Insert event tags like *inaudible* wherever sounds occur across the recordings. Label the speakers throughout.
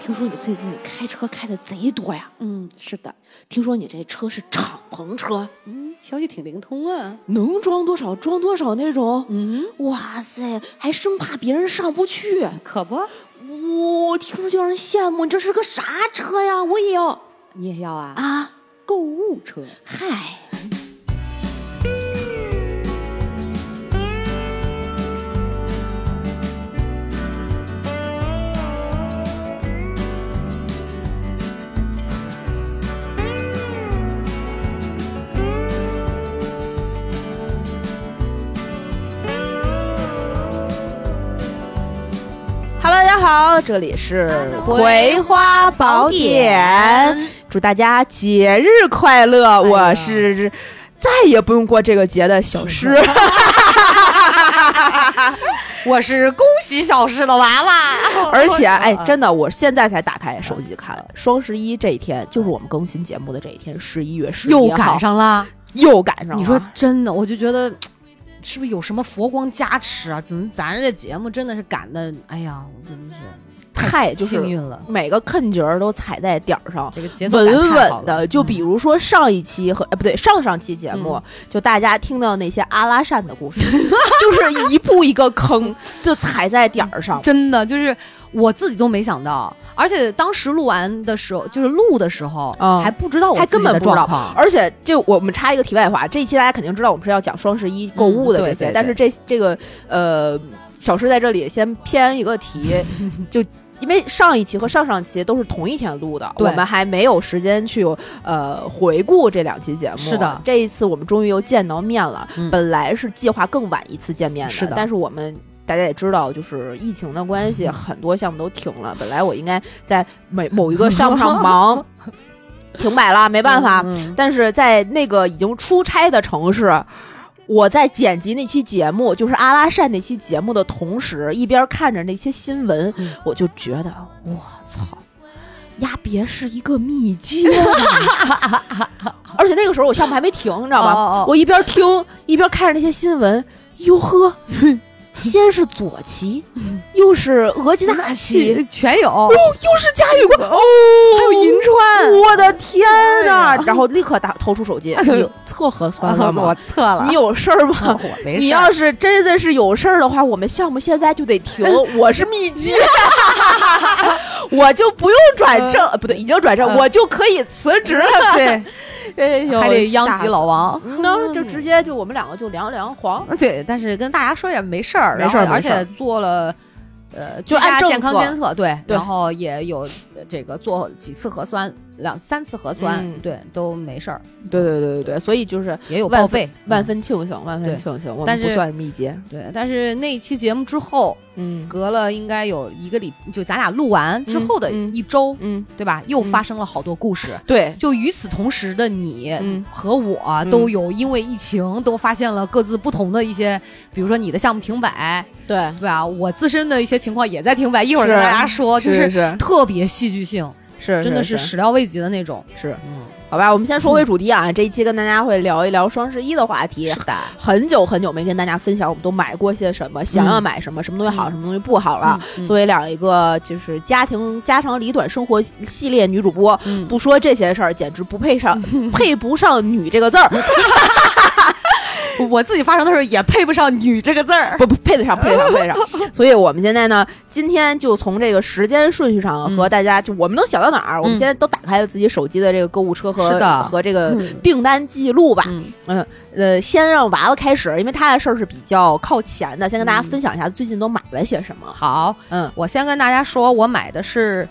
Speaker 1: 听说你最近开车开的贼多呀？
Speaker 2: 嗯，是的，
Speaker 1: 听说你这车是敞篷车，
Speaker 2: 嗯，消息挺灵通啊。
Speaker 1: 能装多少装多少那种。
Speaker 2: 嗯，
Speaker 1: 哇塞，还生怕别人上不去，
Speaker 2: 可不，
Speaker 1: 我、听着就让人羡慕。你这是个啥车呀？我也要
Speaker 2: 你也要啊？
Speaker 1: 啊！
Speaker 2: 购物车，
Speaker 1: 嗨，
Speaker 3: Hello，大家好，这里是《葵花宝典》，祝大家节日快乐！
Speaker 2: 哎呀
Speaker 3: 啊我是再也不用过这个节的小诗，
Speaker 2: 我是恭喜小诗的娃娃。
Speaker 3: 而 *laughs* 且哎，真的，我现在才打开手机看，双十一这一天就是我们更新节目的这一天，十一月
Speaker 2: *laughs*
Speaker 3: 十
Speaker 2: 又赶，上啦！
Speaker 3: 又赶上了。
Speaker 2: 你说真的，我就觉得是不是有什么佛光加持啊？怎么咱这节目真的是赶的？哎呀，我真的是
Speaker 3: 太就是
Speaker 2: 幸运了，
Speaker 3: 每个坑节儿都踩在点儿上，
Speaker 2: 这个节奏感
Speaker 3: 稳
Speaker 2: 太好
Speaker 3: 稳
Speaker 2: 了
Speaker 3: 的，就比如说上一期和、哎不对上上期节目，就大家听到那些阿拉善的故事， *laughs* 就是一步一个坑，就踩在点儿上。
Speaker 2: 真的就是我自己都没想到，而且当时录完的时候，就是录的时候、
Speaker 3: 嗯
Speaker 2: 哦还不知道我嗯
Speaker 3: 还根本
Speaker 2: 自己
Speaker 3: 不
Speaker 2: 的状
Speaker 3: 知道
Speaker 2: 况，
Speaker 3: 而且这我们插一个题外话，这一期大家肯定知道我们是要讲双十一购物
Speaker 2: 嗯
Speaker 3: 的这
Speaker 2: 对
Speaker 3: 些，
Speaker 2: 对对
Speaker 3: 但是这这个呃，小诗在这里先偏一个题，就。因为上一期和上上期都是同一天录的，我
Speaker 2: 对
Speaker 3: 们还没有时间去呃回顾这两期节目。啊
Speaker 2: 是的
Speaker 3: 这一次我们终于又见到面了。
Speaker 2: 嗯
Speaker 3: 本来是计划更晚一次见面
Speaker 2: 是的嗯
Speaker 3: 但是我们大家也知道，就是疫情的关系，很多项目都停了。本来我应该在每某一个项目上
Speaker 2: *laughs*
Speaker 3: 忙，停摆了，没办法。
Speaker 2: 嗯
Speaker 3: 但是在那个已经出差的城市，我在剪辑那期节目，就是阿拉善那期节目的同时，一边看着那些新闻，
Speaker 2: 嗯
Speaker 3: 我就觉得我操，呀，别是一个秘境啊。
Speaker 2: *laughs*
Speaker 3: 而且那个时候我项目还没停，你知道吧？
Speaker 2: 哦哦哦
Speaker 3: 我一边听一边看着那些新闻，哟呵，先是左旗，
Speaker 2: 嗯
Speaker 3: 又是额济纳旗，
Speaker 2: 全有，
Speaker 3: 哦，又是嘉峪关，哦，
Speaker 2: 还有银川，
Speaker 3: 我的天
Speaker 2: 哎
Speaker 3: 呐
Speaker 2: 呀！
Speaker 3: 然后立刻打掏出手 *laughs* 机，
Speaker 2: 呦
Speaker 3: 你有测核酸了
Speaker 2: *laughs* *laughs* 我
Speaker 3: 吗？
Speaker 2: 测了，
Speaker 3: 你有事儿
Speaker 2: *laughs*
Speaker 3: 哎
Speaker 2: 我
Speaker 3: 吗？
Speaker 2: 没事儿，
Speaker 3: 你要是真的是有事儿的话，我们项目现在就得停。我是秘籍， *laughs* 我就不用转正，不对，已经转正，
Speaker 2: 嗯
Speaker 3: 我就可以辞职了。 *laughs*
Speaker 2: *laughs* 对，
Speaker 3: 哎呦
Speaker 2: 还得殃及老。王。
Speaker 3: 吓死那就直接就我们两个就凉凉黄，
Speaker 2: 嗯对，但是跟大家说一下没事儿，
Speaker 3: 没
Speaker 2: 然后
Speaker 3: 事儿没
Speaker 2: 而
Speaker 3: 事儿
Speaker 2: 且做了。呃，
Speaker 3: 就
Speaker 2: 居家
Speaker 3: 按政
Speaker 2: 健康
Speaker 3: 策
Speaker 2: 监测，对，
Speaker 3: 对
Speaker 2: 然后也有呃这个做几次核酸，两三次核酸，
Speaker 3: 嗯
Speaker 2: 对，都没事儿，
Speaker 3: 对对对对对，所以就是
Speaker 2: 也有
Speaker 3: 万
Speaker 2: 报
Speaker 3: 分
Speaker 2: 备，
Speaker 3: 万
Speaker 2: 嗯
Speaker 3: 分庆幸，万分
Speaker 2: 对
Speaker 3: 庆幸，我
Speaker 2: 但
Speaker 3: 们不
Speaker 2: 是
Speaker 3: 算是秘籍。
Speaker 2: 对。但是那一期节目之后，
Speaker 3: 嗯
Speaker 2: 隔了应该有一个礼，就咱俩录完之后的
Speaker 3: 嗯嗯
Speaker 2: 一周，
Speaker 3: 嗯，
Speaker 2: 对吧？又
Speaker 3: 嗯
Speaker 2: 发生了好多故事。
Speaker 3: 对，
Speaker 2: 就与此同时的你
Speaker 3: 嗯
Speaker 2: 和我
Speaker 3: 嗯
Speaker 2: 都有因为疫情都发现了各自不同的一些，比如说你的项目停摆，
Speaker 3: 对，
Speaker 2: 对吧？我自身的一些情况也在停摆，一会儿
Speaker 3: 是
Speaker 2: 跟大家说，就是是
Speaker 3: 是
Speaker 2: 特别戏剧性，
Speaker 3: 是，
Speaker 2: 真的
Speaker 3: 是
Speaker 2: 是始料未及的那种。
Speaker 3: 是。
Speaker 2: 嗯，
Speaker 3: 好吧，我们先说回主题啊，这一期跟大家会聊一聊双十一的话题。
Speaker 2: 的，
Speaker 3: 很久很久没跟大家分享我们都买过些什么，想要买什么，什么东西好，
Speaker 2: 嗯
Speaker 3: 什么东西不好了。
Speaker 2: 嗯
Speaker 3: 作为两一个就是家庭家长里短生活系列女主播，
Speaker 2: 嗯
Speaker 3: 不说这些事儿简直不
Speaker 2: *laughs*
Speaker 3: 配上，配不上“女”这个字儿，
Speaker 2: 我自己发声的时候也配不上“女”这个字儿。
Speaker 3: 不不配得上，配得上，配
Speaker 2: *laughs*
Speaker 3: 得上。所以我们现在呢，今天就从这个时间顺序上和大家，就我们能想到哪儿，我们
Speaker 2: 嗯
Speaker 3: 现在都打开了自己手机的这个购物车
Speaker 2: 是
Speaker 3: 和
Speaker 2: 的
Speaker 3: 和这个订单记录吧。
Speaker 2: 嗯，
Speaker 3: 呃，先让娃娃开始，因为他的事儿是比较靠前的，先跟大家
Speaker 2: 嗯
Speaker 3: 分享一下最近都买了些什么。
Speaker 2: 好，
Speaker 3: 嗯，
Speaker 2: 我先跟大家说，我买的是，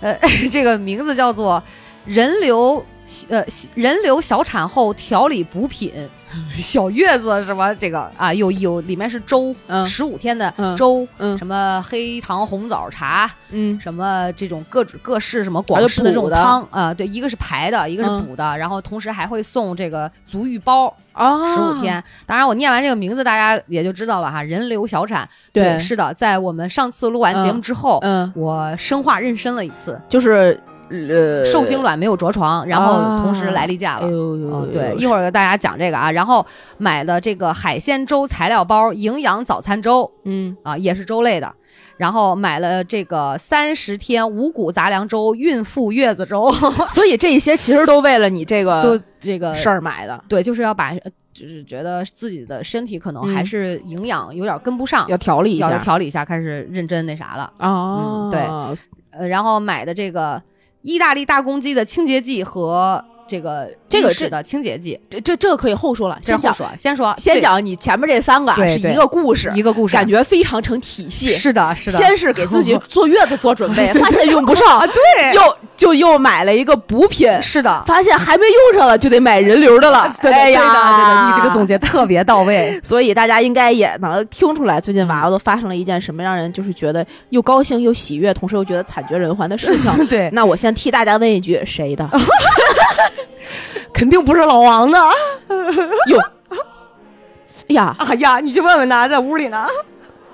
Speaker 2: 呃， *laughs* 这个名字叫做“人流”。呃，人流小产后调理补品， *laughs* 小月子什么这个啊，有有里面是粥，
Speaker 3: 嗯
Speaker 2: 十五天的
Speaker 3: 嗯
Speaker 2: 粥，
Speaker 3: 嗯
Speaker 2: 什么黑糖红枣茶，
Speaker 3: 嗯
Speaker 2: 什么这种各种各式什么
Speaker 3: 还有
Speaker 2: 广式的这种
Speaker 3: 补的
Speaker 2: 汤啊、对，一个是排的，一个是
Speaker 3: 嗯
Speaker 2: 补的，然后同时还会送这个足浴包
Speaker 3: 啊
Speaker 2: 十五，天。当然，我念完这个名字，大家也就知道了哈，人流小产。
Speaker 3: 对，
Speaker 2: 是的，在我们上次录完节目之后，
Speaker 3: 嗯，
Speaker 2: 我生化妊娠了一次，
Speaker 3: 就是呃
Speaker 2: 受精卵没有着床，然后同时来例假了
Speaker 3: 哎。呦呦
Speaker 2: 哦
Speaker 3: 呦，，
Speaker 2: 对，一
Speaker 3: 儿
Speaker 2: 会儿给大家讲这个啊。然后买的这个海鲜粥材料包、营养早餐粥
Speaker 3: 嗯，
Speaker 2: 啊，也是粥类的。然后买了这个三十天五谷杂粮粥、孕妇月子粥，
Speaker 3: 所以这一些其实都为了你这
Speaker 2: 嗯 *laughs* 都
Speaker 3: 个
Speaker 2: 这个
Speaker 3: 事儿买的，
Speaker 2: 对，就是要把，就是觉得自己的身体可能还
Speaker 3: 嗯
Speaker 2: 是营养有点跟不上，
Speaker 3: 要调理一
Speaker 2: 啊要
Speaker 3: 下
Speaker 2: 调理一下，开始认真那啥了。
Speaker 3: 哦
Speaker 2: 嗯对呃，然后买的这个意大利大公鸡的清洁剂和这个
Speaker 3: 这个
Speaker 2: 日式
Speaker 3: 是
Speaker 2: 的清洁剂，
Speaker 3: 这这这可以后说了，
Speaker 2: 这
Speaker 3: 先
Speaker 2: 后
Speaker 3: 讲
Speaker 2: 说，先说，
Speaker 3: 先
Speaker 2: 对
Speaker 3: 讲你前面这三个啊
Speaker 2: 对
Speaker 3: 是
Speaker 2: 对
Speaker 3: 一个故事，
Speaker 2: 一个故事，
Speaker 3: 感觉非常成体系。
Speaker 2: 是的，是的，
Speaker 3: 先是给
Speaker 2: *laughs*
Speaker 3: 自己坐月子做准备，发现用不上，
Speaker 2: 对，
Speaker 3: 又就又买了一个补品，
Speaker 2: 是的，
Speaker 3: 发现还没用上了就得买人流啊的 *laughs* 了。
Speaker 2: 对的
Speaker 3: 哎呀，啊，
Speaker 2: 对的对的，你 *laughs* 这个总结特别到位
Speaker 3: 所以大家应该也能听出来，最近娃娃都发生了一件什么让人就是觉得又高兴又喜悦，同时又觉得惨绝人寰的 *laughs* 事情。
Speaker 2: *laughs* 对，
Speaker 3: 那我先替大家问一句，谁 *laughs* 的？
Speaker 2: 肯定不是老王的。
Speaker 3: 哟，哎呀，
Speaker 2: *laughs* 哎呀，你去问问他，在屋里呢。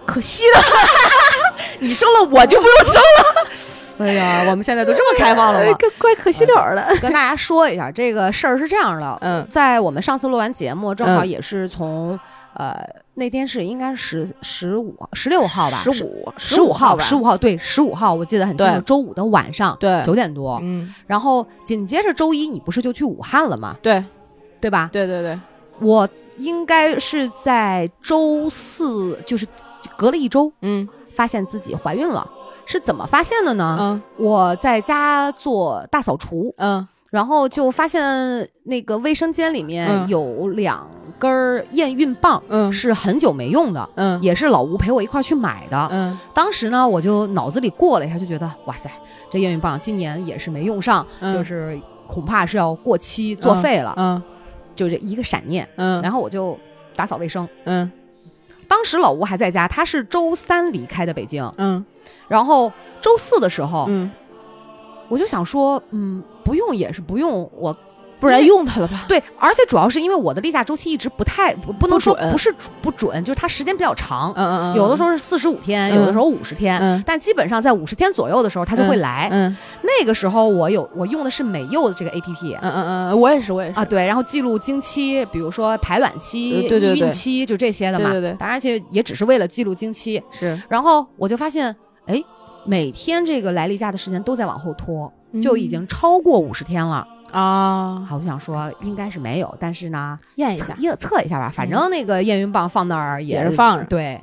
Speaker 3: 可惜了， *laughs* 你生了我就不用生
Speaker 2: 哎呀，我们现在都这么开 *laughs* 放了吗，？
Speaker 3: 了哎怪怪可惜了儿了。
Speaker 2: 哎跟大家说一下，这个事儿是这样的，
Speaker 3: 嗯
Speaker 2: 在我们上次录完节目，正好
Speaker 3: 嗯
Speaker 2: 也是从、呃那天是应该是十十五十六号吧，
Speaker 3: 十五
Speaker 2: 十五号
Speaker 3: 吧，
Speaker 2: 十五号对十五号，我记得很清楚，
Speaker 3: 对
Speaker 2: 周五的晚上
Speaker 3: 对
Speaker 2: 九点多，
Speaker 3: 嗯，
Speaker 2: 然后紧接着周一你不是就去武汉了吗？
Speaker 3: 对
Speaker 2: 对吧？
Speaker 3: 对对对，
Speaker 2: 我应该是在周四，就是隔了一周，
Speaker 3: 嗯
Speaker 2: 发现自己怀孕了。是怎么发现的呢？
Speaker 3: 嗯
Speaker 2: 我在家做大扫除，
Speaker 3: 嗯
Speaker 2: 然后就发现那个卫生间里面
Speaker 3: 嗯
Speaker 2: 有两根儿验孕棒，
Speaker 3: 嗯
Speaker 2: 是很久没用的，
Speaker 3: 嗯
Speaker 2: 也是老吴陪我一块儿去买的。
Speaker 3: 嗯
Speaker 2: 当时呢，我就脑子里过了一下，就觉得哇塞，这验孕棒今年也是没用上，
Speaker 3: 嗯
Speaker 2: 就是恐怕是要过期作废了，
Speaker 3: 嗯
Speaker 2: 就这一个闪念，
Speaker 3: 嗯
Speaker 2: 然后我就打扫卫生。
Speaker 3: 嗯
Speaker 2: 当时老吴还在家，他是周三离开的北京，
Speaker 3: 嗯
Speaker 2: 然后周四的时候，
Speaker 3: 嗯，
Speaker 2: 我就想说，嗯，不用也是不用，我
Speaker 3: 不然用它了吧？
Speaker 2: 对，而且主要是因为我的例假周期一直不太不不能说
Speaker 3: 准
Speaker 2: 不是不准，就是它时间比较长，
Speaker 3: 嗯嗯嗯，
Speaker 2: 有的时候是四十五天，
Speaker 3: 嗯
Speaker 2: 有的时候五十天。
Speaker 3: 嗯
Speaker 2: 但基本上在五十天左右的时候，它就会来。
Speaker 3: 嗯
Speaker 2: 那个时候我有我用的是美柚的这个 A P P
Speaker 3: 嗯嗯嗯，我也是我也是
Speaker 2: 啊，，对，然后记录经期，比如说排卵期、
Speaker 3: 呃对对
Speaker 2: 易孕
Speaker 3: 对
Speaker 2: 期，就这些的嘛。
Speaker 3: 对对对
Speaker 2: 当然，其实也只是为了记录经期。
Speaker 3: 是
Speaker 2: 然后我就发现，哎，每天这个来例假的时间都在往后拖，
Speaker 3: 嗯
Speaker 2: 就已经超过五十天了。
Speaker 3: 啊，
Speaker 2: 好，我想说应该是没有，但是呢，
Speaker 3: 验哎一
Speaker 2: 测
Speaker 3: 下，嗯
Speaker 2: 也测一下吧，反正那个验孕棒放那儿也
Speaker 3: 也是放着
Speaker 2: 对，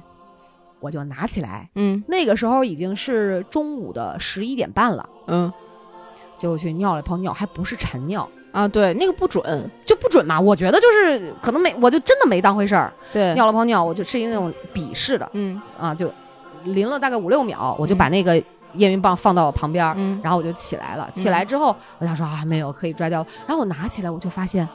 Speaker 2: 我就拿起来。
Speaker 3: 嗯
Speaker 2: 那个时候已经是中午的十一点半了，
Speaker 3: 嗯
Speaker 2: 就去尿了一泡尿，还不是晨尿，
Speaker 3: 啊，对，那个不准，
Speaker 2: 就不准嘛。我觉得就是可能没，我就真的没当回事儿，
Speaker 3: 对，
Speaker 2: 尿了泡尿，我就是一那种鄙视的
Speaker 3: 嗯
Speaker 2: 啊，就淋了大概五六秒，我就把那个验孕棒放到旁边儿，
Speaker 3: 嗯
Speaker 2: 然后我就起来了。起来之后，我想说啊，没有可以拽掉了。然后我拿起来，我就发现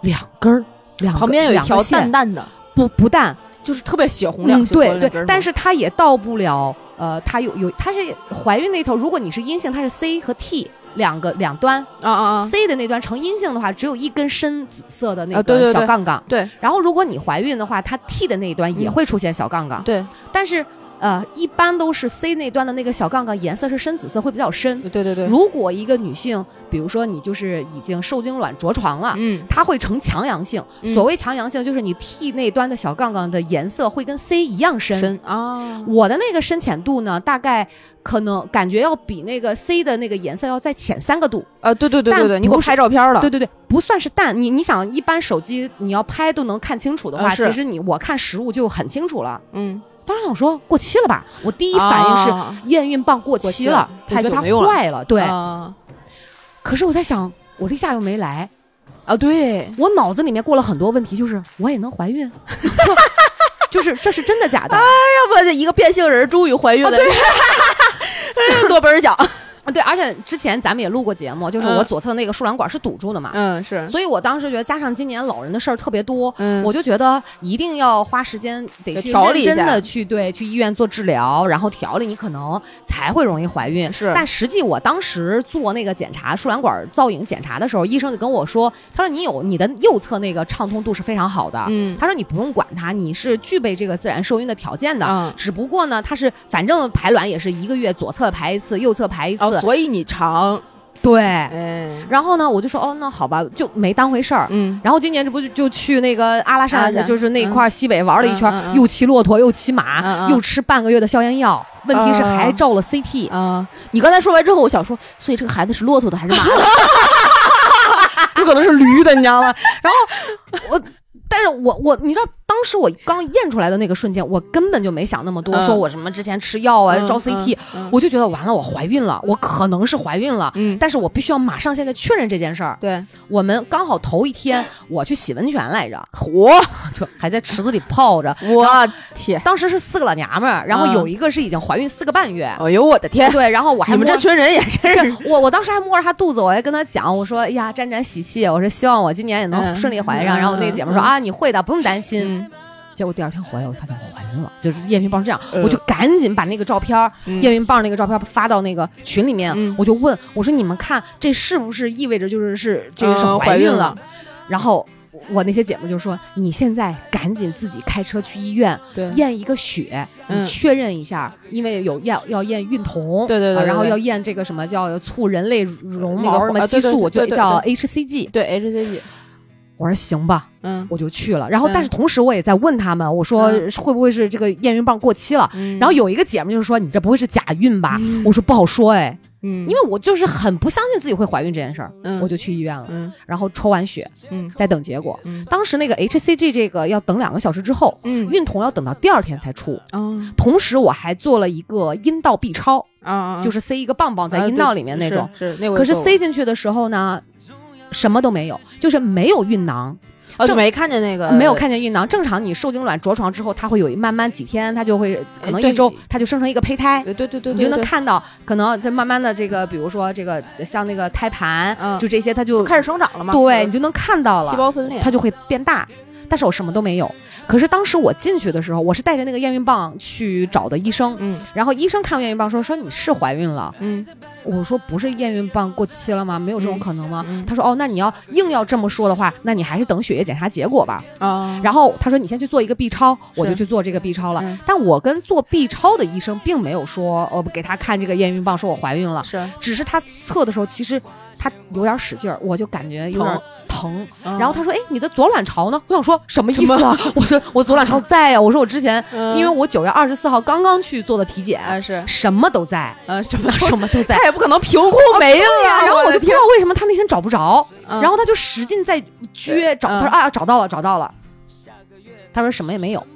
Speaker 2: 两根儿，两根
Speaker 3: 嗯旁边有一
Speaker 2: 两
Speaker 3: 条
Speaker 2: 个线
Speaker 3: 淡淡的，
Speaker 2: 不不淡，
Speaker 3: 就是特别血红
Speaker 2: 嗯
Speaker 3: 两
Speaker 2: 对对，但是它也到不了。呃，它有有，它是怀孕那头，如果你是阴性，它是 C 和 T 两个两端、
Speaker 3: 啊啊啊，
Speaker 2: c 的那端呈阴性的话，只有一根深紫色的那
Speaker 3: 啊对
Speaker 2: 个
Speaker 3: 对对
Speaker 2: 小杠杠。
Speaker 3: 对
Speaker 2: 然后如果你怀孕的话，它 T 的那一端也
Speaker 3: 嗯
Speaker 2: 会出现小杠杠，
Speaker 3: 对
Speaker 2: 但是呃，一般都是 C 那端的那个小杠杠颜色是深紫色，会比较深。
Speaker 3: 对嗯对对，
Speaker 2: 如果一个女性，比如说你就是已经受精卵着床了，
Speaker 3: 嗯
Speaker 2: 它会呈强阳性。
Speaker 3: 嗯
Speaker 2: 所谓强阳性，就是你 T 那端的小杠杠的颜色会跟 C 一样深。
Speaker 3: 深啊，
Speaker 2: 我的那个深浅度呢，大概可能感觉要比那个 C 的那个颜色要再浅三个度。
Speaker 3: 啊，对对对对对，你给我拍照片了，
Speaker 2: 对对对，不算是淡。你你想，一般手机你要拍都能看清楚的话，
Speaker 3: 啊是
Speaker 2: 其实你我看实物就很清楚了。
Speaker 3: 嗯，
Speaker 2: 当时想说过期了吧，我第一反应是。
Speaker 3: 是
Speaker 2: 验孕棒过
Speaker 3: 啊过
Speaker 2: 期
Speaker 3: 期
Speaker 2: 了
Speaker 3: 了，太
Speaker 2: 我觉得
Speaker 3: 久
Speaker 2: 它
Speaker 3: 没用了
Speaker 2: 坏了。对，
Speaker 3: 啊
Speaker 2: 可是我在想，我例假又没来，
Speaker 3: 啊，对，
Speaker 2: 我脑子里面过了很多问题，就是我也能怀孕， *laughs* 就是这是真的
Speaker 3: 啊
Speaker 2: 假的？
Speaker 3: 要不一个变性人终于怀孕了， *laughs* 诺贝尔奖，
Speaker 2: 对，而且之前咱们也录过节目，就是我
Speaker 3: 嗯
Speaker 2: 左侧那个输卵管是堵住的嘛，
Speaker 3: 嗯是，
Speaker 2: 所以我当时觉得加上今年老人的事儿特别多。
Speaker 3: 嗯
Speaker 2: 我就觉得一定要花时间，得
Speaker 3: 得
Speaker 2: 去
Speaker 3: 调理一
Speaker 2: 认真
Speaker 3: 下
Speaker 2: 的去对去医院做治疗，然后调理你可能才会容易怀孕。
Speaker 3: 是
Speaker 2: 但实际我当时做那个检查输卵管造影检查的时候，医生就跟我说，他说你有你的右侧那个畅通度是非常好的，
Speaker 3: 嗯
Speaker 2: 他说你不用管它，你是具备这个自然受孕的条件的。
Speaker 3: 啊
Speaker 2: 只不过呢，它是反正排卵也是一个月左侧排一次，右侧排一次，哎
Speaker 3: 哦哦，所以你长
Speaker 2: 对。
Speaker 3: 嗯
Speaker 2: 然后呢，我就说哦，那好吧，就没当回事儿。
Speaker 3: 嗯，
Speaker 2: 然后今年这不就就去那个阿拉
Speaker 3: 阿
Speaker 2: 善
Speaker 3: 拉，善
Speaker 2: 就是那块儿西北玩了一圈，
Speaker 3: 嗯嗯嗯
Speaker 2: 又骑骆驼，又骑马，
Speaker 3: 嗯嗯
Speaker 2: 又吃半个月的消炎药。问题是
Speaker 3: 嗯
Speaker 2: 还照了 CT，、
Speaker 3: 啊，你刚才说完之后，我想说，所以这个孩子是骆驼的还是马
Speaker 2: *laughs*
Speaker 3: 的？
Speaker 2: 有可能是驴的，你知道
Speaker 3: *laughs*
Speaker 2: 吗？然后我，但是我我，你知道，当时我刚验出来的那个瞬间，我根本就没想那么多，
Speaker 3: 嗯
Speaker 2: 说我什么之前吃药啊，照 CT，、我就觉得完了，我怀孕了，我可能是怀孕了。
Speaker 3: 嗯，
Speaker 2: 但是我必须要马上现在确认这件事儿。
Speaker 3: 对，
Speaker 2: 我们刚好头一天我去洗温泉来着，
Speaker 3: 火，
Speaker 2: *laughs* 就还在池子里泡着。
Speaker 3: 我天，
Speaker 2: 当时是四个老娘们儿，然后
Speaker 3: 嗯
Speaker 2: 有一个是已经怀孕四个半月，
Speaker 3: 哎呦我的天，
Speaker 2: 对，然后我还
Speaker 3: 你们
Speaker 2: 摸
Speaker 3: 这群人也真是，
Speaker 2: 这我我当时还摸着她肚子，我还跟她讲，我说哎呀，沾沾喜气，我说希望我今年也能
Speaker 3: 嗯
Speaker 2: 顺利怀上。
Speaker 3: 嗯
Speaker 2: 然后那个姐们说
Speaker 3: 嗯
Speaker 2: 啊，你会的，不用担心。
Speaker 3: 嗯
Speaker 2: 结果第二天回来，我发现我怀孕了，就是验孕棒是这样，
Speaker 3: 呃
Speaker 2: 我就赶紧把那个照片儿，
Speaker 3: 嗯
Speaker 2: 验孕棒那个照片发到那个群里面
Speaker 3: 嗯，
Speaker 2: 我就问我说你们看这是不是意味着就是是这个是
Speaker 3: 嗯
Speaker 2: 怀
Speaker 3: 怀孕
Speaker 2: 了
Speaker 3: 了？
Speaker 2: 然后我那些姐妹就说你现在赶紧自己开车去医院
Speaker 3: 对
Speaker 2: 验一个血，你
Speaker 3: 嗯
Speaker 2: 确认一下，因为有要要验孕酮，
Speaker 3: 对对对
Speaker 2: 啊
Speaker 3: 对
Speaker 2: 然后
Speaker 3: 对
Speaker 2: 要验这个什么叫促人类绒
Speaker 3: 那
Speaker 2: 毛
Speaker 3: 个
Speaker 2: 什么
Speaker 3: 啊
Speaker 2: 激
Speaker 3: 对对
Speaker 2: 素，
Speaker 3: 对
Speaker 2: 就
Speaker 3: 对对
Speaker 2: 叫 HCG。
Speaker 3: 对 HCG，
Speaker 2: 我说行吧，
Speaker 3: 嗯
Speaker 2: 我就去了。然后
Speaker 3: 嗯
Speaker 2: 但是同时我也在问他们，我说
Speaker 3: 嗯
Speaker 2: 会不会是这个验孕棒过期了？
Speaker 3: 嗯
Speaker 2: 然后有一个姐妹就说：“你这不会是假孕吧？”我说：“不好说哎，
Speaker 3: 嗯
Speaker 2: 因为我就是很不相信自己会怀孕这件事儿。”
Speaker 3: 嗯
Speaker 2: 我就去医院了，
Speaker 3: 嗯
Speaker 2: 然后抽完血，
Speaker 3: 嗯
Speaker 2: 再等结果。
Speaker 3: 嗯
Speaker 2: 当时那个 HCG 这个要等两个小时之后，
Speaker 3: 嗯
Speaker 2: 孕酮要等到第二天才出。
Speaker 3: 嗯
Speaker 2: 同时，我还做了一个阴道 B 超，
Speaker 3: 啊呃
Speaker 2: 就是是塞一个棒棒在阴道里面那种。
Speaker 3: 是那我
Speaker 2: 可是塞进去的时候呢，什么都没有，就是没有孕囊，
Speaker 3: 哦就没看见那个
Speaker 2: 呃没有看见孕囊。正常你受精卵着床之后，它会有一慢慢几天，它就会可能
Speaker 3: 哎对
Speaker 2: 一周，它就生成一个胚胎。
Speaker 3: 对对对对，
Speaker 2: 你就能看到，可能这慢慢的这个，比如说这个像那个胎盘，
Speaker 3: 嗯
Speaker 2: 就这些，它就
Speaker 3: 开始生长了嘛，
Speaker 2: 对，你就能看到
Speaker 3: 细
Speaker 2: 了，
Speaker 3: 胞分裂，
Speaker 2: 它就会变大。但是我什么都没有。可是当时我进去的时候，我是带着那个验孕棒去找的医生，
Speaker 3: 嗯
Speaker 2: 然后医生看完验孕棒说说你是怀孕了，
Speaker 3: 嗯
Speaker 2: 我说不是验孕棒过期了吗？没有这种可能吗？
Speaker 3: 嗯
Speaker 2: 他说哦，那你要硬要这么说的话，那你还是等血液检查结果吧。
Speaker 3: 啊
Speaker 2: 嗯然后他说你先去做一个 B 超，我就去做这个 B 超了。
Speaker 3: 嗯
Speaker 2: 但我跟做 B 超的医生并没有说，呃，给他看这个验孕棒说我怀孕了，
Speaker 3: 是
Speaker 2: 只是他测的时候其实他有点使劲儿，我就感觉有点疼。
Speaker 3: 嗯
Speaker 2: 然后他说哎，你的左卵巢呢？我想说什么意思啊？我说我左卵巢在啊呀、我说我之前、
Speaker 3: 嗯
Speaker 2: 因为我九月二十四号刚刚去做的体检，
Speaker 3: 啊是
Speaker 2: 什么都 *laughs* 在，
Speaker 3: 啊 *laughs* 什么
Speaker 2: 什么都在。哎
Speaker 3: 也不可能凭空没了
Speaker 2: 对呀、然后我
Speaker 3: 我
Speaker 2: 就
Speaker 3: 的
Speaker 2: 不知
Speaker 3: 天，
Speaker 2: 道为什么他那天找不着，
Speaker 3: 嗯
Speaker 2: 然后他就使劲在撅
Speaker 3: 对
Speaker 2: 找，他说
Speaker 3: 嗯
Speaker 2: 啊找到了找到了，他说什么也没有，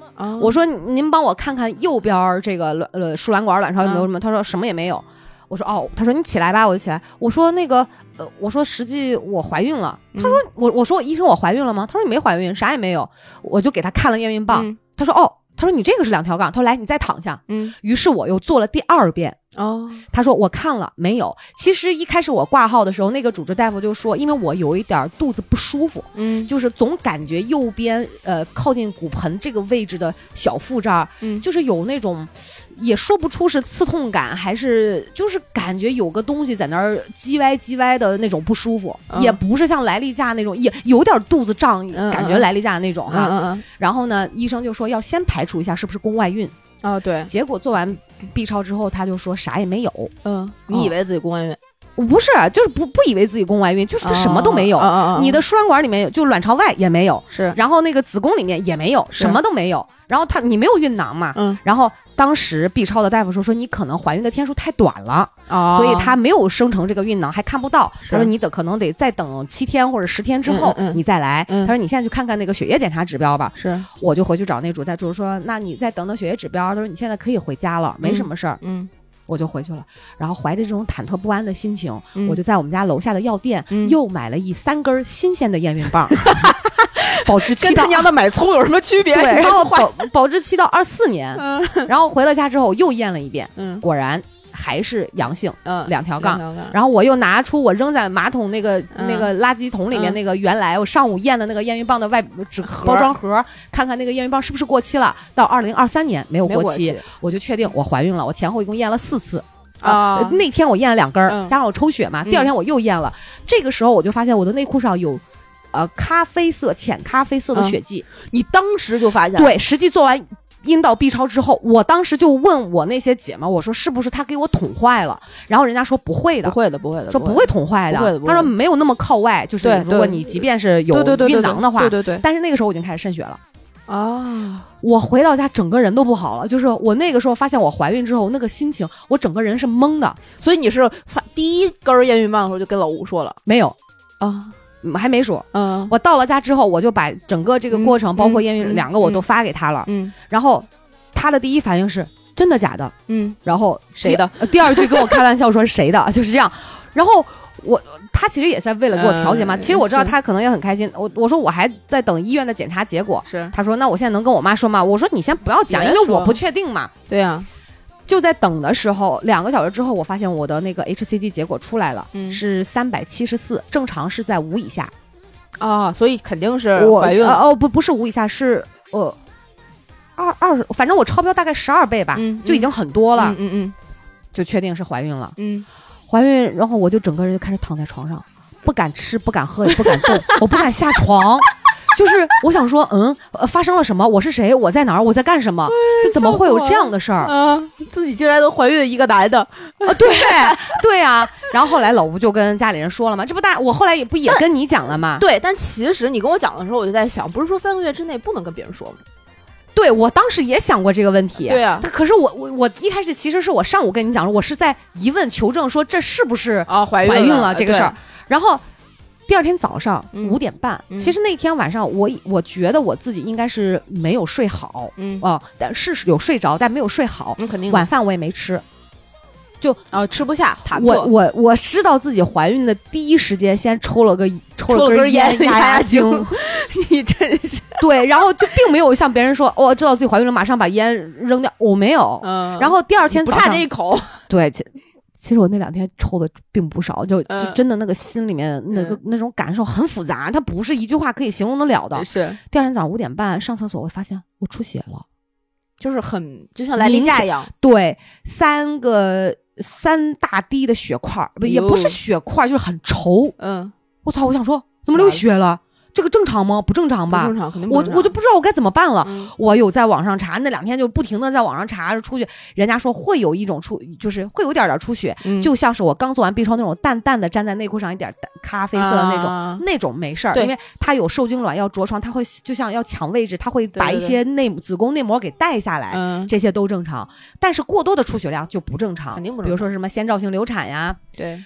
Speaker 2: 我
Speaker 3: 说
Speaker 2: 说您帮我看看右边儿这个卵呃输卵管卵巢有没有什么，他说什么也没有，我说哦，他说你起来吧，我就起来，我说那个呃我说实际我怀孕了，他说我我说医生我怀孕了吗？他说你没怀孕，啥也没有，我就给他看了验孕棒，他说哦，他说你这个是两条杠，他说来你再躺下，
Speaker 3: 嗯
Speaker 2: 于是我又做了第二遍。
Speaker 3: 哦
Speaker 2: 他说我看了没有？其实一开始我挂号的时候，那个主治大夫就说，因为我有一点儿肚子不舒服，
Speaker 3: 嗯
Speaker 2: 就是总感觉右边呃靠近骨盆这个位置的小腹这儿，
Speaker 3: 嗯
Speaker 2: 就是有那种也说不出是刺痛感，还是就是感觉有个东西在那儿叽歪叽歪的那种不舒服，
Speaker 3: 嗯
Speaker 2: 也不是像来例假那种，也有点儿肚子胀，
Speaker 3: 嗯
Speaker 2: 感觉来例假那种哈、
Speaker 3: 嗯嗯
Speaker 2: 然后呢，医生就说要先排除一下是不是宫外孕，
Speaker 3: 哦对
Speaker 2: 结果做完 B 超之后，他就说啥也没有。
Speaker 3: 嗯哦你以为自己公安员
Speaker 2: 我不是，就是不不以为自己宫外孕，就是他什么都没
Speaker 3: 啊
Speaker 2: 有。你的输卵管里面有，就卵巢外也没有，
Speaker 3: 哦是
Speaker 2: 然后那个子宫里面也没有，什么都没有。然后他你没有孕囊嘛？
Speaker 3: 嗯
Speaker 2: 然后当时 B 超的大夫说说你可能怀孕的天数太短了，
Speaker 3: 哦
Speaker 2: 所以他没有生成这个孕囊，还看不到。
Speaker 3: 是
Speaker 2: 他说你得可能得再等七天或者十天之后
Speaker 3: 嗯嗯嗯
Speaker 2: 你再来。
Speaker 3: 嗯
Speaker 2: 他说你现在去看看那个血液检查指标吧。
Speaker 3: 是
Speaker 2: 我就回去找那主治大夫说，那你再等等血液指标。他说你现在可以回家了，没什么事儿。
Speaker 3: 嗯
Speaker 2: 我就回去了，然后怀着这种忐忑不安的心情，
Speaker 3: 嗯
Speaker 2: 我就在我们家楼下的药店、
Speaker 3: 嗯
Speaker 2: 又买了一三根儿新鲜的验孕
Speaker 3: *laughs*
Speaker 2: 棒，保质期到。
Speaker 3: 的买葱有什么区别
Speaker 2: 对，
Speaker 3: 对，
Speaker 2: 然
Speaker 3: 然
Speaker 2: 后
Speaker 3: 后
Speaker 2: 保保质期到二四年，然后回了家之后又验了一遍，
Speaker 3: 嗯
Speaker 2: 果然还是阳性，
Speaker 3: 嗯
Speaker 2: 两条杠。
Speaker 3: 杠
Speaker 2: 然后我又拿出我扔在马桶那个、
Speaker 3: 嗯
Speaker 2: 那个垃圾桶里面
Speaker 3: 嗯
Speaker 2: 那个原来我上午验的那个验孕棒的外纸
Speaker 3: 盒
Speaker 2: 包装盒，看看那个验孕棒是不是过期了。到二零二三年没有
Speaker 3: 没有过
Speaker 2: 期
Speaker 3: 期
Speaker 2: 我就确定我怀孕了。我前后一共验了四次。
Speaker 3: 啊
Speaker 2: 呃那天我验了两根儿，
Speaker 3: 嗯
Speaker 2: 加上我抽血嘛，
Speaker 3: 嗯
Speaker 2: 第二天我又验了。这个时候我就发现我的内裤上有，呃，咖啡色、浅咖啡色的
Speaker 3: 嗯
Speaker 2: 血迹。
Speaker 3: 你当时就发现了
Speaker 2: 对，实际做完阴道 B 超之后，我当时就问我那些姐们儿，我说是不是他给我捅坏了？然后人家说不会的
Speaker 3: 不，会的，不会的，
Speaker 2: 说不会捅坏
Speaker 3: 不会的不会
Speaker 2: 他
Speaker 3: 的
Speaker 2: 说没有那么靠外，就是
Speaker 3: 对
Speaker 2: 如果
Speaker 3: 对
Speaker 2: 你即便是有
Speaker 3: 对对对对
Speaker 2: 晕
Speaker 3: 对
Speaker 2: 囊的话
Speaker 3: 对，对对
Speaker 2: 但是那个时候我已经开始渗血了。
Speaker 3: 啊，
Speaker 2: 我回到家，整个人都不好了。就是我那个时候发现我怀孕之后，那个心情，我整个人是懵的。
Speaker 3: 所以你是发第一根验孕棒的时候就跟老吴说了
Speaker 2: 没有，
Speaker 3: 啊，
Speaker 2: 嗯还没说。
Speaker 3: 嗯
Speaker 2: 我到了家之后，我就把整个这个过程，
Speaker 3: 嗯
Speaker 2: 包括
Speaker 3: 嗯
Speaker 2: 验孕
Speaker 3: 嗯
Speaker 2: 两个，我都发给他了。
Speaker 3: 嗯
Speaker 2: 然后他的第一反应是真的假的，
Speaker 3: 嗯，
Speaker 2: 然后
Speaker 3: 谁的
Speaker 2: 第？呃第二句跟我开玩笑说谁的， *laughs* 就是这样。然后我他其实也在为了给我调节嘛。
Speaker 3: 嗯
Speaker 2: 其实我知道
Speaker 3: 是
Speaker 2: 他可能也很开心。我我说我还在等医院的检查结果。
Speaker 3: 是
Speaker 2: 他说那我现在能跟我妈说吗？我说你先不要讲，因
Speaker 3: 别
Speaker 2: 为
Speaker 3: 说
Speaker 2: 我不确定嘛。
Speaker 3: 对啊，
Speaker 2: 就在等的时候，两个小时之后，我发现我的那个 HCG 结果出来了，
Speaker 3: 嗯
Speaker 2: 是三百七十四，正常是在五以下。
Speaker 3: 啊，所以肯定是
Speaker 2: 我
Speaker 3: 怀孕
Speaker 2: 呃
Speaker 3: 了，
Speaker 2: 哦不不是五以下，是呃二二十，反正我超标大概十二倍吧，
Speaker 3: 嗯
Speaker 2: 就已经很多了，
Speaker 3: 嗯嗯嗯
Speaker 2: 就确定是怀孕了。
Speaker 3: 嗯，
Speaker 2: 怀孕，然后我就整个人就开始躺在床上，不敢吃，不敢喝，也不敢动， *laughs* 我不敢下床。就是我想说，嗯、呃，发生了什么？我是谁？我在哪儿？我在干什么？就怎么会有这样的事儿？
Speaker 3: 啊，自己竟然都怀孕一个男的，
Speaker 2: 啊，对对啊。然后后来老吴就跟家里人说了嘛，这不大，我后来也不也跟你讲了嘛。
Speaker 3: 对，但其实你跟我讲的时候，我就在想，不是说三个月之内不能跟别人说吗？
Speaker 2: 对我当时也想过这个问题。
Speaker 3: 对啊
Speaker 2: 但可是我我我一开始其实是我上午跟你讲了，我是在疑问求证说这是不是
Speaker 3: 啊，怀
Speaker 2: 怀
Speaker 3: 孕
Speaker 2: 孕了这个事儿，，然后。第二天早上
Speaker 3: 嗯
Speaker 2: 五点半，
Speaker 3: 嗯
Speaker 2: 其实那天晚上我我觉得我自己应该是没有睡好
Speaker 3: 对嗯，
Speaker 2: 啊、但是有睡着，但没有睡好。
Speaker 3: 那肯定
Speaker 2: 晚饭我也没吃，
Speaker 3: 啊，吃不下，弹
Speaker 2: 我
Speaker 3: 不，
Speaker 2: 我我知道自己怀孕的第一时间，先抽了个抽
Speaker 3: 抽了
Speaker 2: 了
Speaker 3: 根
Speaker 2: 烟
Speaker 3: 烟压
Speaker 2: 压
Speaker 3: 压惊
Speaker 2: 惊，
Speaker 3: *laughs* 你真是，
Speaker 2: 对，然后就并没有像别人说，我、知道自己怀孕了，马上把烟扔掉，我没有。
Speaker 3: *laughs* 嗯
Speaker 2: 然后第二天
Speaker 3: 不
Speaker 2: 早
Speaker 3: 差
Speaker 2: 上
Speaker 3: 这一口，
Speaker 2: 对，其其实我那两天抽的并不少，就就
Speaker 3: 嗯
Speaker 2: 真的那个心里面那个、
Speaker 3: 嗯
Speaker 2: 那种感受很复杂，它不是一句话可以形容得了的。
Speaker 3: 是，
Speaker 2: 第二天早上五点半上厕所，我发现我出血了，
Speaker 3: 就是很就像来例假一样，
Speaker 2: 对，三个三大滴的血块儿，不也不是
Speaker 3: 哟
Speaker 2: 血块儿，就是很稠。
Speaker 3: 嗯，
Speaker 2: 我操！我想说怎么流血了？这个正常吗？不正常
Speaker 3: 不
Speaker 2: 吧？
Speaker 3: 正常，肯定
Speaker 2: 我我就不知道我该怎么办了。
Speaker 3: 嗯
Speaker 2: 我有在网上查，那两天就不停的在网上查，出去人家说会有一种出，就是会有点儿点儿出血，
Speaker 3: 嗯
Speaker 2: 就像是我刚做完 B 超那种淡淡的粘在内裤上一点儿淡咖啡色的那种，
Speaker 3: 啊
Speaker 2: 那种没事儿，
Speaker 3: 对
Speaker 2: 因为它有受精卵要着床，它会就像要抢位置，它会把
Speaker 3: 对
Speaker 2: 一
Speaker 3: 对对
Speaker 2: 些内子宫内膜给带下来，
Speaker 3: 嗯，
Speaker 2: 这些都正常。但是过多的出血量就不正常，
Speaker 3: 肯定不正常
Speaker 2: 比如说什么先兆性流产呀。
Speaker 3: 对，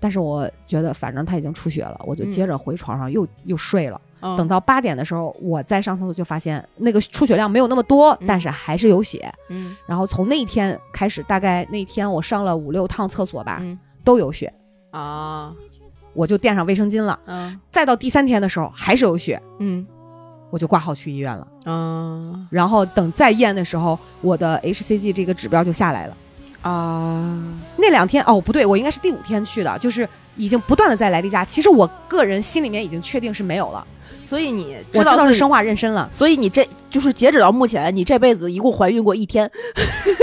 Speaker 2: 但是我觉得反正它已经出血了，我就接着回床上又、又睡了。
Speaker 3: 嗯
Speaker 2: 等到八点的时候，我再上厕所就发现那个出血量没有那么多，
Speaker 3: 嗯
Speaker 2: 但是还是有血。
Speaker 3: 嗯
Speaker 2: 然后从那一天开始，大概那天我上了五六趟厕所吧，
Speaker 3: 嗯
Speaker 2: 都有血。
Speaker 3: 啊
Speaker 2: 我就垫上卫生巾了。
Speaker 3: 嗯
Speaker 2: 再到第三天的时候还是有血，
Speaker 3: 嗯
Speaker 2: 我就挂号去医院了。
Speaker 3: 啊
Speaker 2: 然后等再验的时候，我的 HCG 这个指标就下来了。
Speaker 3: 啊，
Speaker 2: 那两天哦，不对，我应该是第五天去的，就是已经不断的在来例假。其实我个人心里面已经确定是没有了，
Speaker 3: 所以你
Speaker 2: 我知道
Speaker 3: 自
Speaker 2: 是
Speaker 3: 己。
Speaker 2: 生化妊娠 *laughs* 了
Speaker 3: 所以你这就是截止到目前，你这辈子一共怀孕过一天，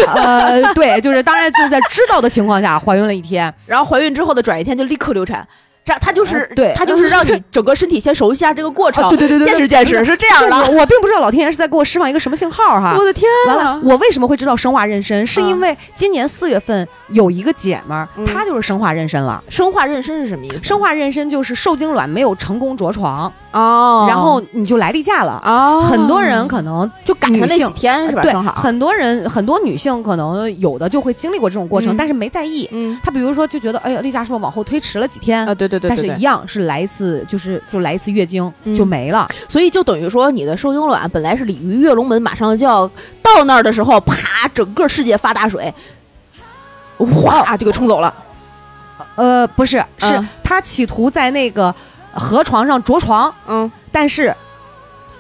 Speaker 2: 呃，对，就是当然就是在知道的情况下怀孕了一天，
Speaker 3: 然后怀孕之后的转一天就立刻流产，这样他就是、
Speaker 2: 呃对
Speaker 3: 他就是让你整个身体先熟悉一下这个过
Speaker 2: *laughs*
Speaker 3: 程，
Speaker 2: 啊对对对对对
Speaker 3: 见识见识是这样
Speaker 2: 就
Speaker 3: 的。
Speaker 2: 我我并不知道老天爷是在给我释放一个什么信号哈。
Speaker 3: 的天
Speaker 2: 完了，！我为什么会知道生化妊娠？是因为今年四月份有一个姐们儿，
Speaker 3: 嗯
Speaker 2: 她就是生化妊娠了。
Speaker 3: 生化妊娠是什么意思？
Speaker 2: 生化妊娠就是受精卵没有成功着床，
Speaker 3: 哦，
Speaker 2: 然后你就来例假了。
Speaker 3: 哦，
Speaker 2: 很多人可能
Speaker 3: 就赶上那
Speaker 2: 女
Speaker 3: 几
Speaker 2: 性
Speaker 3: 天是吧？
Speaker 2: 啊对
Speaker 3: 正，好，
Speaker 2: 很多人很多女性可能有的就会经历过这种过程，
Speaker 3: 嗯
Speaker 2: 但是没在意。
Speaker 3: 嗯
Speaker 2: 她比如说就觉得，哎呀，例假是不是往后推迟了几天？
Speaker 3: 啊，对对对
Speaker 2: 但是
Speaker 3: 对
Speaker 2: 一
Speaker 3: 对，
Speaker 2: 样是来一次，就是就来一次月经、
Speaker 3: 嗯
Speaker 2: 就没了。
Speaker 3: 所以就等于说你的受精卵本来是鲤鱼跃龙门，马上就要到那儿的时候，啪，整个世界发大水，哗就给冲走了。
Speaker 2: 呃，不是，是
Speaker 3: 嗯
Speaker 2: 她企图在那个河床上着床，
Speaker 3: 嗯，
Speaker 2: 但是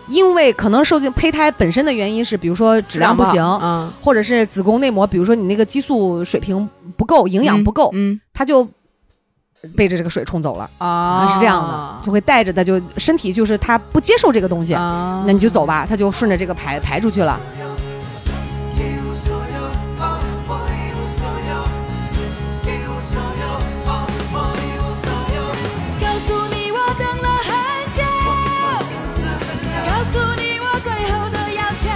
Speaker 2: 因为可能受精胚胎本身的原因是，比如说质量不行，
Speaker 3: 嗯，
Speaker 2: 或者是子宫内膜，比如说你那个激素水平不够，营养不够，
Speaker 3: 嗯
Speaker 2: 它就背着这个水冲走了，
Speaker 3: 啊
Speaker 2: 是这样的，就会带着它就身体就是它不接受这个东西，
Speaker 3: 啊
Speaker 2: 那你就走吧，它就顺着这个排排出去了。
Speaker 4: 一无所有，哦，我一无所有，一无所有，哦，我一无所有。
Speaker 5: 告诉你我等了很久，告诉你我最后的要求，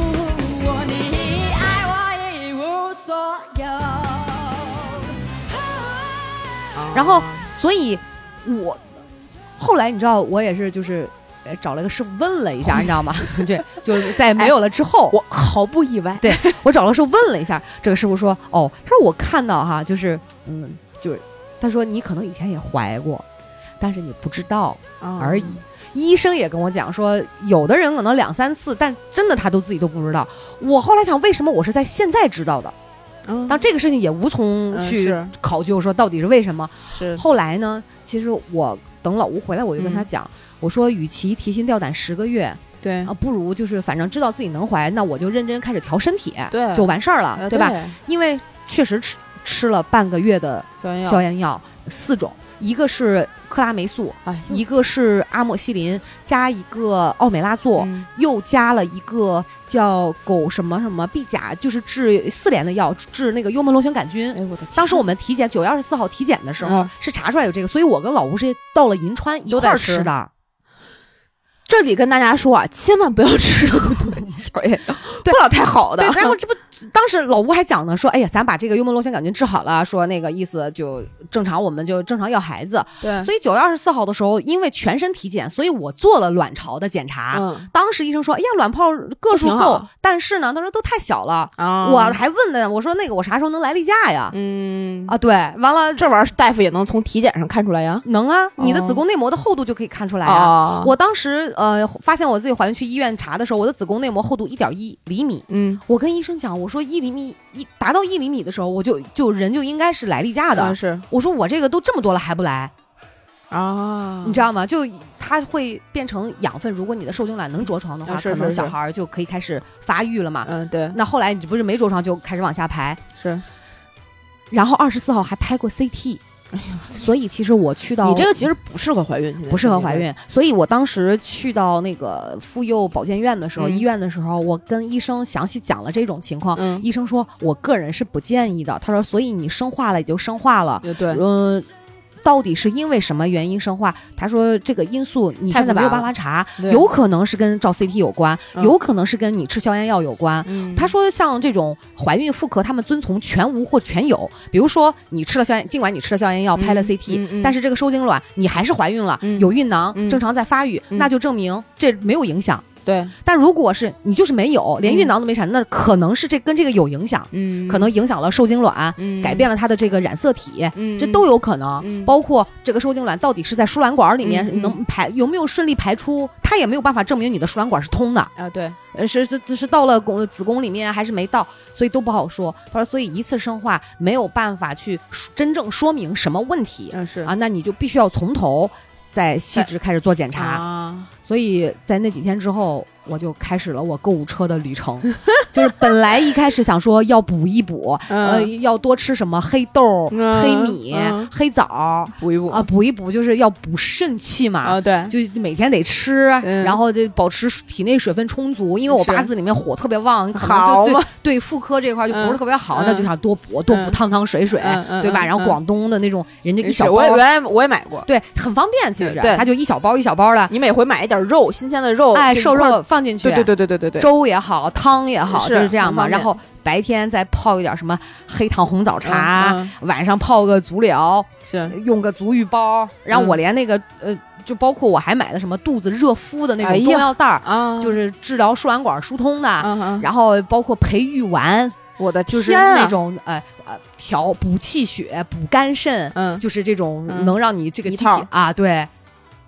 Speaker 5: 哦
Speaker 2: 然后，所以我后来你知道，我也是就是呃找了个师傅问了一
Speaker 3: *laughs*
Speaker 2: 下，你知道吗？ *laughs* 对，就是在没有了之后，
Speaker 3: 我毫不意外。
Speaker 2: 对我找了师傅问了一下，这个师傅说，哦，他说我看到哈，就是嗯，就是他说你可能以前也怀过，但是你不知道。
Speaker 3: 嗯
Speaker 2: 而已。医生也跟我讲说，有的人可能两三次，但真的他都自己都不知道。我后来想，为什么我是在现在知道的？
Speaker 3: 嗯，
Speaker 2: 当这个事情也无从
Speaker 3: 嗯
Speaker 2: 去
Speaker 3: 是
Speaker 2: 考究，说到底是为什么。
Speaker 3: 是
Speaker 2: 后来呢，其实我等老吴回来，我就跟他
Speaker 3: 嗯
Speaker 2: 讲，我说，与其提心吊胆十个月，
Speaker 3: 对
Speaker 2: 啊，不如就是反正知道自己能怀，那我就认真开始调身体，
Speaker 3: 对呃
Speaker 2: 就完事儿了，对吧？？因为确实吃吃了半个月的
Speaker 3: 小药
Speaker 2: 消炎药，四种，一个是克拉霉素，
Speaker 3: 哎
Speaker 2: 一个是阿莫西林，加一个奥美拉唑，
Speaker 3: 嗯
Speaker 2: 又加了一个叫汞什么什么必甲，就是治四联的药，治那个幽门螺旋杆菌。
Speaker 3: 哎我的天，
Speaker 2: 当时我们体检九月二十四号体检的时候、
Speaker 3: 嗯
Speaker 2: 是查出来有这个，所以我跟老吴是到了银川一
Speaker 3: 都
Speaker 2: 块儿
Speaker 3: 在吃
Speaker 2: 吃的。
Speaker 3: 这里跟大家说啊，千万不要吃这个东西，不老太好的
Speaker 2: 对，。然后这不，当时老吴还讲呢，说哎呀，咱把这个幽门螺旋杆菌治好了，说那个意思就正常，我们就正常要孩子。
Speaker 3: 对
Speaker 2: 所以九月二十四号的时候，因为全身体检，所以我做了卵巢的检查。
Speaker 3: 嗯
Speaker 2: 当时医生说：“哎呀，卵泡个数
Speaker 3: 挺
Speaker 2: 够
Speaker 3: 好，
Speaker 2: 但是呢，他说都太小了。
Speaker 3: 啊
Speaker 2: 我还问呢，我说那个我啥时候能来例假呀？
Speaker 3: 嗯
Speaker 2: 啊，对，完了
Speaker 3: 这玩意儿大夫也能从体检上看出来呀。
Speaker 2: 能啊，你的
Speaker 3: 哦
Speaker 2: 子宫内膜的厚度就可以看出来啊。
Speaker 3: 啊我
Speaker 2: 我当时呃发现我自己怀孕去医院查的时候，我的子宫内膜厚度一点一厘米。
Speaker 3: 嗯，
Speaker 2: 我跟医生讲，我说一厘米一达到一厘米的时候，我就就人就应该嗯是来例假的。
Speaker 3: 啊是
Speaker 2: 我说我这个都这么多了还不来，
Speaker 3: 啊
Speaker 2: 你知道吗？就它会变成养分。如果你的受精卵能着床的话，
Speaker 3: 啊是
Speaker 2: 可能
Speaker 3: 是是
Speaker 2: 小孩儿就可以开始发育了嘛。
Speaker 3: 嗯对
Speaker 2: 那后来你不是没着床就开始往下排，
Speaker 3: 是
Speaker 2: 然后二十四号还拍过 CT，所以其实我去到
Speaker 3: 哎你这个其实不适合怀孕，现在
Speaker 2: 不适合怀孕，所以我当时去到那个妇幼保健院的时候，
Speaker 3: 嗯
Speaker 2: 医院的时候，我跟医生详细讲了这种情况，
Speaker 3: 嗯
Speaker 2: 医生说我个人是不建议的，他说所以你生化了也就生化了，
Speaker 3: 也对
Speaker 2: 嗯。到底是因为什么原因生化？他说这个因素你
Speaker 3: 太
Speaker 2: 现在
Speaker 3: 复
Speaker 2: 没有
Speaker 3: 杂
Speaker 2: 办
Speaker 3: 了
Speaker 2: 法查，
Speaker 3: 对
Speaker 2: 有可能是跟照 CT 有关，
Speaker 3: 嗯
Speaker 2: 有可能是跟你吃消炎药有关，
Speaker 3: 嗯
Speaker 2: 他说，像这种怀孕妇科，他们遵从全无或全有。比如说，你吃了消炎，尽管你吃了消炎药，
Speaker 3: 嗯
Speaker 2: 拍了 CT，、
Speaker 3: 嗯嗯
Speaker 2: 但是这个受精卵你还是怀孕了，
Speaker 3: 嗯
Speaker 2: 有孕囊，
Speaker 3: 嗯
Speaker 2: 正常在发育，
Speaker 3: 嗯
Speaker 2: 那就证明这没有影响。
Speaker 3: 对
Speaker 2: 但如果是你就是没有，连孕囊都没产生，那可能是这跟这个有影响，
Speaker 3: 嗯
Speaker 2: 可能影响了受精卵，
Speaker 3: 嗯
Speaker 2: 改变了它的这个染色体。
Speaker 3: 嗯
Speaker 2: 这都有可能，
Speaker 3: 嗯
Speaker 2: 包括这个受精卵到底是在输卵管里
Speaker 3: 嗯
Speaker 2: 面
Speaker 3: 嗯
Speaker 2: 能排、有没有顺利排出，它也没有办法证明你的输卵管是通的。
Speaker 3: 啊对
Speaker 2: 呃，是这这是到了宫子宫里面还是没到，所以都不好说。他说，所以一次生化没有办法去说真正说明什么问题
Speaker 3: 嗯是
Speaker 2: 啊，那你就必须要从头再细致开始做检查。
Speaker 3: 啊
Speaker 2: 所以在那几天之后，我就开始了我购物车的旅程， *laughs* 就是本来一开始想说要补一补，呃，
Speaker 3: 嗯
Speaker 2: 要多吃什么黑豆、
Speaker 3: 嗯
Speaker 2: 黑米、
Speaker 3: 嗯
Speaker 2: 黑枣儿
Speaker 3: 补一补
Speaker 2: 啊，补一补，就是要补肾气嘛。
Speaker 3: 啊对
Speaker 2: 就每天得吃，
Speaker 3: 嗯
Speaker 2: 然后就保持体内水分充足，因为我
Speaker 3: 是
Speaker 2: 八字里面火特别旺，可能
Speaker 3: 好
Speaker 2: 就
Speaker 3: 嘛
Speaker 2: 对对妇科这块就不是
Speaker 3: 嗯
Speaker 2: 特别好，
Speaker 3: 嗯
Speaker 2: 那就想多补多补
Speaker 3: 嗯
Speaker 2: 汤汤水水
Speaker 3: 嗯，嗯
Speaker 2: 对吧？
Speaker 3: 嗯
Speaker 2: 然后
Speaker 3: 嗯
Speaker 2: 广东的那种人家一
Speaker 3: 是
Speaker 2: 小包
Speaker 3: 我也，原来我也买过，
Speaker 2: 对，很方便，其实
Speaker 3: 对对
Speaker 2: 它就一小包一小包的，
Speaker 3: 你每回买一点肉，新鲜的肉，
Speaker 2: 哎，
Speaker 3: 这一
Speaker 2: 瘦
Speaker 3: 块儿
Speaker 2: 肉放进去，
Speaker 3: 对对对对对对对，
Speaker 2: 粥也好，汤也好，
Speaker 3: 是
Speaker 2: 就是这样嘛。
Speaker 3: 很方便
Speaker 2: 然后白天再泡一点什么黑糖红枣茶，
Speaker 3: 嗯
Speaker 2: 晚上泡个足疗，
Speaker 3: 是
Speaker 2: 用个足浴包，然后
Speaker 3: 嗯
Speaker 2: 我连那个呃，就包括我还买的什么肚子热敷的那
Speaker 3: 哎
Speaker 2: 种
Speaker 3: 呀
Speaker 2: 中药袋儿，
Speaker 3: 啊
Speaker 2: 就是是治疗输卵管疏通的，
Speaker 3: 啊啊，
Speaker 2: 然后包括培育丸，
Speaker 3: 我的
Speaker 2: 就是
Speaker 3: 天啊
Speaker 2: 那种呃呃调补气血、补肝肾，
Speaker 3: 嗯
Speaker 2: 就是这种
Speaker 3: 嗯
Speaker 2: 能让你这个
Speaker 3: 一
Speaker 2: 机体
Speaker 3: 套
Speaker 2: 啊，对，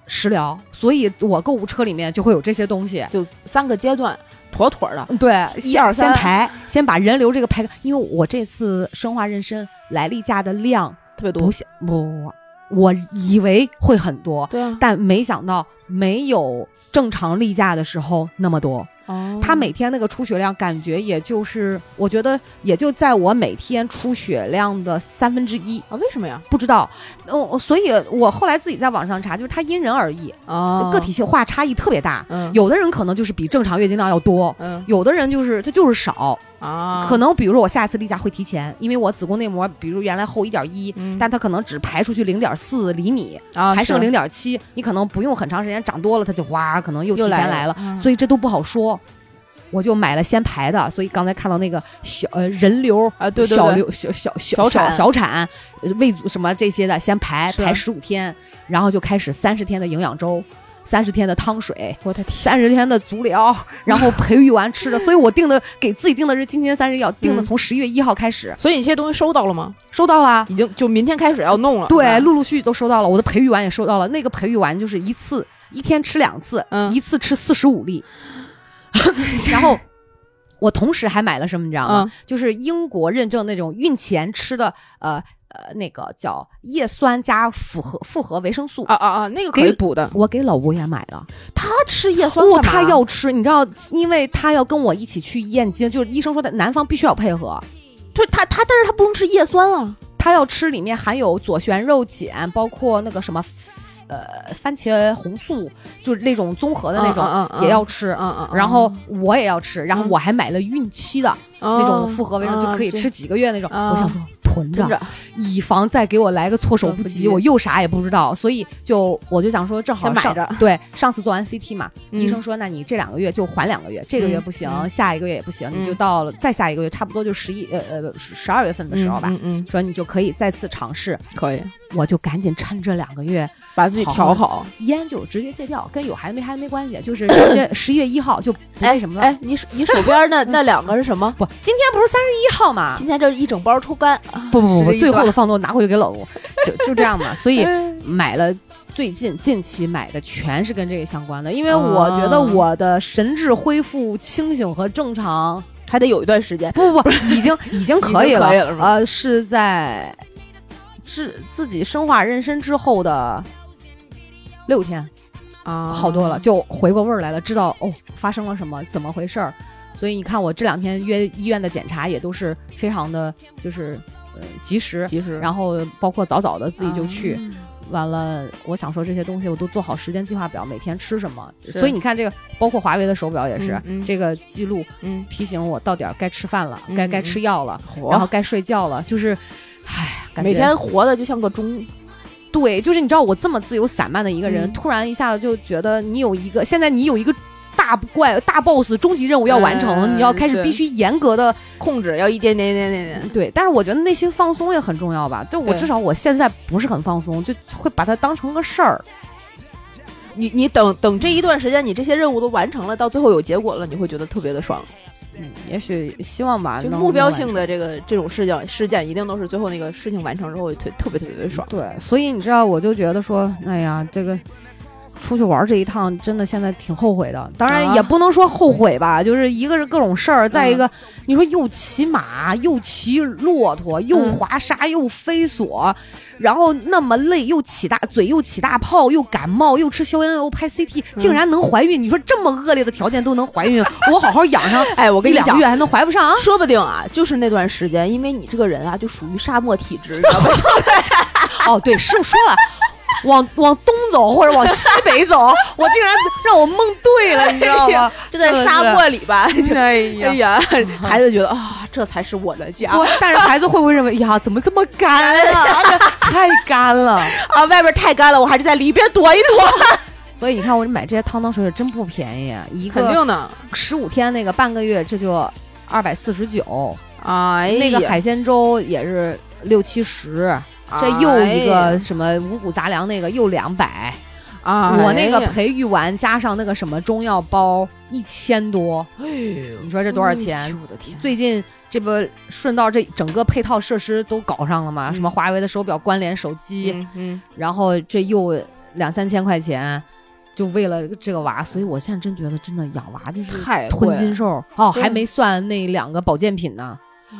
Speaker 2: 食疗。所以我购物车里面就会有这些东西。
Speaker 3: 就三个阶段，妥妥的，
Speaker 2: 对，
Speaker 3: 一
Speaker 2: 先
Speaker 3: 二三
Speaker 2: 先排，先把人流这个排开，因为我这次生化妊娠来例假的量
Speaker 3: 特别
Speaker 2: 不
Speaker 3: 多。
Speaker 2: 小，不不不，我以为会很多，
Speaker 3: 对啊，
Speaker 2: 但没想到没有正常例假的时候那么多。
Speaker 3: 哦
Speaker 2: 他每天那个出血量，感觉也就是，我觉得也就在我每天出血量的三分之一，
Speaker 3: 啊，为什么呀？
Speaker 2: 不知道。嗯，所以我后来自己在网上查，就是它因人而异，
Speaker 3: 啊
Speaker 2: 个体性化差异特别大。
Speaker 3: 嗯
Speaker 2: 有的人可能就是比正常月经量要多，
Speaker 3: 嗯
Speaker 2: 有的人就是它就是少。
Speaker 3: 啊，
Speaker 2: 可能比如说我下一次例假会提前，因为我子宫内膜比如原来厚一点一
Speaker 3: 嗯，
Speaker 2: 但它可能只排出去零点四厘米，
Speaker 3: 啊
Speaker 2: 还剩
Speaker 3: 是
Speaker 2: 零点七，你可能不用很长时间，长多了它就哗，可能又提
Speaker 3: 又
Speaker 2: 前
Speaker 3: 来
Speaker 2: 来
Speaker 3: 了
Speaker 2: 了，
Speaker 3: 嗯
Speaker 2: 所以这都不好说。我就买了先排的，所以刚才看到那个小呃人流
Speaker 3: 啊对对对
Speaker 2: 小流小小小
Speaker 3: 小产
Speaker 2: 小产呃胃组什么这些的，先排
Speaker 3: 是
Speaker 2: 排十五天，然后就开始三十天的营养粥，三十天的汤水，
Speaker 3: 我的天，
Speaker 2: 三十天的足疗，然后培育完
Speaker 3: *laughs*
Speaker 2: 吃的，所以我定的给自己定的是今年三十要定的
Speaker 3: 嗯
Speaker 2: 从十一月一号开始、
Speaker 3: 所以你这些东西收到了吗？
Speaker 2: 收到啦。
Speaker 3: 已经就明天开始要弄了。
Speaker 2: 对，
Speaker 3: 是吧
Speaker 2: 陆陆续续都收到了，我的培育丸也收到了。那个培育丸就是一次一天吃两次，
Speaker 3: 嗯
Speaker 2: 一次吃四十五
Speaker 3: *laughs*
Speaker 2: 粒。然后我同时还买了什么，你知道吗？
Speaker 3: 嗯
Speaker 2: 就是英国认证那种孕前吃的，呃呃，那个叫叶酸加复合复合维生素。
Speaker 3: 啊啊啊，那个可以
Speaker 2: 给
Speaker 3: 补的。
Speaker 2: 我给老吴也买了，
Speaker 3: 他吃叶酸
Speaker 2: 哦，
Speaker 3: 干嘛
Speaker 2: 他要吃，你知道，因为他要跟我一起去验经，就是医生说的男方必须要配合，
Speaker 3: 对他他，但是他不能吃叶酸啊。
Speaker 2: 他要吃里面含有左旋肉碱，包括那个什么，呃，番茄红素，就是那种综合的那种，
Speaker 3: 嗯嗯嗯嗯
Speaker 2: 也要吃。
Speaker 3: 嗯嗯
Speaker 2: 然后我也要吃，然后
Speaker 3: 嗯
Speaker 2: 我还买了孕期的、那种复合维生素，就可以吃几个月那种。
Speaker 3: 啊
Speaker 2: 我想说囤着，
Speaker 3: 着。
Speaker 2: 以防再给我来个措手不
Speaker 3: 措手不
Speaker 2: 及，
Speaker 3: 及
Speaker 2: 我又啥也不知道，所以就我就想说，正好
Speaker 3: 先买
Speaker 2: 上
Speaker 3: 着
Speaker 2: 对，上次做完 CT 嘛，
Speaker 3: 嗯
Speaker 2: 医生说，那你这两个月就缓两个月，这个月不行，
Speaker 3: 嗯
Speaker 2: 下一个月也不行，
Speaker 3: 嗯
Speaker 2: 你就到了再下一个月，差不多就十一呃呃十二月份的时候吧，
Speaker 3: 嗯嗯，
Speaker 2: 说你就可以再次尝试。
Speaker 3: 可以
Speaker 2: 我就赶紧趁这两个月，
Speaker 3: 把自己调好。
Speaker 2: 烟就直接戒掉，跟有孩子没孩子没关系，就是直接十一月一号就不那什么了。
Speaker 3: 哎，你手你手边那那两个是什么？
Speaker 2: 不，今天不是三十一号吗？
Speaker 3: 今天这一整包抽干，
Speaker 2: 不不不不，
Speaker 3: 11
Speaker 2: 最后的
Speaker 3: 段
Speaker 2: 放纵拿回去给老公，就就这样嘛。所以
Speaker 3: 哎
Speaker 2: 买了最近近期买的全是跟这个相关的，因为我觉
Speaker 3: 啊
Speaker 2: 得我的神智恢复清醒和正常，
Speaker 3: 还得有一段时间。
Speaker 2: 不不不，已经已经可以了，
Speaker 3: *laughs* 已经可以了是吧
Speaker 2: 呃，是在自自己生化妊娠之后的六天，
Speaker 3: 啊
Speaker 2: 好多了，，就回过味儿来了，知道哦发生了什么，怎么回事儿。所以你看，我这两天约医院的检查也都是非常的，就是呃及时，
Speaker 3: 其实
Speaker 2: 然后包括早早的自己就去。
Speaker 3: 嗯
Speaker 2: 完了，我想说这些东西我都做好时间计划表，每天吃什么。
Speaker 3: 是
Speaker 2: 所以你看，这个包括华为的手表也是，
Speaker 3: 嗯嗯
Speaker 2: 这个记录
Speaker 3: 嗯，
Speaker 2: 提醒我到点儿该吃饭了，
Speaker 3: 嗯
Speaker 2: 该
Speaker 3: 嗯
Speaker 2: 该吃药了，
Speaker 3: 活
Speaker 2: 然后该睡觉了，就是，唉，感觉
Speaker 3: 每天活的就像个钟，
Speaker 2: 对，就是你知道我这么自由散漫的一个人，
Speaker 3: 嗯
Speaker 2: 突然一下子就觉得你有一个，现在你有一个大怪大 boss 终极任务要完成，
Speaker 3: 嗯
Speaker 2: 你要开始
Speaker 3: 是
Speaker 2: 必须严格的
Speaker 3: 控制要一点点一点点一点点。
Speaker 2: 对，但是我觉得内心放松也很重要吧。就我
Speaker 3: 对
Speaker 2: 至少我现在不是很放松，就会把它当成个事儿。
Speaker 3: 你你等等这一段时间，你这些任务都完成了，到最后有结果了，你会觉得特别的爽。
Speaker 2: 嗯，也许希望吧，
Speaker 3: 就
Speaker 2: 啊能
Speaker 3: 目标
Speaker 2: 能
Speaker 3: 性
Speaker 2: 完
Speaker 3: 的这个这种事件事件，一定都是最后那个事情完成之后，特特别特别的爽。
Speaker 2: 对，所以你知道，我就觉得说，哎呀，这个出去玩这一趟，真的现在挺后悔的。当然
Speaker 3: 啊嗯
Speaker 2: 也不能说后悔吧，就是一个是各种事儿，再一个、你说又骑马，又骑骆驼，又
Speaker 3: 嗯
Speaker 2: 滑沙，又飞索，然后那么累，又起大嘴，又起大泡，又感冒，又吃消炎药，拍 CT，竟
Speaker 3: 嗯
Speaker 2: 然能怀孕！你说这么恶劣的条件都能怀孕，我好好养上
Speaker 3: *laughs* 哎，我跟
Speaker 2: 嗯一
Speaker 3: 你
Speaker 2: 两
Speaker 3: 讲
Speaker 2: 个，月还能怀不上啊？
Speaker 3: 说不定啊，就是那段时间，因为你这个人啊，就属于沙漠体
Speaker 2: *laughs*
Speaker 3: 质，你知道吗？
Speaker 2: 哦，对，师傅说了，往往东走或者往西北走，我竟然让我梦对了，你知 *laughs* 道吗？
Speaker 3: 就在沙漠里吧。就
Speaker 2: 哎
Speaker 3: *laughs* 哎，呀，孩子觉得啊、这才是我的家
Speaker 2: 我但是孩子会不会认为哎呀，怎么这么干啊？太干了。 *laughs*
Speaker 3: 啊！外边太干了，我还是在里边躲一躲。
Speaker 2: 所以你看，我买这些汤汤水水真不便宜，啊一个
Speaker 3: 的，
Speaker 2: 十五天那个半个月这就二百四十九，
Speaker 3: 哎呀
Speaker 2: 那个海鲜粥也是六七十，这又一个什么五谷杂粮那个又两百，
Speaker 3: 啊
Speaker 2: 我那个培育完加上那个什么中药包一千多，
Speaker 3: 哎
Speaker 2: 你说这多少钱？
Speaker 3: 我的天，
Speaker 2: 最近这不顺道这整个配套设施都搞上了吗？
Speaker 3: 嗯
Speaker 2: 什么华为的手表、关联手机，
Speaker 3: 嗯嗯，
Speaker 2: 然后这又两三千块钱，就为了这个娃，所以我现在真觉得真的养娃就是
Speaker 3: 太
Speaker 2: 嗯
Speaker 3: 贵
Speaker 2: 吞金兽哦，
Speaker 3: 对
Speaker 2: 还没算那两个保健品呢。
Speaker 3: 了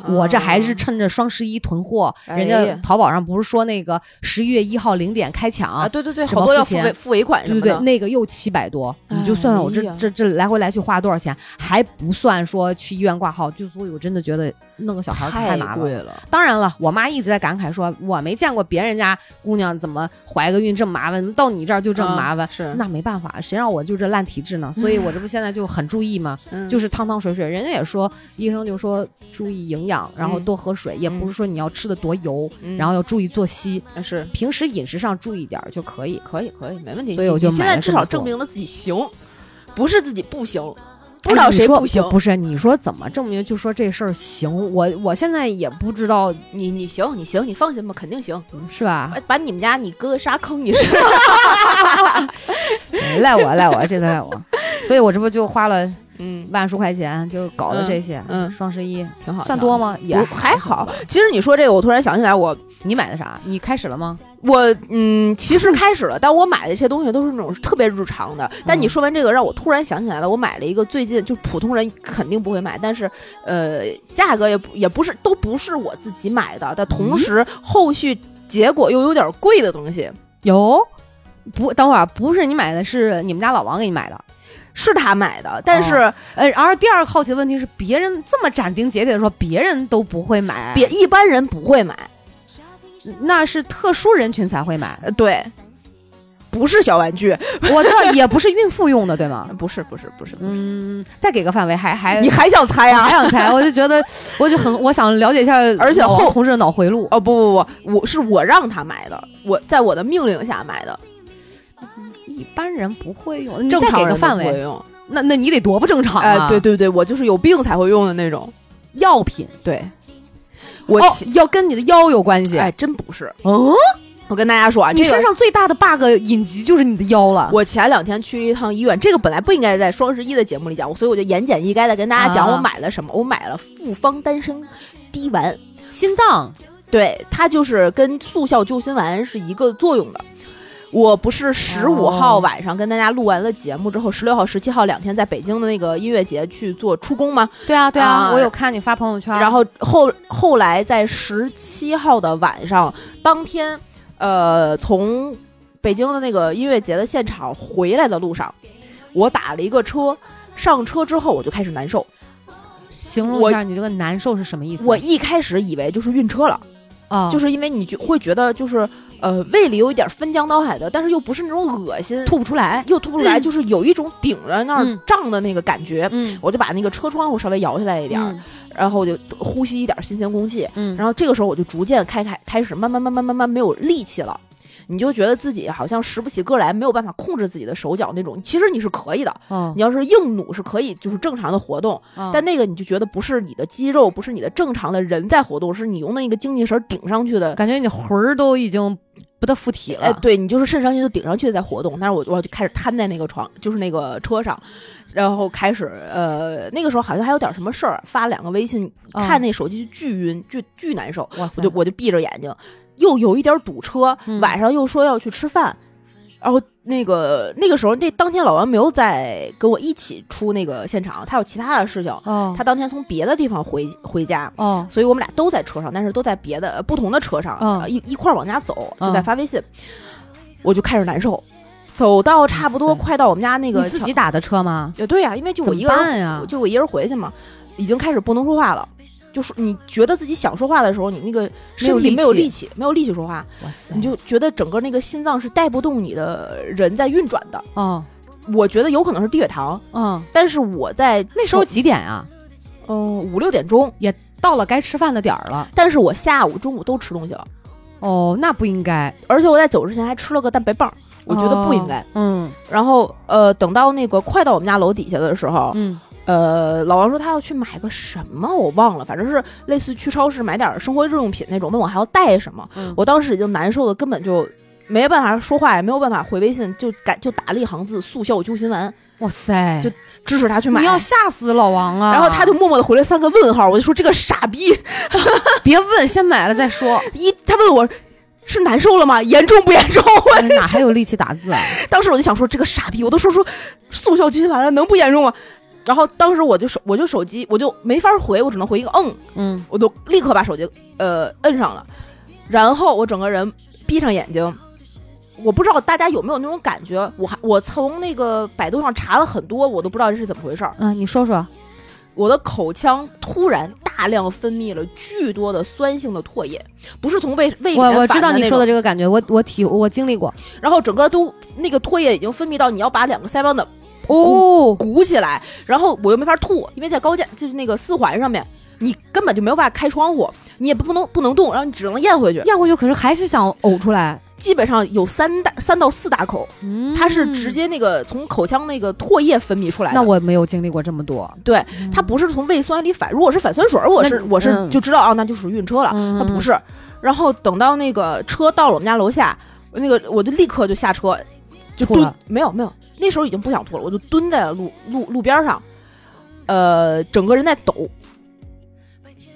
Speaker 2: 我这还是
Speaker 3: 啊
Speaker 2: 趁着双十一囤货，
Speaker 3: 哎
Speaker 2: 人
Speaker 3: 呀
Speaker 2: 家淘宝上不是说那个十一月一号零点开抢
Speaker 3: 啊，对对对，
Speaker 2: 什么
Speaker 3: 好多要
Speaker 2: 付
Speaker 3: 付
Speaker 2: 钱
Speaker 3: 尾付尾款什
Speaker 2: 对
Speaker 3: 么
Speaker 2: 对
Speaker 3: 的
Speaker 2: 对，，那个又七百多，你就算算我这
Speaker 3: 哎呀
Speaker 2: 这这来回来去花了多少钱，还不算说去医院挂号，就所以我真的觉得弄个小孩儿太麻烦
Speaker 3: 贵
Speaker 2: 了。
Speaker 3: 了。
Speaker 2: 当然了，我妈一直在感慨说，我没见过别人家姑娘怎么怀个孕这么麻烦，到你这儿就这么
Speaker 3: 嗯
Speaker 2: 麻烦。
Speaker 3: 是
Speaker 2: 那没办法，谁让我就这烂体质呢？所以我这不现在就很注意嘛，*laughs*
Speaker 3: 嗯
Speaker 2: 就是汤汤水水。人家也说，医生就说注意营养，然后
Speaker 3: 嗯
Speaker 2: 多喝水，也不是说你要吃的多油，
Speaker 3: 嗯
Speaker 2: 然后要注意作息，
Speaker 3: 哎是
Speaker 2: 平时饮食上注意点儿就可以。
Speaker 3: 可以可以，没问题。
Speaker 2: 所以我
Speaker 3: 你
Speaker 2: 就
Speaker 3: 你现
Speaker 2: 买
Speaker 3: 在
Speaker 2: 了
Speaker 3: 至
Speaker 2: 这么
Speaker 3: 少
Speaker 2: 多
Speaker 3: 证明了自己行，不是自己不行。不知道谁不行
Speaker 2: 哎你说不是，你说怎么证明？就说这事儿行，我我现在也不知道，
Speaker 3: 你你行，你行，你放心吧，肯定行。哎
Speaker 2: 是吧？
Speaker 3: 把你们家你哥哥沙坑，你 *laughs* 是
Speaker 2: 哎赖我，赖我，这次赖 *laughs* 我。所以我这不就花了
Speaker 3: 嗯，
Speaker 2: 万数块钱就搞了这些，
Speaker 3: 嗯嗯
Speaker 2: 双十一
Speaker 3: 挺好，
Speaker 2: 算多吗？也
Speaker 3: 也还好。其实你说这个，我突然想起来我，
Speaker 2: 你买的啥？你开始了吗？
Speaker 3: 我嗯，其实开始了，但我买的这些东西都是那种特别日常的。但你说完这个，让我突然想起来了，我买了一个最近就普通人肯定不会买，但是呃，价格也不也不是都不是我自己买的，但同时后续结果又有点贵的东西，
Speaker 2: 有。不，等会儿不是你买的，是你们家老王给你买的。
Speaker 3: 是他买的，但是、
Speaker 2: 呃，而第二个好奇的问题是，别人这么斩钉截铁的说，别人都不会买，
Speaker 3: 别一般人不会买。
Speaker 2: 那是特殊人群才会买。
Speaker 3: 呃，对，不是小玩具，
Speaker 2: 我知 *laughs* 道也不是孕妇用的，对吗？
Speaker 3: 呃不是，不是，不是。
Speaker 2: 嗯，再给个范围，还还
Speaker 3: 你还想猜
Speaker 2: 还
Speaker 3: 啊？
Speaker 2: 想猜，我就觉得，我就很我想了解一 *laughs* 下，
Speaker 3: 而且后
Speaker 2: 同事的脑回路，
Speaker 3: 哦不不不，我是我让他买的，我在我的命令下买的，
Speaker 2: 一般人不会用，你
Speaker 3: 正
Speaker 2: 再
Speaker 3: 常
Speaker 2: 给
Speaker 3: 人
Speaker 2: 个
Speaker 3: 都
Speaker 2: 范
Speaker 3: 不会
Speaker 2: 围，
Speaker 3: 用。
Speaker 2: 那那你得多不正常
Speaker 3: 哎、
Speaker 2: 啊！
Speaker 3: 对，对对，我就是有病才会用的那种。
Speaker 2: 药品，
Speaker 3: 对，我
Speaker 2: 哦
Speaker 3: 其、
Speaker 2: 要跟你的腰有关系。啊
Speaker 3: 哎真不是，
Speaker 2: 嗯，
Speaker 3: 我跟大家说啊，
Speaker 2: 你
Speaker 3: 这个
Speaker 2: 身上最大的 bug 隐疾就是你的腰了。
Speaker 3: 我前两天去一趟医院，这个本来不应该在双十一的节目里讲，所以我就言简意赅的跟大家讲
Speaker 2: 啊
Speaker 3: 我买了什么。我买了复方丹参滴丸，
Speaker 2: 心脏
Speaker 3: 对，它就是跟速效救心丸是一个作用的。我不是十五
Speaker 2: 哦
Speaker 3: 号晚上跟大家录完了节目之后，十六号、十七号两天在北京的那个音乐节去做出工吗？
Speaker 2: 对啊对
Speaker 3: 啊
Speaker 2: 啊，我有看你发朋友圈，
Speaker 3: 然后后后来在十七号的晚上，当天，呃，从北京的那个音乐节的现场回来的路上，我打了一个车，上车之后我就开始难受。
Speaker 2: 形容
Speaker 3: 我
Speaker 2: 一下你这个难受是什么意思？
Speaker 3: 我一开始以为就是晕车了。
Speaker 2: 啊，
Speaker 3: 就是因为你就会觉得就是呃胃里有一点分江倒海的，但是又不是那种恶心，
Speaker 2: 吐不出来。
Speaker 3: 又吐不出来，就是有一种顶着那儿
Speaker 2: 嗯
Speaker 3: 胀的那个感觉。
Speaker 2: 嗯，
Speaker 3: 我就把那个车窗户稍微摇下来一
Speaker 2: 一
Speaker 3: 点儿，
Speaker 2: 嗯
Speaker 3: 然后我就呼吸一点新鲜空气。
Speaker 2: 嗯，
Speaker 3: 然后这个时候我就逐渐开开开始慢慢慢慢慢慢没有力气了。你就觉得自己好像拾不起个来，没有办法控制自己的手脚那种。其实你是可以的，
Speaker 2: 哦
Speaker 3: 你要是硬努是可以，就是正常的活动。
Speaker 2: 哦
Speaker 3: 但那个你就觉得不是你的肌肉，不是你的正常的人在活动，是你用那个精气神儿顶上去的
Speaker 2: 感觉你魂儿都已经不得附体
Speaker 3: 哎，
Speaker 2: 了。
Speaker 3: 对你就是肾上腺就顶上去在活动，但是我我就开始瘫在那个床，就是那个车上，然后开始呃，那个时候好像还有点什么事儿，发两个微信，
Speaker 2: 哦
Speaker 3: 看那手机就巨晕，巨巨难受，
Speaker 2: 哇塞
Speaker 3: 我就我就闭着眼睛，又有一点堵车，
Speaker 2: 嗯
Speaker 3: 晚上又说要去吃饭，然后那个那个时候那当天老王没有在跟我一起出那个现场，他有其他的事情，
Speaker 2: 哦
Speaker 3: 他当天从别的地方回回家，
Speaker 2: 哦
Speaker 3: 所以我们俩都在车上，但是都在别的呃不同的车上，
Speaker 2: 嗯
Speaker 3: 呃一一块儿往家走，就
Speaker 2: 嗯
Speaker 3: 在发微信，我就开始难受，走到差不多
Speaker 2: 哇塞
Speaker 3: 快到我们家那个
Speaker 2: 你自
Speaker 3: 桥
Speaker 2: 己，打的车吗？
Speaker 3: 呃对呀、因为就我
Speaker 2: 怎
Speaker 3: 一
Speaker 2: 么
Speaker 3: 个人，
Speaker 2: 办呀？
Speaker 3: 就我一人回去嘛，已经开始不能说话了。就是你觉得自己想说话的时候，你那个身体没
Speaker 2: 没
Speaker 3: 有
Speaker 2: 有
Speaker 3: 力
Speaker 2: 力
Speaker 3: 气，没有力气说话，
Speaker 2: 哇塞
Speaker 3: 你就觉得整个那个心脏是带不动你的人在运转的。
Speaker 2: 哦
Speaker 3: 我觉得有可能是低血糖，
Speaker 2: 哦，
Speaker 3: 但是我在
Speaker 2: 那时候几点啊？
Speaker 3: 嗯五六点钟，
Speaker 2: 到了该吃饭的点儿了。
Speaker 3: 但是我下午中午都吃东西了。
Speaker 2: 哦，那不应该，
Speaker 3: 而且我在走之前还吃了个蛋白棒，我觉得不应该。
Speaker 2: 哦。嗯
Speaker 3: 然后呃，等到那个快到我们家楼底下的时候，
Speaker 2: 嗯
Speaker 3: 呃，老王说他要去买个什么，我忘了，反正是类似去超市买点生活日用品那种，问我还要带什么。
Speaker 2: 嗯
Speaker 3: 我当时已经难受的根本就。没办法说话，也没有办法回微信，就改就打了一行字“速效救心丸
Speaker 2: 哇塞，
Speaker 3: 就”，支持他去买
Speaker 2: 你。要吓死老王啊！
Speaker 3: 然后他
Speaker 2: *laughs*
Speaker 3: 就默默的回了三个问号，我就说这个傻逼，
Speaker 2: 别问，先买了再 *laughs* 说，
Speaker 3: 一他问我是难受了吗？严重不严重？
Speaker 2: 哎哪还有力气打字啊？
Speaker 3: 当时我就想说，这个傻逼，我都说出速效救心丸了，能不严重吗？嗯然后当时我就手，我就手机，我就没法回，我只能回一个嗯，
Speaker 2: 嗯
Speaker 3: 我就立刻把手机呃摁上了，然后我整个人闭上眼睛。我不知道大家有没有那种感觉，我还我从那个百度上查了很多，我都不知道这是怎么回事儿。
Speaker 2: 嗯，你说说，
Speaker 3: 我的口腔突然大量分泌了巨多的酸性的唾液，不是从胃胃里
Speaker 2: 我
Speaker 3: 面
Speaker 2: 我
Speaker 3: 反
Speaker 2: 知道你
Speaker 3: 那
Speaker 2: 说的
Speaker 3: 种，
Speaker 2: 这个感觉，我我体我经历过
Speaker 3: 然后整个都那个唾液已经分泌到你要把两个腮帮子
Speaker 2: 哦，
Speaker 3: 鼓起来，然后我又没法吐，因为在高架就是那个四环上面，你根本就没有办法开窗户，你也不能不能动，然后你只能咽回去。
Speaker 2: 咽回去可是还是想呕出来，
Speaker 3: 基本上有三大三到四大口，
Speaker 2: 嗯
Speaker 3: 它是直接那个从口腔那个唾液分泌出来的。
Speaker 2: 那我没有经历过这么多，
Speaker 3: 对，
Speaker 2: 嗯
Speaker 3: 它不是从胃酸里反，如果是反酸水儿，我
Speaker 2: 那
Speaker 3: 是我是
Speaker 2: 嗯
Speaker 3: 就知道啊，那就属于晕车了。
Speaker 2: 嗯
Speaker 3: 它不是，然后等到那个车到了我们家楼下，那个我就立刻就下车，就
Speaker 2: 吐
Speaker 3: 蹲
Speaker 2: 了，
Speaker 3: 没有没有，那时候已经不想吐了，我就蹲在了路路路边儿上，呃，整个人在抖。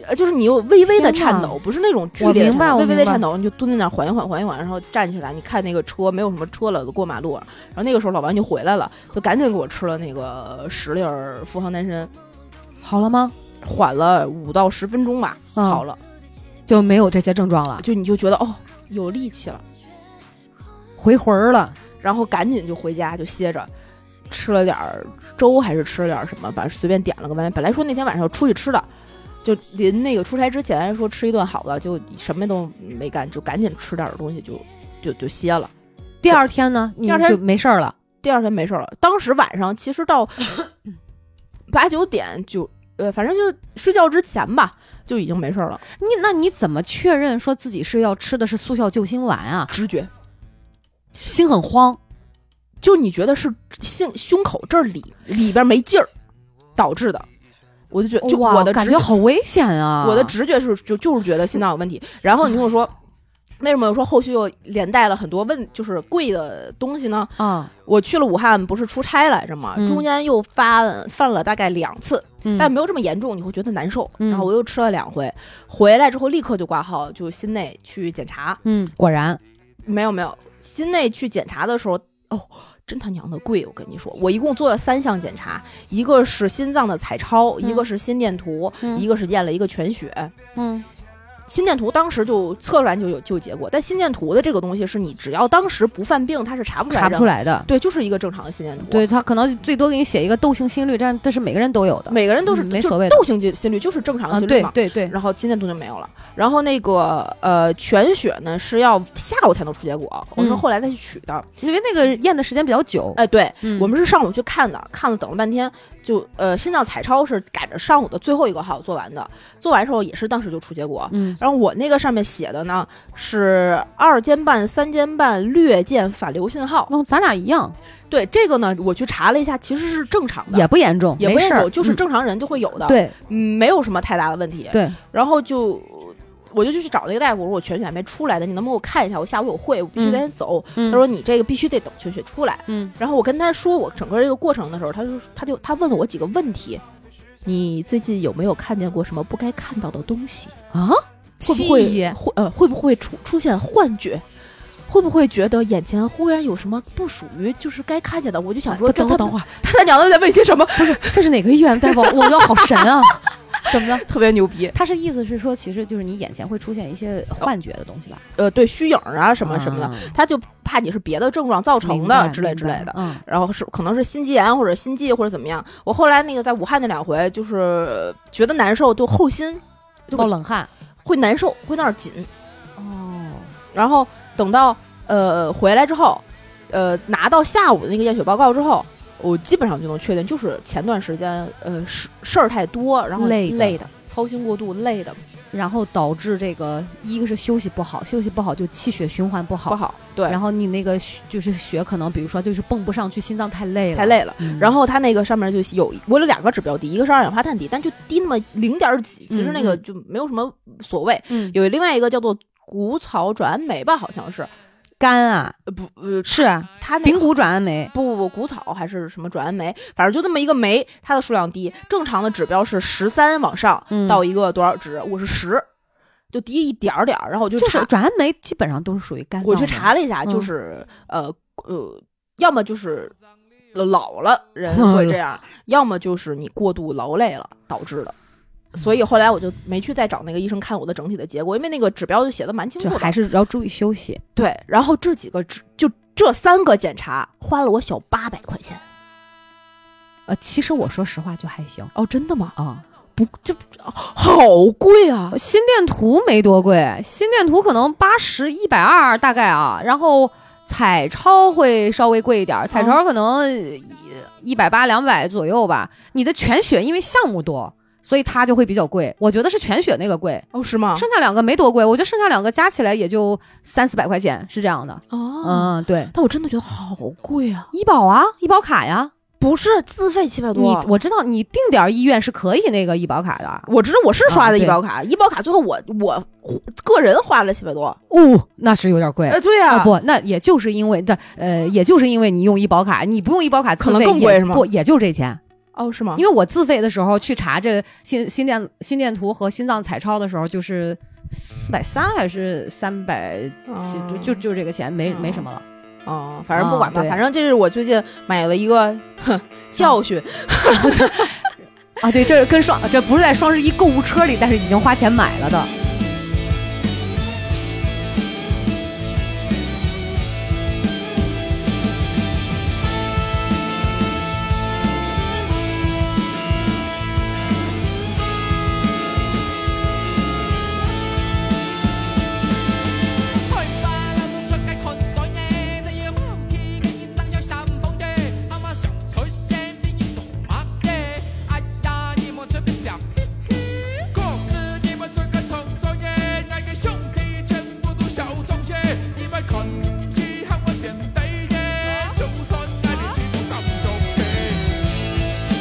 Speaker 3: 呃，就是你有微微的
Speaker 2: 天
Speaker 3: 颤
Speaker 2: 哪
Speaker 3: 抖，不是那种剧
Speaker 2: 我
Speaker 3: 烈的
Speaker 2: 明白
Speaker 3: 颤抖
Speaker 2: 我
Speaker 3: 微微
Speaker 2: 明
Speaker 3: 的
Speaker 2: 白
Speaker 3: 颤抖，你就蹲在那儿缓一缓，缓一缓，然后站起来，你看那个车没有什么车了，过马路，然后那个时候老王就回来了，就赶紧给我吃了那个十粒儿复康丹参，
Speaker 2: 好了吗？
Speaker 3: 缓了五到十分钟吧，
Speaker 2: 嗯
Speaker 3: 好了，
Speaker 2: 就没有这些症状了，
Speaker 3: 就你就觉得哦有力气了，
Speaker 2: 回魂儿了。
Speaker 3: 然后赶紧就回家就歇着，吃了点儿粥还是吃了点儿什么，反正随便点了个外卖。本来说那天晚上要出去吃的，就临那个出差之前说吃一顿好的，就什么都没干，就赶紧吃点儿东西就就就歇了。
Speaker 2: 第二天呢，你
Speaker 3: 第二天
Speaker 2: 就没事儿了。
Speaker 3: 第二天没事儿了。当时晚上其实
Speaker 2: *laughs*
Speaker 3: 到八九点就呃，反正就睡觉之前吧，就已经没事儿了，
Speaker 2: 你那你怎么确认说自己是要吃的是速效救心丸啊？
Speaker 3: 直觉。
Speaker 2: 心很慌，
Speaker 3: 就你觉得是胸胸口这儿里里边没劲儿导致的，我就觉得就
Speaker 2: 哦哇
Speaker 3: 我的直
Speaker 2: 感觉好危险 *laughs* 啊！
Speaker 3: 我的直觉是就就是觉得心脏有问题。然后你跟我说，为什么我说后续又连带了很多问就是贵的东西呢？
Speaker 2: 啊，
Speaker 3: 我去了武汉不是出差来着嘛，
Speaker 2: 嗯
Speaker 3: 中间又发犯了大概两次，
Speaker 2: 嗯
Speaker 3: 但没有这么严重，你会觉得难受。
Speaker 2: 嗯
Speaker 3: 然后我又吃了两回，回来之后立刻就挂号，就心内去检查。
Speaker 2: 嗯，果然
Speaker 3: 没有没有，心内去检查的时候，哦，真他娘的贵！我跟你说，我一共做了三项检查，一个是心脏的彩超，
Speaker 2: 嗯
Speaker 3: 一个是心电图，
Speaker 2: 嗯
Speaker 3: 一个是验了一个全血。
Speaker 2: 嗯
Speaker 3: 心电图当时就测出来就有就有结果，但心电图的这个东西是你只要当时不犯病，它是查不出来
Speaker 2: 查不
Speaker 3: 的。
Speaker 2: 出来的。
Speaker 3: 对，就是一个正常的心电图。
Speaker 2: 对他可能最多给你写一个窦性心率，但这是每个人都有的。
Speaker 3: 每个人都是、
Speaker 2: 嗯没
Speaker 3: 就
Speaker 2: 所谓的
Speaker 3: 窦性心心率就是正常
Speaker 2: 啊，
Speaker 3: 心率
Speaker 2: 对
Speaker 3: 嘛。
Speaker 2: 对对，
Speaker 3: 然后心电图就没有了。然后那个呃全血呢是要下午才能出结果，我是
Speaker 2: 嗯
Speaker 3: 后来再去取的。
Speaker 2: 因为那个验的时间比较久。
Speaker 3: 哎，对，
Speaker 2: 嗯
Speaker 3: 我们是上午去看的，看了等了半天，就呃心脏彩超是赶着上午的最后一个号做完的，做完之后也是当时就出结果。
Speaker 2: 嗯
Speaker 3: 然后我那个上面写的呢是二尖瓣、三尖瓣略见反流信号。
Speaker 2: 那咱俩一样，
Speaker 3: 对这个呢，我去查了一下，其实是正常的，
Speaker 2: 也不严重，
Speaker 3: 也
Speaker 2: 没
Speaker 3: 不严
Speaker 2: 事儿
Speaker 3: 重，就是
Speaker 2: 嗯
Speaker 3: 正常人就会有的，
Speaker 2: 对
Speaker 3: 嗯，没有什么太大的问题。
Speaker 2: 对，
Speaker 3: 然后就我就去找那个大夫，我说我全血还没出来的，你能不能给我看一下？我下午有会，我必须得先走。
Speaker 2: 嗯
Speaker 3: 他说你这个必须得等全血出来。
Speaker 2: 嗯
Speaker 3: 然后我跟他说我整个这个过程的时候，他就他就他问了我几个问题，你最近有没有看见过什么不该看到的东西？
Speaker 2: 啊，
Speaker 3: 会不会
Speaker 2: 西医
Speaker 3: 会呃会不会出出现幻觉？会不会觉得眼前忽然有什么不属于就是该看见的？我就想说，
Speaker 2: 等会啊
Speaker 3: 他
Speaker 2: 儿等会儿，
Speaker 3: 他他娘的在问些什么？
Speaker 2: 这是哪个医院大夫？我觉得好神 *laughs* 啊！怎么了？
Speaker 3: 特别牛逼。
Speaker 2: 他是意思是说，其实就是你眼前会出现一些幻觉的东西吧，
Speaker 3: 呃，对虚影儿啊什么什么的，
Speaker 2: 啊
Speaker 3: 他就怕你是别的症状造成
Speaker 2: 明白
Speaker 3: 的之类之类
Speaker 2: 明白
Speaker 3: 的。。
Speaker 2: 嗯
Speaker 3: 然后是可能是心肌炎或者心悸或者怎么样。我后来那个在武汉那两回，就是呃觉得难受，就后心
Speaker 2: 嗯，
Speaker 3: 就
Speaker 2: 冒冷汗。
Speaker 3: 会难受，会那儿紧。
Speaker 2: 哦，
Speaker 3: 然后等到呃回来之后，呃拿到下午的那个验血报告之后，我基本上就能确定，就是前段时间呃事事儿太多，然后
Speaker 2: 累的
Speaker 3: 累的，操心过度累的
Speaker 2: 然后导致这个一个是休息不好，休息不好就气血循环不好，
Speaker 3: 不好，对，
Speaker 2: 然后你那个血就是血可能比如说就是蹦不上去，心脏太累了，
Speaker 3: 太。累了。
Speaker 2: 嗯、
Speaker 3: 然后它那个上面就有我有两个指标低，一个是二氧化碳低，但就低那么零点儿几，其实那个
Speaker 2: 嗯
Speaker 3: 就没有什么所谓。
Speaker 2: 嗯，
Speaker 3: 有另外一个叫做骨草转氨酶吧，好像是，
Speaker 2: 肝啊，
Speaker 3: 呃不呃，
Speaker 2: 是啊，
Speaker 3: 它那
Speaker 2: 髌
Speaker 3: 个
Speaker 2: 骨转氨酶，
Speaker 3: 不不不，骨草还是什么转氨酶，反正就这么一个酶，它的数量低，正常的指标是十三往上
Speaker 2: 嗯
Speaker 3: 到一个多少值，我是十，就低一点儿点儿，然后我就
Speaker 2: 就是
Speaker 3: 查，
Speaker 2: 转氨酶基本上都是属于肝。
Speaker 3: 我去查，了一下，
Speaker 2: 嗯
Speaker 3: 就是呃呃，要么就是
Speaker 2: *laughs*
Speaker 3: 老了人会这样，要么就是你过度劳累了导致的。所以后来我就没去再找那个医生看我的整体的结果，因为那个指标就写的蛮清楚
Speaker 2: 就
Speaker 3: 的，
Speaker 2: 还是要注意休息。
Speaker 3: 对，然后这几个只就这三个检查花了我小八百块钱。
Speaker 2: 呃，其实我说实话就还行
Speaker 3: 哦，真的吗？
Speaker 2: 啊、
Speaker 3: 不，这好贵啊！
Speaker 2: 心电图没多贵，心电图可能八十一百二大概啊，然后彩超会稍微贵一点儿，彩超可能一百八两百左右吧。你的全血因为项目多，所以它就会比较贵。我觉得是全雪那个贵，
Speaker 3: 哦，是吗？
Speaker 2: 剩下两个没多贵，我觉得剩下两个加起来也就三四百块钱，是这样的。
Speaker 3: 哦，
Speaker 2: 嗯，对，
Speaker 3: 但我真的觉得好贵啊！
Speaker 2: 医保啊，医保卡呀，
Speaker 1: 不是自费七百
Speaker 2: 你
Speaker 1: 多，
Speaker 2: 我知道你定点儿医院是可以那个医保卡的。
Speaker 3: 我知道我是刷的医保卡，医保卡最后我我个人花了七百多。
Speaker 2: 哦，那是有点贵。
Speaker 3: 哎，对呀、
Speaker 2: 啊，不，那也就是因为这，呃，也就是因为你用医保卡，你不用医保卡自
Speaker 3: 可能
Speaker 2: 费
Speaker 3: 更
Speaker 2: 也
Speaker 3: 贵是吗
Speaker 2: 不，也就这钱。
Speaker 3: 哦，是吗？
Speaker 2: 因为我自费的时候去查这心心电心电图和心脏彩超的时候，就是四百三还是三百、
Speaker 3: 哦
Speaker 2: 就就就这个钱，没、没什么了。
Speaker 3: 哦，反正不管吧，
Speaker 2: 啊对
Speaker 3: 反正这是我最近买了一个哼教训。
Speaker 2: 啊，对，这是跟双这不是在双十一购物车里，但是已经花钱买了的。
Speaker 4: 去吧，冷出街困水啫，你要貓鐵嘅熱爭咗三寶啫，啱啱上水啫，邊要做乜啫？哎呀，你望出邊成嘻嘻，公司你們出街重水啫，嗌嘅兄弟全部都手中啫，你們群之黑我人哋嘅，早信嗌你全部心中嘅。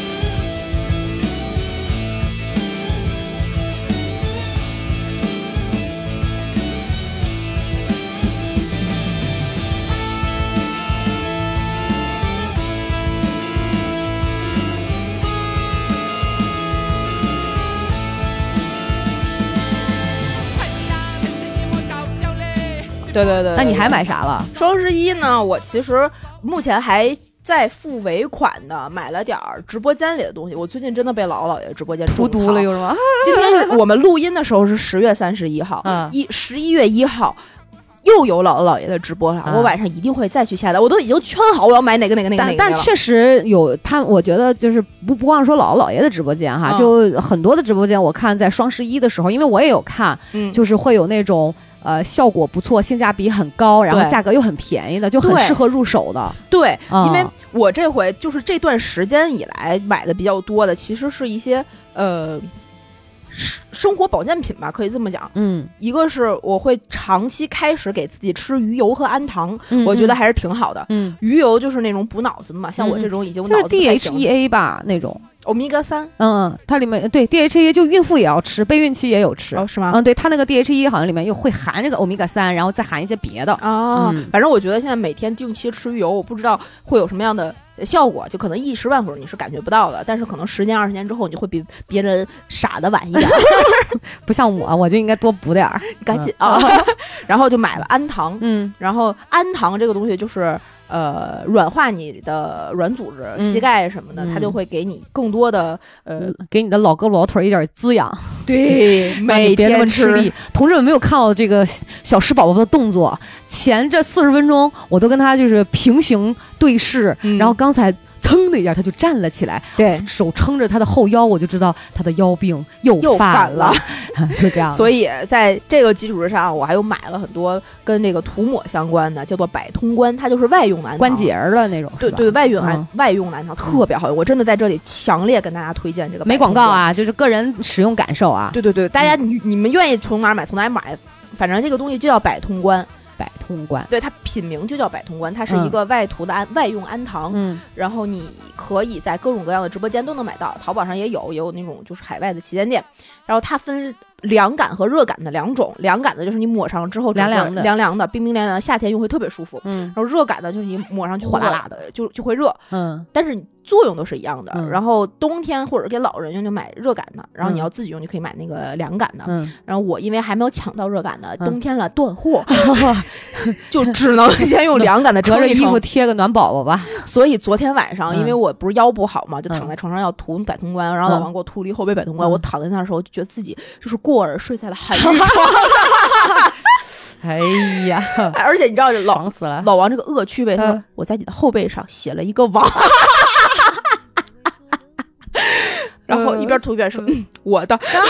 Speaker 3: 对对对
Speaker 2: 那你还买啥了？
Speaker 3: 双十一呢？我其实目前还。在付尾款的，买了点儿直播间里的东西。我最近真的被老姥爷直播间
Speaker 2: 荼
Speaker 3: 种
Speaker 2: 毒
Speaker 3: 草
Speaker 2: 了又是吗？
Speaker 3: 今天是我们录音的时候是十月三十一号
Speaker 2: 嗯，
Speaker 3: 一十一月一号。又有姥姥姥爷的直播了，
Speaker 2: 嗯
Speaker 3: 我晚上一定会再去下单。我都已经圈好我要买哪个哪个哪个哪
Speaker 2: 但
Speaker 3: 个
Speaker 2: 但
Speaker 3: 哪个了
Speaker 2: 确实有他，我觉得就是不不光说姥姥姥爷的直播间哈，
Speaker 3: 嗯
Speaker 2: 就很多的直播间，我看在双十一的时候，因为我也有看，
Speaker 3: 嗯
Speaker 2: 就是会有那种呃效果不错、性价比很高，然后
Speaker 3: 对
Speaker 2: 价格又很便宜的，就很
Speaker 3: 对
Speaker 2: 适合入手的。
Speaker 3: 对，
Speaker 2: 嗯
Speaker 3: 因为我这回就是这段时间以来买的比较多的，其实是一些呃生生活保健品吧，可以这么讲。
Speaker 2: 嗯，
Speaker 3: 一个是我会长期开始给自己吃鱼油和氨糖，
Speaker 2: 嗯
Speaker 3: 我觉得还是挺好的。
Speaker 2: 嗯，
Speaker 3: 鱼油就是那种补脑子的嘛，像我
Speaker 2: 嗯
Speaker 3: 这种已经
Speaker 2: 就是 E
Speaker 3: 脑子
Speaker 2: DHEA 吧那种，
Speaker 3: 欧米伽三
Speaker 2: 嗯，它里面对 DHEA 就孕妇也要吃，备孕期也有吃。
Speaker 3: 哦，是吗？
Speaker 2: 嗯，对，它那个 DHEA 好像里面又会含这个欧米伽三，然后再含一些别的。
Speaker 3: 啊，
Speaker 2: 嗯
Speaker 3: 反正我觉得现在每天定期吃鱼油，我不知道会有什么样的效果，就可能一时半会儿你是感觉不到的，但是可能十年二十年之后，你就会比别人傻的晚一点，
Speaker 2: *laughs* 不像我，我就应该多补点儿。
Speaker 3: 赶紧啊！ *laughs* 然后就买了氨糖，
Speaker 2: 嗯
Speaker 3: 然后氨糖这个东西就是呃软化你的软组织，
Speaker 2: 嗯
Speaker 3: 膝盖什么的，
Speaker 2: 嗯
Speaker 3: 它就会给你更多的呃
Speaker 2: 嗯，给你的老胳膊老腿儿一点儿滋养。
Speaker 3: 对
Speaker 2: 让你
Speaker 3: 每
Speaker 2: 别那么
Speaker 3: 天
Speaker 2: 吃力。同志们没有看到这个小石宝宝的动作，前这四十分钟我都跟他就是平行对视，
Speaker 3: 嗯
Speaker 2: 然后刚才噌的一下他就站了起来，
Speaker 3: 对。
Speaker 2: 手撑着他的后腰，我就知道他的腰病又
Speaker 3: 又
Speaker 2: 犯
Speaker 3: 犯了，
Speaker 2: *laughs* 就这样。
Speaker 3: 所
Speaker 2: 以
Speaker 3: 以在这个基础之上，我还又买了很多跟这个涂抹相关的，叫做百通关，它就是外用的氨糖
Speaker 2: 关节儿了那种，
Speaker 3: 对
Speaker 2: 是吧
Speaker 3: 对，外用
Speaker 2: 嗯
Speaker 3: 蓝外用蓝糖特别好用，我真的在这里强烈跟大家推荐这个。
Speaker 2: 没广告！啊，就是个人使用感受啊。
Speaker 3: 对对对，大家你你们愿意从哪儿买从哪儿买，反正这个东西就叫百通关，
Speaker 2: 百通关，
Speaker 3: 对它品名就叫百通关，它是
Speaker 2: 嗯
Speaker 3: 一个外涂的氨外用氨糖，
Speaker 2: 嗯
Speaker 3: 然后你可以在各种各样的直播间都能买到，淘宝上也有，也有那种就是海外的旗舰店。然后它分凉感和热感的两种，凉感的就是你抹上之后整个
Speaker 2: 凉凉的
Speaker 3: 凉凉的，冰冰凉凉，夏天用会特别舒服。
Speaker 2: 嗯
Speaker 3: 然后热感的就是你抹上去
Speaker 2: 火辣
Speaker 3: 会
Speaker 2: 辣
Speaker 3: 的，就就会热。
Speaker 2: 嗯
Speaker 3: 但是作用都是一样的。
Speaker 2: 嗯
Speaker 3: 然后冬天或者给老人用就买热感的，然后
Speaker 2: 嗯
Speaker 3: 你要自己用就可以买那个凉感的。
Speaker 2: 嗯，
Speaker 3: 然后我因为还没有抢到热感的，
Speaker 2: 嗯
Speaker 3: 冬天了断货， *laughs* 就只
Speaker 2: *laughs*
Speaker 3: 能先用凉感的
Speaker 2: 隔
Speaker 3: 撑
Speaker 2: 着
Speaker 3: 一
Speaker 2: 衣服
Speaker 3: 撑。
Speaker 2: 贴个暖宝宝吧。
Speaker 3: 所以昨天晚上，
Speaker 2: 嗯
Speaker 3: 因为我不是腰不好嘛，就
Speaker 2: 嗯
Speaker 3: 躺在床上要涂百通关，然后老
Speaker 2: 嗯
Speaker 3: 王给我涂了一后背百通关。
Speaker 2: 嗯
Speaker 3: 我躺在那儿的时候，就觉得自己就是过儿睡在了寒
Speaker 2: *laughs*
Speaker 3: 玉床，
Speaker 2: 哎 *laughs* 呀，
Speaker 3: 哎而且你知道老
Speaker 2: 爽死了！
Speaker 3: 老王这个恶趣味，他说
Speaker 2: 嗯
Speaker 3: 我在你的后背上写了一个
Speaker 2: *laughs*
Speaker 3: 王，
Speaker 2: 嗯 *laughs*
Speaker 3: 然后一边涂一边说嗯我的，嗯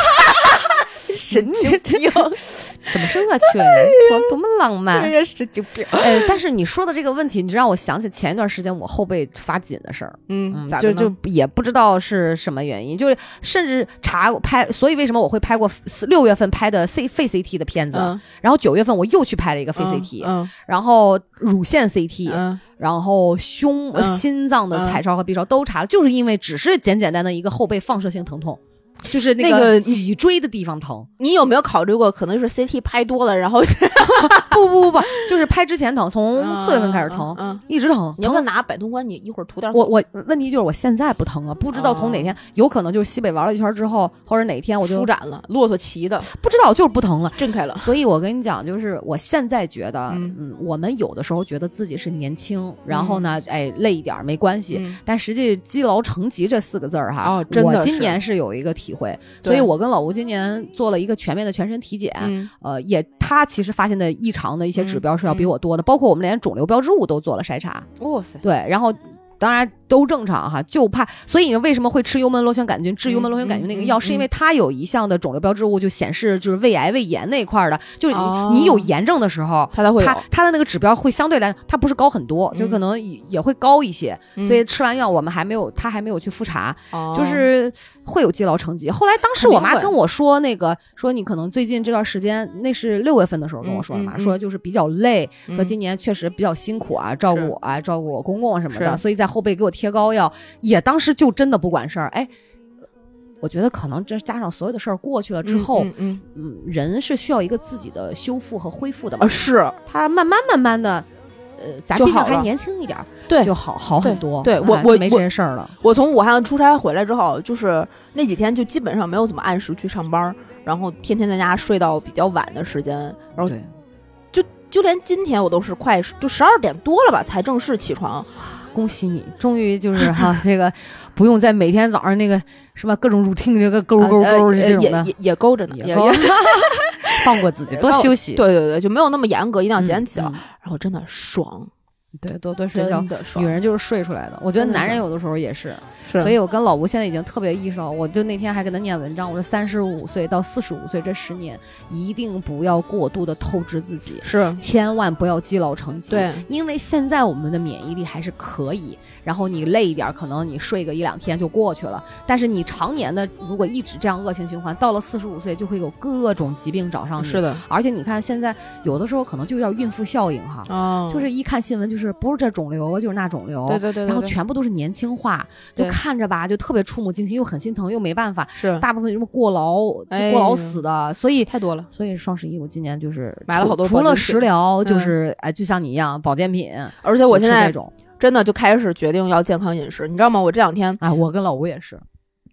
Speaker 3: 神经
Speaker 2: 怎
Speaker 3: 病，
Speaker 2: 么这去
Speaker 3: 哎
Speaker 2: 呀？多多么浪漫！
Speaker 3: 个神经病。
Speaker 2: 哎，但是你说的这个问题，你让我想起前一段时间我后背发紧的事儿。
Speaker 3: 嗯
Speaker 2: 嗯，
Speaker 3: 咋
Speaker 2: 就
Speaker 3: 的
Speaker 2: 就
Speaker 3: 呢
Speaker 2: 也不知道是什么原因，就是甚至查过拍，所以为什么我会拍过四六月份拍的 C 肺 CT 的片子，
Speaker 3: 嗯
Speaker 2: 然后九月份我又去拍了一个肺 CT，、
Speaker 3: 嗯
Speaker 2: 然后乳腺 CT，、
Speaker 3: 嗯
Speaker 2: 然后胸、呃
Speaker 3: 嗯
Speaker 2: 心脏的彩超和 B 超都查了，就是因为只是简简单单的一个后背放射性疼痛，就是
Speaker 3: 那个
Speaker 2: 脊椎的地方疼，
Speaker 3: 你有没有考虑过，可能是 CT 拍多了，然后
Speaker 2: 不不不不，就是拍之前疼，从
Speaker 3: 嗯
Speaker 2: 四月份开始疼，
Speaker 3: 嗯嗯
Speaker 2: 一直疼，
Speaker 3: 你要不要
Speaker 2: 疼
Speaker 3: 拿百通关？你一会儿涂点儿
Speaker 2: 我我问题就是我现在不疼了，不知道从哪天，有可能就是西北玩了一圈之后，或者哪天我就
Speaker 3: 嗯舒展了，骆驼骑 *laughs* 的
Speaker 2: 不知道就是不疼了。
Speaker 3: 震开了。
Speaker 2: 所以我跟你讲，就是我现在觉得，
Speaker 3: 嗯
Speaker 2: 嗯，我们有的时候觉得自己是年轻，然后呢，哎，累一点儿没关系。
Speaker 3: 嗯
Speaker 2: 但实际积劳成疾这四个字儿哈，
Speaker 3: 哦真的
Speaker 2: 我今
Speaker 3: 是
Speaker 2: 年是有一个体会，
Speaker 3: 对
Speaker 2: 所以我跟老吴今年做了一个全面的全身体检，
Speaker 3: 嗯
Speaker 2: 呃，也他其实发现的异常的一些指
Speaker 3: 嗯
Speaker 2: 标是要比
Speaker 3: 嗯
Speaker 2: 我多的，包括我们连肿瘤标志物都做了筛查，
Speaker 3: 哇塞，
Speaker 2: 对，然后当然都正常哈，就怕，所以呢，为什么会吃幽门螺旋杆菌治幽门螺旋杆菌那个药，
Speaker 3: 嗯嗯
Speaker 2: 是因为它有一项的肿瘤标志物就显示就是胃癌、胃炎那一块儿的，就是你、
Speaker 3: 哦
Speaker 2: 你有炎症的时候。
Speaker 3: 它才会
Speaker 2: 它它的那个指标会相对来，它不是高很多，就
Speaker 3: 嗯
Speaker 2: 可能也也会高一些，
Speaker 3: 有，
Speaker 2: 所以吃完药我们还没有，他还没有去复查，
Speaker 3: 嗯
Speaker 2: 就是会有积劳成疾。后来当时
Speaker 3: 肯定
Speaker 2: 我妈
Speaker 3: 会
Speaker 2: 跟我说，那个说你可能最近这段时间，那是六月份的时候跟我说的嘛，
Speaker 3: 嗯嗯嗯
Speaker 2: 说就是比较累，
Speaker 3: 嗯
Speaker 2: 说今年确实比较辛苦啊，照顾我啊，照顾我公公啊什么的，
Speaker 3: 是
Speaker 2: 所以在后背给我贴膏药，也当时就真的不管事儿。哎，我觉得可能这加上所有的事儿过去了之后，
Speaker 3: 嗯嗯
Speaker 2: 嗯人是需要一个自己的修复和恢复的
Speaker 3: 啊
Speaker 2: 嘛，
Speaker 3: 是
Speaker 2: 他慢慢慢慢的。呃，咱
Speaker 3: 就
Speaker 2: 毕竟
Speaker 3: 好
Speaker 2: 还
Speaker 3: 了
Speaker 2: 年轻一点儿，
Speaker 3: 对
Speaker 2: 就好好很多。
Speaker 3: 对我
Speaker 2: 啊
Speaker 3: 我
Speaker 2: 没这些事儿了。
Speaker 3: 我从武汉出差回来之后，就是那几天就基本上没有怎么按时去上班儿，然后天天在家睡到比较晚的时间，然后
Speaker 2: 对，
Speaker 3: 就连今天我都是快就十二点多了吧才正式起床，
Speaker 2: 恭喜你，终于就是 *laughs* 哈，这个不用再每天早上那个什么各种 routine 这个勾勾
Speaker 3: 呃
Speaker 2: 勾
Speaker 3: 呃
Speaker 2: 是这种
Speaker 3: 也
Speaker 2: 的，
Speaker 3: 也也勾着呢，
Speaker 2: 啊呃 *laughs* 也
Speaker 3: 也
Speaker 2: 勾
Speaker 3: *laughs* 也
Speaker 2: 放过自己，
Speaker 3: 也
Speaker 2: 多
Speaker 3: 高
Speaker 2: 休息，
Speaker 3: 对对对，就没有那么严格，一定要
Speaker 2: 嗯，
Speaker 3: 捡起了，
Speaker 2: 嗯
Speaker 3: 然后真的爽，
Speaker 2: 对，多多睡觉
Speaker 3: 真。的爽
Speaker 2: 女，人就是睡出来的，我觉得
Speaker 3: 真的
Speaker 2: 男人
Speaker 3: 是
Speaker 2: 有的时候也是，
Speaker 3: 所
Speaker 2: 所以我跟老吴现在已经特别意识到，我就那天还给他念文章，我说三十五岁到四十五岁这十年，一定不要过度的透支自己，
Speaker 3: 是
Speaker 2: 千万不要积劳成疾。
Speaker 3: 对
Speaker 2: 因为现在我们的免疫力还是可以，然后你累一点儿，可能你睡个一两天就过去了。但是你常年的如果一直这样恶性循环，到了四十五岁就会有各种疾病找上你。
Speaker 3: 是，的，
Speaker 2: 而且你看现在有的时候可能就有点孕妇效应哈，
Speaker 3: 哦
Speaker 2: 就是一看新闻就是不是这肿瘤啊就是那肿瘤，
Speaker 3: 对对对，
Speaker 2: 然后
Speaker 3: 对
Speaker 2: 全部都是年轻化，就
Speaker 3: 对
Speaker 2: 看着吧就特别触目惊心，又很心疼又没办法。
Speaker 3: 是
Speaker 2: 大部分什么过劳就
Speaker 3: 哎
Speaker 2: 过劳
Speaker 3: 呦
Speaker 2: 死的，所以
Speaker 3: 太多了，
Speaker 2: 所以双十一我今年就是
Speaker 3: 买了
Speaker 2: 除
Speaker 3: 好多
Speaker 2: 除
Speaker 3: 保
Speaker 2: 了
Speaker 3: 健品
Speaker 2: 食疗就
Speaker 3: 嗯
Speaker 2: 是、哎，就像你一样保健品。
Speaker 3: 而且我
Speaker 2: 就
Speaker 3: 现
Speaker 2: 吃
Speaker 3: 在
Speaker 2: 这种，
Speaker 3: 真的就开始决定要健康饮食，你知道吗？我这两天
Speaker 2: 哎，我跟老吴也是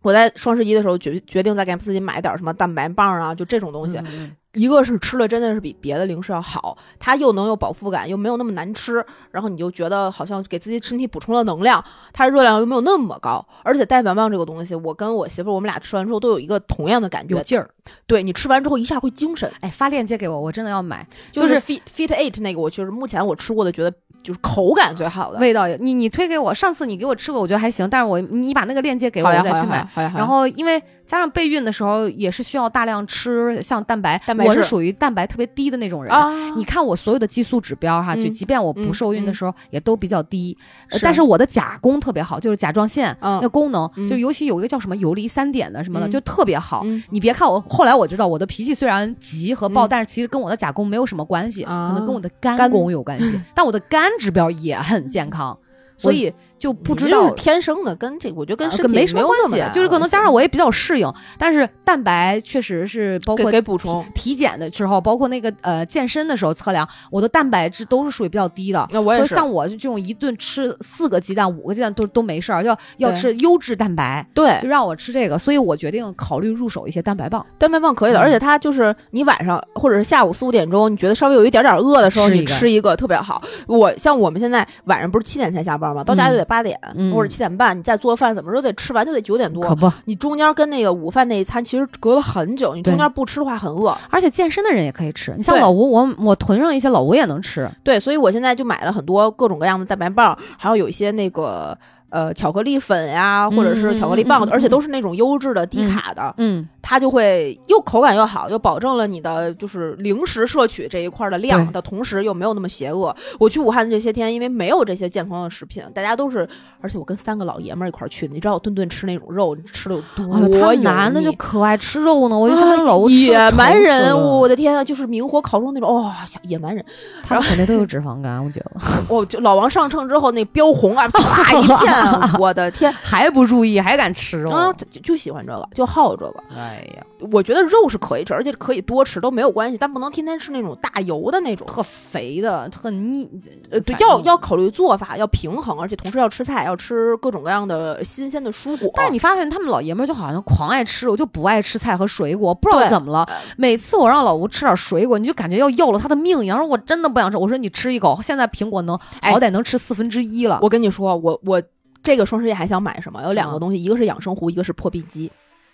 Speaker 3: 我在双十一的时候决决定再给自己买点什么蛋白棒啊，就这种东西。
Speaker 2: 嗯
Speaker 3: 一个是吃了真的是比别的零食要好，它又能有饱腹感，又没有那么难吃，然后你就觉得好像给自己身体补充了能量，它的热量又没有那么高。而且蛋白棒这个东西，我跟我媳妇儿我们俩吃完之后都有一个同样的感
Speaker 2: *laughs* 有
Speaker 3: 觉，
Speaker 2: 劲儿。
Speaker 3: 对你吃完之后一下会精神，
Speaker 2: 哎，发链接给我，我真的要买，
Speaker 3: 就是是 Fit Fit Eight 那个，我就是目前我吃过的，觉得就是口感最好的。
Speaker 2: 味道也。你你推给我，上次你给我吃过，我觉得还行，但是我你把那个链接给我，
Speaker 3: 好
Speaker 2: 我
Speaker 3: 呀好
Speaker 2: 再
Speaker 3: 呀
Speaker 2: 去
Speaker 3: 好
Speaker 2: 买
Speaker 3: 呀。好呀，好呀
Speaker 2: 然后，因为加上备孕的时候也是需要大量吃像蛋白，
Speaker 3: 蛋白
Speaker 2: 我是
Speaker 3: 质
Speaker 2: 属于蛋白特别低的那种人。
Speaker 3: 啊，
Speaker 2: 你看我所有的激素指标哈，就
Speaker 3: 嗯
Speaker 2: 即便我不
Speaker 3: 嗯
Speaker 2: 受孕的
Speaker 3: 嗯
Speaker 2: 时候也都比较低，呃
Speaker 3: 是
Speaker 2: 但是我的甲功特别好，就是甲状腺
Speaker 3: 嗯
Speaker 2: 那功能，
Speaker 3: 嗯
Speaker 2: 就尤其有一个叫什么游离三点的什么的，
Speaker 3: 嗯
Speaker 2: 就特别好。
Speaker 3: 嗯
Speaker 2: 你别看我，后来我知道我的脾气虽然急和暴，
Speaker 3: 嗯
Speaker 2: 但是其实跟我的甲功没有什么关系，
Speaker 3: 啊
Speaker 2: 可能跟我的肝
Speaker 3: 肝
Speaker 2: 功有关
Speaker 3: *laughs*
Speaker 2: 系，但我的肝指标也很健康，所以就不知
Speaker 3: 你
Speaker 2: 道
Speaker 3: 这是天生的，跟这我觉得啊跟
Speaker 2: 呃
Speaker 3: 身体
Speaker 2: 跟没什么
Speaker 3: 有
Speaker 2: 关
Speaker 3: 那么
Speaker 2: 系
Speaker 3: 大，
Speaker 2: 就是可能加上
Speaker 3: 关
Speaker 2: 我也比较适应，但是蛋白确实是包
Speaker 3: 系
Speaker 2: 括
Speaker 3: 给给补充。
Speaker 2: 体检的时候，包括那个呃健身的时候测量，我的蛋白质都是属于比较低的。
Speaker 3: *laughs* 那我
Speaker 2: 就是
Speaker 3: 也是，
Speaker 2: 像我这种一顿吃四个鸡蛋、五个鸡蛋都都没事儿，要要吃优质蛋白，
Speaker 3: 对
Speaker 2: 就让我吃这个，所以我决定考虑入手一些蛋白棒，
Speaker 3: 蛋白棒可以的，
Speaker 2: 嗯
Speaker 3: 而且它就是你晚上或者是下午四五点钟，你觉得稍微有一点点饿的时候，
Speaker 2: 吃一
Speaker 3: 你
Speaker 2: 个
Speaker 3: 吃一个特别好。我像我们现在晚上不是七点才下班吗？到家
Speaker 2: 嗯
Speaker 3: 就得八点
Speaker 2: 嗯
Speaker 3: 或者七点半，你再做饭怎么着得吃完就得九点
Speaker 2: 可
Speaker 3: 多。
Speaker 2: 不。
Speaker 3: 你中间跟那个午饭那一餐其实隔了很久，你中
Speaker 2: 对
Speaker 3: 间不吃的话很饿。
Speaker 2: 而且健身的人也可以吃，你像
Speaker 3: 对
Speaker 2: 老吴，我我囤上一些，老吴也能吃。
Speaker 3: 对，所以我现在就买了很多各种各样的蛋白棒，还有有一些那个呃巧克力粉呀、或者是巧克力棒，
Speaker 2: 嗯嗯嗯
Speaker 3: 而且都是那种优质的、低卡的，
Speaker 2: 嗯，
Speaker 3: 它就会又口感又好，又保证了你的就是零食摄取这一块的量
Speaker 2: 对
Speaker 3: 的同时，又没有那么邪恶。我去武汉的这些天，因为没有这些健康的食品，大家都是，而且我跟三个老爷们儿一块儿去的，你知道我顿顿吃那种肉，吃的有
Speaker 2: 完了，哎他
Speaker 3: 多油
Speaker 2: 们男的就
Speaker 3: 腻
Speaker 2: 可爱吃肉呢，我就
Speaker 3: 啊
Speaker 2: 他们老
Speaker 3: 野蛮人，
Speaker 2: 物，
Speaker 3: 我的天啊，就是明火烤肉那种，哇、小野蛮人。
Speaker 2: 他们肯定都有脂肪肝，我觉得
Speaker 3: 哦，就老王上秤之后那标红啊，
Speaker 2: *laughs*
Speaker 3: 啪一片，啊我的天！
Speaker 2: 还不注意还敢吃 *laughs* 肉，
Speaker 3: 啊，就就喜欢这个，就好这个。
Speaker 2: 哎呀，
Speaker 3: 我觉得肉是可以吃，而且可以多吃都没有关系，但不能天天吃那种大油的那种。
Speaker 2: 特肥的，特腻，
Speaker 3: 呃，对，
Speaker 2: 反正
Speaker 3: 要要考虑做法，要平衡，而且同时要吃菜，要吃各种各样的新鲜的蔬果。
Speaker 2: 但是你发现他们老爷们儿就好像狂爱吃肉，就不爱吃菜和水果，不知道
Speaker 3: 对
Speaker 2: 怎么了。每次我让老吴吃点水果，你就感觉要要了他的命一样。我真的不想吃，我说你吃一口，现在苹果能
Speaker 3: 哎
Speaker 2: 好歹能吃四分之一了。
Speaker 3: 我跟你说，我我这个双十一还想买什么？有
Speaker 2: 什
Speaker 3: 两
Speaker 2: 么
Speaker 3: 个东西，一个是养生壶，一个是破壁机。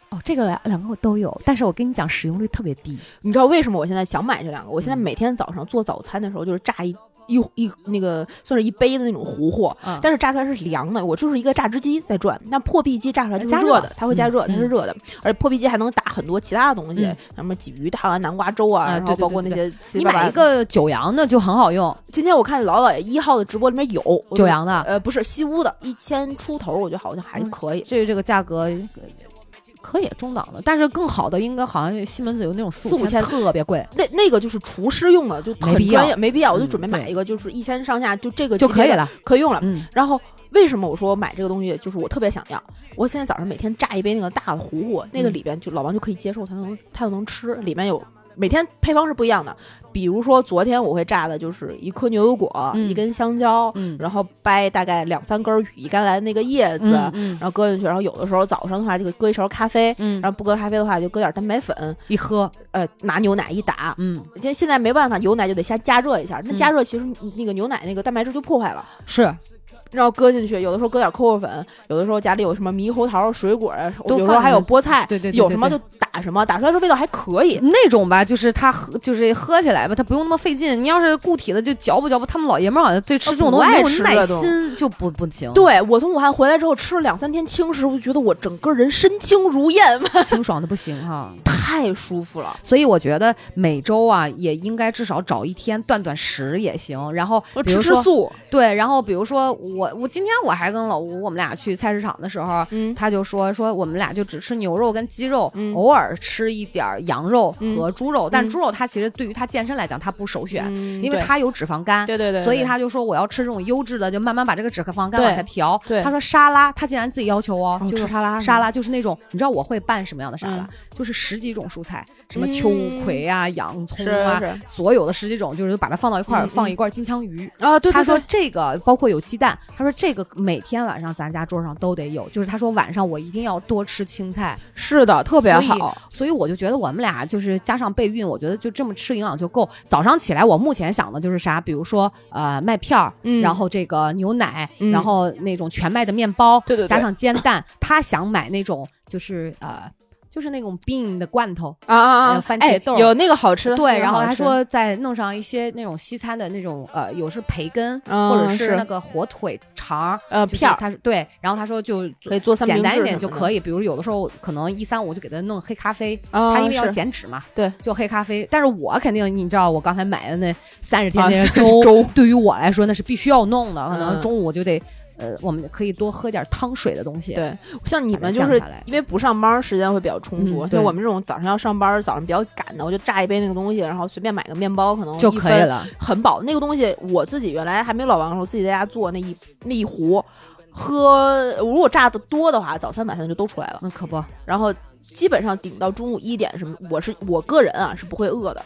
Speaker 2: 哦，这个两两个我都有，但是我跟你讲，使用率特别低。
Speaker 3: 你知道为什么我现在想买这两个？我现在
Speaker 2: 嗯
Speaker 3: 每天早上做早餐的时候，就是榨一一一那个算是一杯的那种糊糊，
Speaker 2: 嗯
Speaker 3: 但是榨出来是凉的。我就是一个榨汁机在转，那破壁机榨出来就是
Speaker 2: 加热
Speaker 3: 热的，它会加热，
Speaker 2: 嗯
Speaker 3: 它是热的，而且破壁机还能打很多其他的东西
Speaker 2: 嗯，
Speaker 3: 什么鲫鱼汤啊、南瓜粥啊，
Speaker 2: 啊
Speaker 3: 然
Speaker 2: 对
Speaker 3: 后
Speaker 2: 对
Speaker 3: 包括那
Speaker 2: 对
Speaker 3: 些七
Speaker 2: 你
Speaker 3: 七八八
Speaker 2: 买一。个九阳的就很好用，
Speaker 3: 今天我看老老爷一号的直播里面有我就
Speaker 2: 九阳的，
Speaker 3: 呃，不是西屋的，一千出头，我觉得好像还
Speaker 2: 啊嗯
Speaker 3: 可以，
Speaker 2: 这这个价格呃可以中档的，但是更好的应该好像西门子有那种四
Speaker 3: 四五千
Speaker 2: 特别贵，
Speaker 3: 那那个就是厨师用的，就
Speaker 2: 没
Speaker 3: 很
Speaker 2: 必
Speaker 3: 专
Speaker 2: 要
Speaker 3: 业，没必要，我就
Speaker 2: 嗯
Speaker 3: 准备买
Speaker 2: 对
Speaker 3: 一个，就是一千上下，就这个
Speaker 2: 就
Speaker 3: 级
Speaker 2: 可以
Speaker 3: 别的
Speaker 2: 了，
Speaker 3: 可以用了。
Speaker 2: 嗯，
Speaker 3: 然后为什么我说我买这个东西，就是我特别想要。我现在早上每天榨一杯那个大的糊糊，那个里边就老王就可以接受，他能他就能吃，里面有。每天配方是不一样的，比如说昨天我会榨的就是一颗牛油果、
Speaker 2: 嗯
Speaker 3: 一根香蕉，
Speaker 2: 嗯
Speaker 3: 然后掰大概两三根羽衣甘蓝那个叶子，
Speaker 2: 嗯嗯
Speaker 3: 然后搁进去。然后有的时候早上的话，就搁一勺咖啡，
Speaker 2: 嗯，
Speaker 3: 然后不搁咖啡的话就搁点蛋白粉，
Speaker 2: 一喝，
Speaker 3: 呃，拿牛奶一打。
Speaker 2: 嗯，
Speaker 3: 现现在没办法，牛奶就得先加热一下，那
Speaker 2: 嗯
Speaker 3: 加热其实你那个牛奶那个蛋白质就破坏了。
Speaker 2: 是
Speaker 3: 然后搁进去，有的时候搁点扣肉粉，有的时候家里有什么猕猴桃、水果啊，
Speaker 2: 都
Speaker 3: 有时候还有菠菜，
Speaker 2: 对对对对嗯
Speaker 3: 有什么就打什么，打出来的味道还可以。
Speaker 2: 那种吧，就是它喝，就是喝起来吧，它不用那么费劲。你要是固体的，就嚼吧嚼吧。他们老爷们儿好像对吃这种
Speaker 3: 不
Speaker 2: 东西没
Speaker 3: 爱
Speaker 2: 有
Speaker 3: 吃
Speaker 2: 耐
Speaker 3: 这种
Speaker 2: 心，就不不行，
Speaker 3: *laughs* 对我从武汉回来之后吃了两三天轻食，我就觉得我整个人身轻如燕， *laughs*
Speaker 2: 清爽的不行哈、
Speaker 3: 太舒服了。
Speaker 2: 所以我觉得每周啊，也应该至少找一天断断食也行。然后
Speaker 3: 我
Speaker 2: 比
Speaker 3: 哦吃
Speaker 2: 如
Speaker 3: 吃
Speaker 2: 说
Speaker 3: 素，
Speaker 2: 对，然后比如说我我今天我还跟老吴我们俩去菜市场的时候，
Speaker 3: 嗯，
Speaker 2: 他就说说我们俩就只吃牛肉跟鸡肉，
Speaker 3: 嗯
Speaker 2: 偶尔吃一点儿羊肉
Speaker 3: 嗯
Speaker 2: 和猪肉，但
Speaker 3: 嗯
Speaker 2: 猪肉它其实对于他健身来讲，它不首选，因为
Speaker 3: 对
Speaker 2: 它有脂肪肝。
Speaker 3: 对对对，
Speaker 2: 所以
Speaker 3: 对
Speaker 2: 他就说我要吃这种优质的，就慢慢把这个脂肪肝往
Speaker 3: 对
Speaker 2: 下调。
Speaker 3: 对
Speaker 2: 他说沙拉，他竟然自己要求哦，
Speaker 3: 哦
Speaker 2: 就
Speaker 3: 吃
Speaker 2: 是
Speaker 3: 沙拉是
Speaker 2: 沙
Speaker 3: 吗
Speaker 2: 拉就是那种，你知道我会拌什么样的沙拉？
Speaker 3: 嗯
Speaker 2: 就是十几种蔬菜，什么
Speaker 3: 嗯
Speaker 2: 秋葵啊、洋葱啊，
Speaker 3: 是是
Speaker 2: 所有的十几种，就是把它放到一块儿，
Speaker 3: 嗯
Speaker 2: 放一
Speaker 3: 嗯
Speaker 2: 罐金枪鱼。
Speaker 3: 啊，对
Speaker 2: 他
Speaker 3: 对
Speaker 2: 说
Speaker 3: 对，
Speaker 2: 这个包括有鸡蛋，他说这个每天晚上咱家桌上都得有，就是他说晚上我一定要多吃青菜，
Speaker 3: 是的，特别
Speaker 2: 所以
Speaker 3: 好。啊
Speaker 2: 所以我就觉得我们俩就是加上备孕，我觉得就这么吃营养就够。早上起来，我目前想的就是啥，比如说呃麦片儿，
Speaker 3: 嗯
Speaker 2: 然后这个牛奶，
Speaker 3: 嗯
Speaker 2: 然后那种全麦的面包，
Speaker 3: 对对对
Speaker 2: 加上煎蛋。他想买那种就是呃就是那种 bean 的罐头，
Speaker 3: 啊啊
Speaker 2: 还有
Speaker 3: 啊！
Speaker 2: 呃番
Speaker 3: 哎
Speaker 2: 茄豆
Speaker 3: 有那个好吃的，那
Speaker 2: 对，
Speaker 3: 个
Speaker 2: 然后
Speaker 3: 好
Speaker 2: 他
Speaker 3: 吃
Speaker 2: 说再弄上一些那种西餐的那种呃有是培根、
Speaker 3: 嗯
Speaker 2: 或者是
Speaker 3: 是
Speaker 2: 那个火腿肠儿。
Speaker 3: 呃
Speaker 2: 就是
Speaker 3: 片儿
Speaker 2: 他说对，然后他说就
Speaker 3: 可以做三明
Speaker 2: 简单一
Speaker 3: 治
Speaker 2: 点
Speaker 3: 什
Speaker 2: 就
Speaker 3: 么
Speaker 2: 可
Speaker 3: 的
Speaker 2: 以，比如有的时候可能一三五就给他弄黑咖啡，
Speaker 3: 啊
Speaker 2: 他因为要
Speaker 3: 是
Speaker 2: 减脂嘛，
Speaker 3: 对，
Speaker 2: 就黑咖啡。但是我肯定，你知道我刚才买的那三十天
Speaker 3: 啊
Speaker 2: 那
Speaker 3: 是
Speaker 2: 粥，
Speaker 3: 粥
Speaker 2: 对于我来说那是必须要弄的，可能
Speaker 3: 嗯
Speaker 2: 中午就得，呃，我们可以多喝点汤水的东西。
Speaker 3: 对，像你
Speaker 2: 把它
Speaker 3: 们就
Speaker 2: 降
Speaker 3: 是
Speaker 2: 下来
Speaker 3: 因为不上班儿时间会比较充足，
Speaker 2: 嗯
Speaker 3: 就
Speaker 2: 对
Speaker 3: 我们这种早上要上班儿，早上比较赶的，我就榨一杯那个东西，然后随便买个面包，可能
Speaker 2: 就
Speaker 3: 一
Speaker 2: 可以
Speaker 3: 分，
Speaker 2: 了。
Speaker 3: 很饱。那个东西我自己原来还没老王的时候，自己在家做那一那一壶，喝如果榨的多的话，早餐晚餐就都出来了，
Speaker 2: 那嗯可不，
Speaker 3: 然后。基本上顶到中午一点什么，我是我个人啊是不会饿的。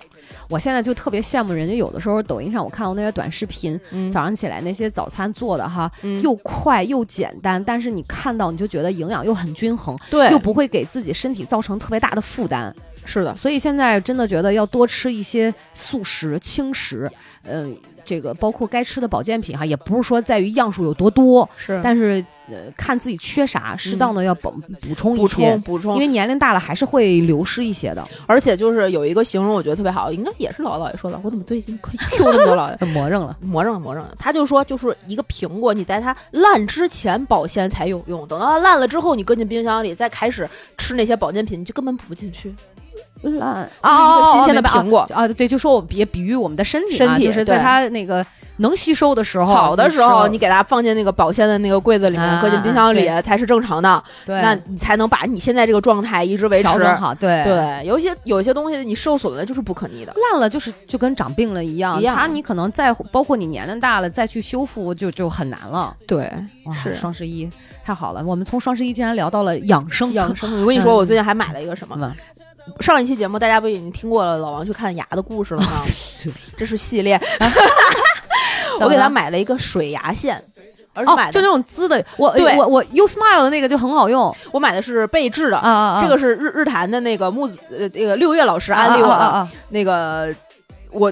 Speaker 2: 我现在就特别羡慕人家，有的时候抖音上我看到那些短视频，
Speaker 3: 嗯
Speaker 2: 早上起来那些早餐做的哈，
Speaker 3: 嗯
Speaker 2: 又快又简单，但是你看到你就觉得营养又很均衡，
Speaker 3: 对
Speaker 2: 又不会给自己身体造成特别大的负担。
Speaker 3: 是的，
Speaker 2: 所以现在真的觉得要多吃一些素食、轻食，嗯、这个包括该吃的保健品哈，也不是说在于样数有多多，
Speaker 3: 是嗯
Speaker 2: 但是呃看自己缺啥，适当的要补补充一
Speaker 3: 补
Speaker 2: 些
Speaker 3: 充，补充，
Speaker 2: 因为年龄大了还是会流失一些的。
Speaker 3: 而且就是有一个形容我觉得特别好，应该也是老姥爷说的，我怎么最近 *laughs* Q 那么多姥爷？
Speaker 2: 魔怔了，
Speaker 3: 魔怔魔怔，他就说就是一个苹果，你在它烂之前保鲜才有用，等到它烂了之后，你搁进冰箱里再开始吃那些保健品，你就根本补不进去。
Speaker 1: 烂
Speaker 3: 啊，
Speaker 2: 哦
Speaker 3: 新鲜的
Speaker 2: 明白
Speaker 3: 苹果，
Speaker 2: 啊，对，就说我别比喻我们的身体嘛，
Speaker 3: 身体
Speaker 2: 就是在
Speaker 3: 对
Speaker 2: 它那个能吸收的时候，
Speaker 3: 好的时
Speaker 2: 吃
Speaker 3: 候
Speaker 2: 了
Speaker 3: 你给它放进那个保鲜的那个柜子里面，
Speaker 2: 哦啊
Speaker 3: 搁进冰箱里
Speaker 2: 对
Speaker 3: 才是正常的，
Speaker 2: 对
Speaker 3: 那你才能把你现在这个状态一直维持
Speaker 2: 调。整好，对。
Speaker 3: 对，有一些有一些东西你受损了就是不可逆的。
Speaker 2: 烂了就是就跟长病了一样，
Speaker 3: 一样
Speaker 2: 它你可能再包括你年龄大了再去修复就就很难了。
Speaker 3: 对，
Speaker 2: 哇，
Speaker 3: 是
Speaker 2: 双十一太好了，我们从双十一竟然聊到了养生，
Speaker 3: 养生。我跟你说，
Speaker 2: 嗯
Speaker 3: 我最近还买了一个什么？
Speaker 2: 嗯
Speaker 3: 上一期节目大家不已经听过了老王去看牙的故事了吗？这是系列，
Speaker 2: 啊
Speaker 3: 我给他买了一个水牙线，而且
Speaker 2: 哦
Speaker 3: 买，的、
Speaker 2: 就那种滋的，我
Speaker 3: 对
Speaker 2: 我我 You Smile 的那个就很好用
Speaker 3: 我买的是贝制的，
Speaker 2: 啊啊啊！
Speaker 3: 这个是日日坛的那个木子呃那个六月老师
Speaker 2: 是
Speaker 3: 安利我的，
Speaker 2: 啊啊啊
Speaker 3: 那个我。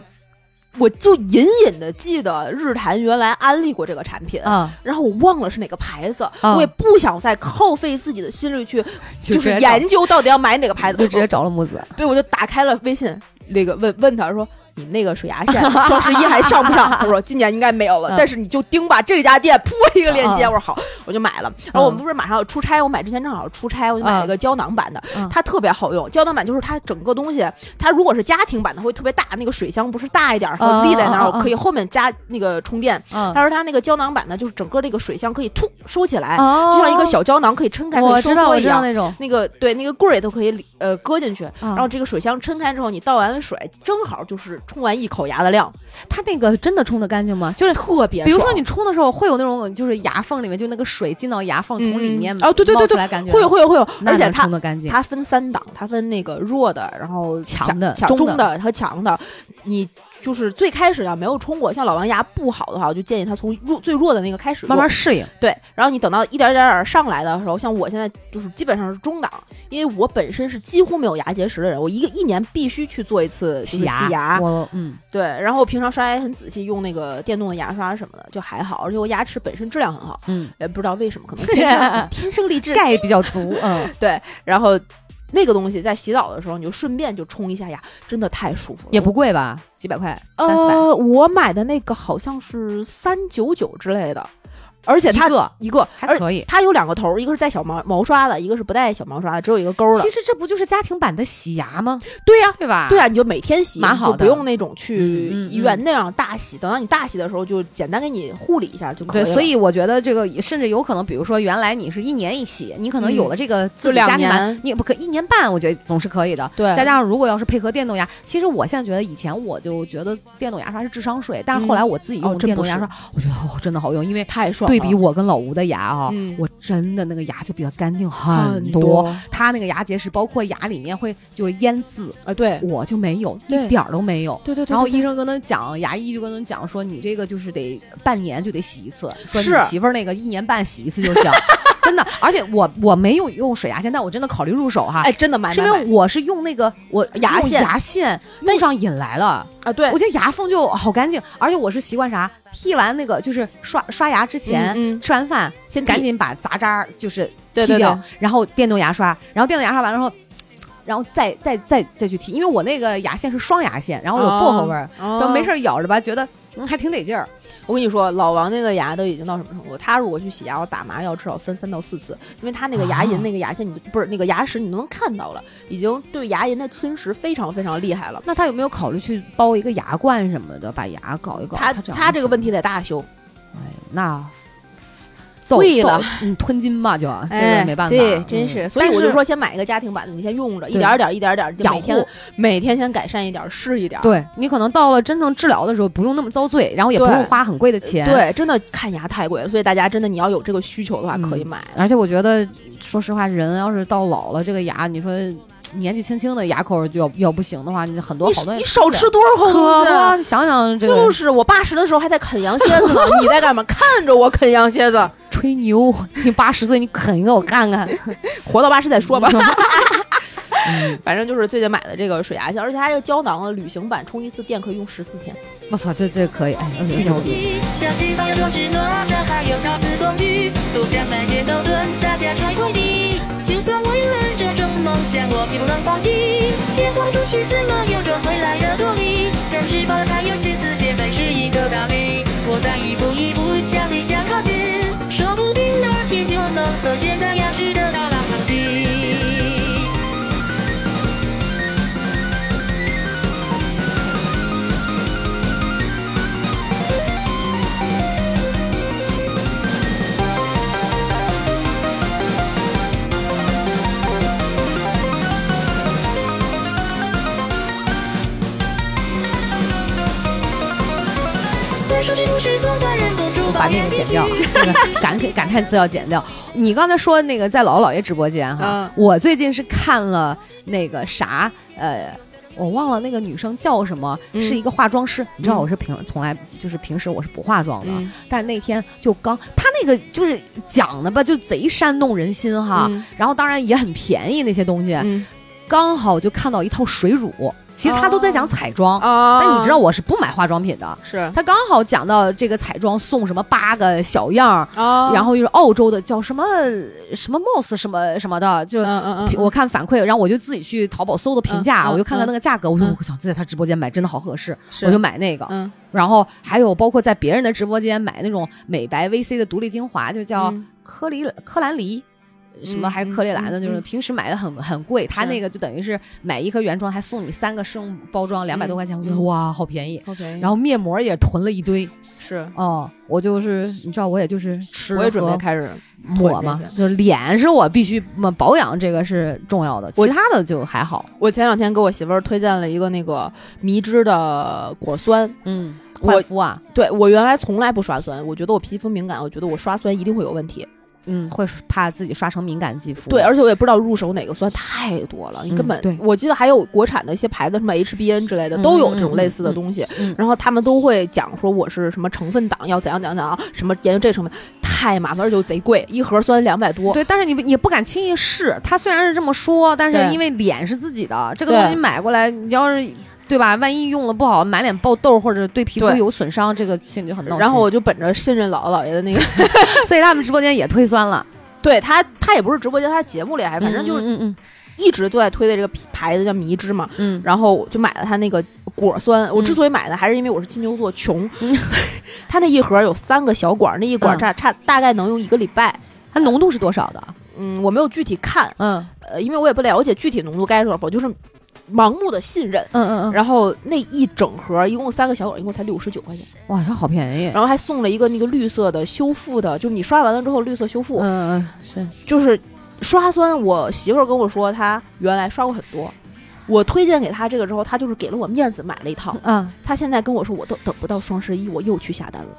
Speaker 3: 我就隐隐的记得日坛原来安利过这个产品，
Speaker 2: 啊啊，
Speaker 3: 然后我忘了是哪个牌子，
Speaker 2: 啊
Speaker 3: 我也不想再耗费自己的心力去，
Speaker 2: 就
Speaker 3: 就
Speaker 2: 直
Speaker 3: 是
Speaker 2: 接找
Speaker 3: 研究到底要买哪个牌子，
Speaker 2: 就直接找了木子，
Speaker 3: 对，我就打开了微信，那个问问他说：“你那个水牙线双十一还上不
Speaker 2: *laughs*
Speaker 3: 上？”他说：“今年应该没有了
Speaker 2: 嗯，
Speaker 3: 但是你就盯吧。”这家店噗一个链接，
Speaker 2: 嗯
Speaker 3: 我说好，我就买了。然后我们不是马上要出差，我买之前正好出差，我就买了一个胶囊版的
Speaker 2: 嗯，
Speaker 3: 它特别好用。胶囊版就是它整个东西，它如果是家庭版的会特别大，那个水箱不是大一点儿，然后立在
Speaker 2: 嗯
Speaker 3: 那
Speaker 2: 嗯
Speaker 3: 儿，
Speaker 2: 嗯嗯
Speaker 3: 我可以后面加那个充电。
Speaker 2: 嗯，
Speaker 3: 但是它那个胶囊版呢，就是整个这个水箱可以突收起来，
Speaker 2: 哦
Speaker 3: 就像一个小胶囊可以撑开，可
Speaker 2: 我
Speaker 3: 以收
Speaker 2: 知道
Speaker 3: 缩
Speaker 2: 我
Speaker 3: 一
Speaker 2: 知道
Speaker 3: 样。
Speaker 2: 那种，
Speaker 3: 那个对那个柜儿也都可以里呃搁进去，
Speaker 2: 然
Speaker 3: 然后这个水箱撑开之后，你倒完了水，正好就是冲完一口牙的量，
Speaker 2: 它那个真的冲的干净吗？就是。
Speaker 3: 特别爽。
Speaker 2: 比如说你冲的时候会有那种就是牙缝里面就那个水进到牙缝从里面
Speaker 3: 嗯哦对对对
Speaker 2: 冒出
Speaker 3: 对
Speaker 2: 来感觉
Speaker 3: 会有会有会有，
Speaker 2: 那
Speaker 3: 而且
Speaker 2: 能
Speaker 3: 它
Speaker 2: 冲的干净，
Speaker 3: 它分三档，它分那个弱的，然后
Speaker 2: 强
Speaker 3: 强
Speaker 2: 的
Speaker 3: 强
Speaker 2: 中的
Speaker 3: 中的和强的，你。就是最开始要没有冲过，像老王牙不好的话，我就建议他从弱最弱的那个开始
Speaker 2: 慢慢
Speaker 3: 弱
Speaker 2: 适应。
Speaker 3: 对，然后你等到一点儿一点儿上来的时候，像我现在就是基本上是中档，因为我本身是几乎没有牙结石的人，我一个一年必须去做一次就是洗牙，
Speaker 2: 我嗯
Speaker 3: 对，然后平常刷牙也很仔细，用那个电动的牙刷什么的就还好，而且我牙齿本身质量很好，
Speaker 2: 嗯，
Speaker 3: 也不知道为什么，可能天
Speaker 2: *laughs*
Speaker 3: 生天生丽质。
Speaker 2: 钙比较足，嗯，
Speaker 3: 对，然后那个东西在洗澡的时候，你就顺便就冲一下牙，真的太舒服了。
Speaker 2: 也不贵吧，几百块，三四百。
Speaker 3: 呃，我买的那个好像是三九九之类的，而且它
Speaker 2: 一个
Speaker 3: 一个
Speaker 2: 还
Speaker 3: 而
Speaker 2: 可以。
Speaker 3: 它有两个头儿，一个是带小毛毛刷的，一个是不带小毛刷的，只有一个钩儿的
Speaker 2: 其。实这不就是家庭版的洗牙吗？
Speaker 3: 对呀、
Speaker 2: 对吧？
Speaker 3: 对啊，你就每天洗，
Speaker 2: 蛮
Speaker 3: 你
Speaker 2: 好
Speaker 3: 就不
Speaker 2: 的
Speaker 3: 用那种去
Speaker 2: 嗯嗯
Speaker 3: 医院
Speaker 2: 嗯
Speaker 3: 那样大洗。等到你大洗的时候，就简单给你护理一下就可以
Speaker 2: 对，
Speaker 3: 了。
Speaker 2: 所以我觉得这个甚至有可能，比如说原来你是一年一洗，你可能有了这个自
Speaker 3: 就
Speaker 2: 己家
Speaker 3: 两
Speaker 2: 庭
Speaker 3: 年
Speaker 2: 版，你也不可嗯一年半，我觉得总是可以的。
Speaker 3: 对
Speaker 2: 再加上如果要是配合电动牙，其实我现在觉得以前我就觉得电动牙刷是智商税，但是后来我自己
Speaker 3: 哦
Speaker 2: 用
Speaker 3: 真
Speaker 2: 电
Speaker 3: 不
Speaker 2: 动牙
Speaker 3: 是
Speaker 2: 刷，我觉得哦真的好用，因为
Speaker 3: 太爽
Speaker 2: 对
Speaker 3: 了。
Speaker 2: 比我跟老吴的牙啊、
Speaker 3: 嗯
Speaker 2: 我真的那个牙就比较干净
Speaker 3: 很
Speaker 2: 多
Speaker 3: 多
Speaker 2: 他那个牙结石，包括牙里面会就是腌渍，
Speaker 3: 啊，对
Speaker 2: 我就没有，一
Speaker 3: 对
Speaker 2: 点儿都没有。
Speaker 3: 对对对
Speaker 2: 然后
Speaker 3: 对对
Speaker 2: 医生跟他讲，牙医就跟他讲说，你这个就是得半年就得洗一次，说你
Speaker 3: 是
Speaker 2: 媳妇儿那个一年半洗一次就行， *laughs* 真的。而且我我没有用水牙线，但我真的考虑入手哈，
Speaker 3: 哎，真的买
Speaker 2: 是因
Speaker 3: 买
Speaker 2: 为
Speaker 3: 买
Speaker 2: 我是用那个我
Speaker 3: 牙
Speaker 2: 用
Speaker 3: 线
Speaker 2: 牙线弄上瘾来了，
Speaker 3: 啊！对
Speaker 2: 我觉得牙缝就好干净，而且我是习惯啥，剔完那个就是刷刷牙之前，
Speaker 3: 嗯嗯
Speaker 2: 吃完饭
Speaker 3: 先
Speaker 2: 赶
Speaker 3: 剔
Speaker 2: 紧把杂渣儿就是
Speaker 3: 对
Speaker 2: 剔
Speaker 3: 对
Speaker 2: 掉，
Speaker 3: 对
Speaker 2: 然后电动牙刷，然后电动牙刷完了之后，然后再再再再去剔，因为我那个牙线是双牙线，然后有薄荷味儿，
Speaker 3: 哦
Speaker 2: 就没事。儿咬着吧，觉得、嗯、还挺得劲儿。
Speaker 3: 我跟你说，老王那个牙都已经到什么程度？他如果去洗牙，我打麻药至少分三到四次，因为他那个牙龈、
Speaker 2: 啊
Speaker 3: 那个牙线，你不是那个牙石，你都能看到了，已经对牙龈的侵蚀非常非常厉害了。
Speaker 2: 那他有没有考虑去包一个牙冠什么的，把牙搞一搞？
Speaker 3: 他
Speaker 2: 他这样
Speaker 3: 他这个
Speaker 2: 想
Speaker 3: 问题得大修，
Speaker 2: 哎，那走
Speaker 3: 贵
Speaker 2: 走
Speaker 3: 了
Speaker 2: 嗯，吞金吧就， *laughs* 这
Speaker 3: 哎
Speaker 2: 个没办法，
Speaker 3: 对，
Speaker 2: 嗯
Speaker 3: 真是。所以
Speaker 2: 但
Speaker 3: 我
Speaker 2: 是
Speaker 3: 就说，先买一个家庭版的，你先用着，一
Speaker 2: 对
Speaker 3: 点儿一点儿一点儿一点儿，就
Speaker 2: 养
Speaker 3: 每天
Speaker 2: 护
Speaker 3: 每天先改善一点儿，试一点儿。
Speaker 2: 对你可能到了真正治疗的时候，不用那么遭罪，然后也不
Speaker 3: 对
Speaker 2: 用花很贵的钱，，
Speaker 3: 对，真的看牙太贵了，所以大家真的你要有这个需求的话，
Speaker 2: 嗯
Speaker 3: 可以买。
Speaker 2: 而且我觉得，说实话，人要是到老了，这个牙，你说年纪轻轻的牙口就要要不行的话，你很多好多
Speaker 3: 你你少吃多少口
Speaker 2: 可不啊，
Speaker 3: 东
Speaker 2: 你想想这
Speaker 3: 西？
Speaker 2: 个
Speaker 3: 就是我八十的时候还在啃羊蝎子呢，你在干嘛？看着我啃羊蝎子，
Speaker 2: 吹牛，你八十岁你啃一个我看看， *laughs*
Speaker 3: 活到八十再说吧。 *laughs* 反正就是最近买的这个水牙线，而且它这个胶囊的旅行版，充一次电可以用十四天。
Speaker 2: 我操，这这可以，哎，
Speaker 3: *laughs*
Speaker 5: 去
Speaker 2: 牛逼！
Speaker 5: 机，小西方有只哪吒，还有桃子公寓，路上满街都蹲大家拆快递。就算为了这种梦想，我并不能放弃。鲜花中去怎么有种回来的动力？但是吧，还有心思姐妹是一个大饼，我在一步一步向理想靠近，说不定哪天就能和现在样式的到达成绩。虽说这故事总管忍不住
Speaker 2: 把
Speaker 5: 抱
Speaker 2: 那
Speaker 5: 怨
Speaker 2: 个
Speaker 5: 几
Speaker 2: 剪
Speaker 5: 句
Speaker 3: *laughs*
Speaker 2: 掉，那个感感叹词要剪掉。你刚才说那个在姥姥姥爷直播间哈
Speaker 3: 嗯，
Speaker 2: 我最近是看了那个啥呃。我忘了那个女生叫什么，
Speaker 3: 嗯
Speaker 2: 是一个化妆师。你知道
Speaker 3: 嗯
Speaker 2: 我是平从来就是平时我是不化妆的，
Speaker 3: 嗯
Speaker 2: 但是那天就刚她那个就是讲的吧，就贼煽动人心哈。
Speaker 3: 嗯
Speaker 2: 然后当然也很便宜那些东西，
Speaker 3: 嗯
Speaker 2: 刚好就看到一套水乳。其实她都在讲彩妆，
Speaker 3: 啊
Speaker 2: 嗯但你知道我是不买化妆品的。
Speaker 3: 是啊
Speaker 2: 她刚好讲到这个彩妆送什么八个小样儿，，
Speaker 3: 哦
Speaker 2: 然后又是澳洲的叫什么什么 Moss 什么什么的，就
Speaker 3: 嗯嗯嗯，
Speaker 2: 我看反馈，然后我就自己去淘宝搜的评价，
Speaker 3: 嗯嗯
Speaker 2: 我就看看那个价格，我说
Speaker 3: 嗯
Speaker 2: 我想在他直播间买真的好合适，
Speaker 3: 是
Speaker 2: 我就买那个。
Speaker 3: 嗯
Speaker 2: 然后还有包括在别人的直播间买那种美白 VC 的独立精华，就叫
Speaker 3: 嗯
Speaker 2: 科里科兰黎。什么
Speaker 3: 嗯
Speaker 2: 还是科丽兰的，
Speaker 3: 嗯
Speaker 2: 就是
Speaker 3: 嗯
Speaker 2: 平时买的很很贵，他那个就等于是买一盒原装，还送你三个试用包装，两百多块钱，我觉得
Speaker 3: 嗯
Speaker 2: 哇，好便宜。
Speaker 3: ，OK，
Speaker 2: 然后面膜也囤了一堆，
Speaker 3: 是。
Speaker 2: 哦，我就是你知道，我也就是吃
Speaker 3: 我也准备
Speaker 2: 和
Speaker 3: 开始
Speaker 2: 抹嘛，就是脸是我必须嘛保养，这个是重要的，
Speaker 3: 我
Speaker 2: 其他的就还好。
Speaker 3: 我前两天给我媳妇儿推荐了一个那个迷之的果酸，
Speaker 2: 嗯，
Speaker 3: 我
Speaker 2: 焕肤啊，
Speaker 3: 对我原来从来不刷酸，我觉得我皮肤敏感，我觉得我刷酸一定会有问题。
Speaker 2: 嗯，会怕自己刷成敏感肌肤。
Speaker 3: 对，而且我也不知道入手哪个酸，太多了，你根
Speaker 2: 嗯
Speaker 3: 本、
Speaker 2: 对嗯
Speaker 3: 我记得还有国产的一些牌子，什么 HBN 之类的，都有这种类似的东西。
Speaker 2: 嗯嗯嗯
Speaker 3: 然后他们都会讲说我是什么成分党，要怎样怎样怎样，什么研究这成分，太麻烦，而且又贼贵，一盒酸两百多。
Speaker 2: 对，但是你不也不敢轻易试。他虽然是这么说，但是
Speaker 3: 对
Speaker 2: 因为脸是自己的，这个
Speaker 3: 对
Speaker 2: 东西买过来，你要是对吧，万一用了不好，满脸爆痘或者对皮肤
Speaker 3: 对
Speaker 2: 有损伤，这个心里就很闹心。
Speaker 3: 然后我就本着信任姥姥姥爷的那个，
Speaker 2: 所以他们直播间也推酸了，
Speaker 3: 对他，他也不是直播间，他节目里还反正就是
Speaker 2: 嗯嗯
Speaker 3: 一直都在推的这个品牌子叫迷之嘛，
Speaker 2: 嗯
Speaker 3: 然后我就买了它那个果酸。我之所以买的，还是因为我是金牛座穷， *laughs* 它那一盒有三个小管儿，那一管儿
Speaker 2: 嗯
Speaker 3: 差差大概能用一个礼拜。
Speaker 2: 嗯，它浓度是多少的？
Speaker 3: 嗯，我没有具体看，
Speaker 2: 嗯
Speaker 3: 呃，因为我也不了解具体浓度该是多少，就是盲目的信任。
Speaker 2: 嗯嗯嗯，
Speaker 3: 然后那一整盒一共三个小管儿，一共才六十九块钱，
Speaker 2: 哇，它好便宜。
Speaker 3: 然后还送了一个那个绿色的修复的，就是你刷完了之后绿色修复，
Speaker 2: 嗯嗯是。
Speaker 3: 就是刷酸，我媳妇儿跟我说她原来刷过很多，我推荐给她这个之后，她就是给了我面子买了一套，
Speaker 2: 嗯，
Speaker 3: 她现在跟我说我都等不到双十一，我又去下单了，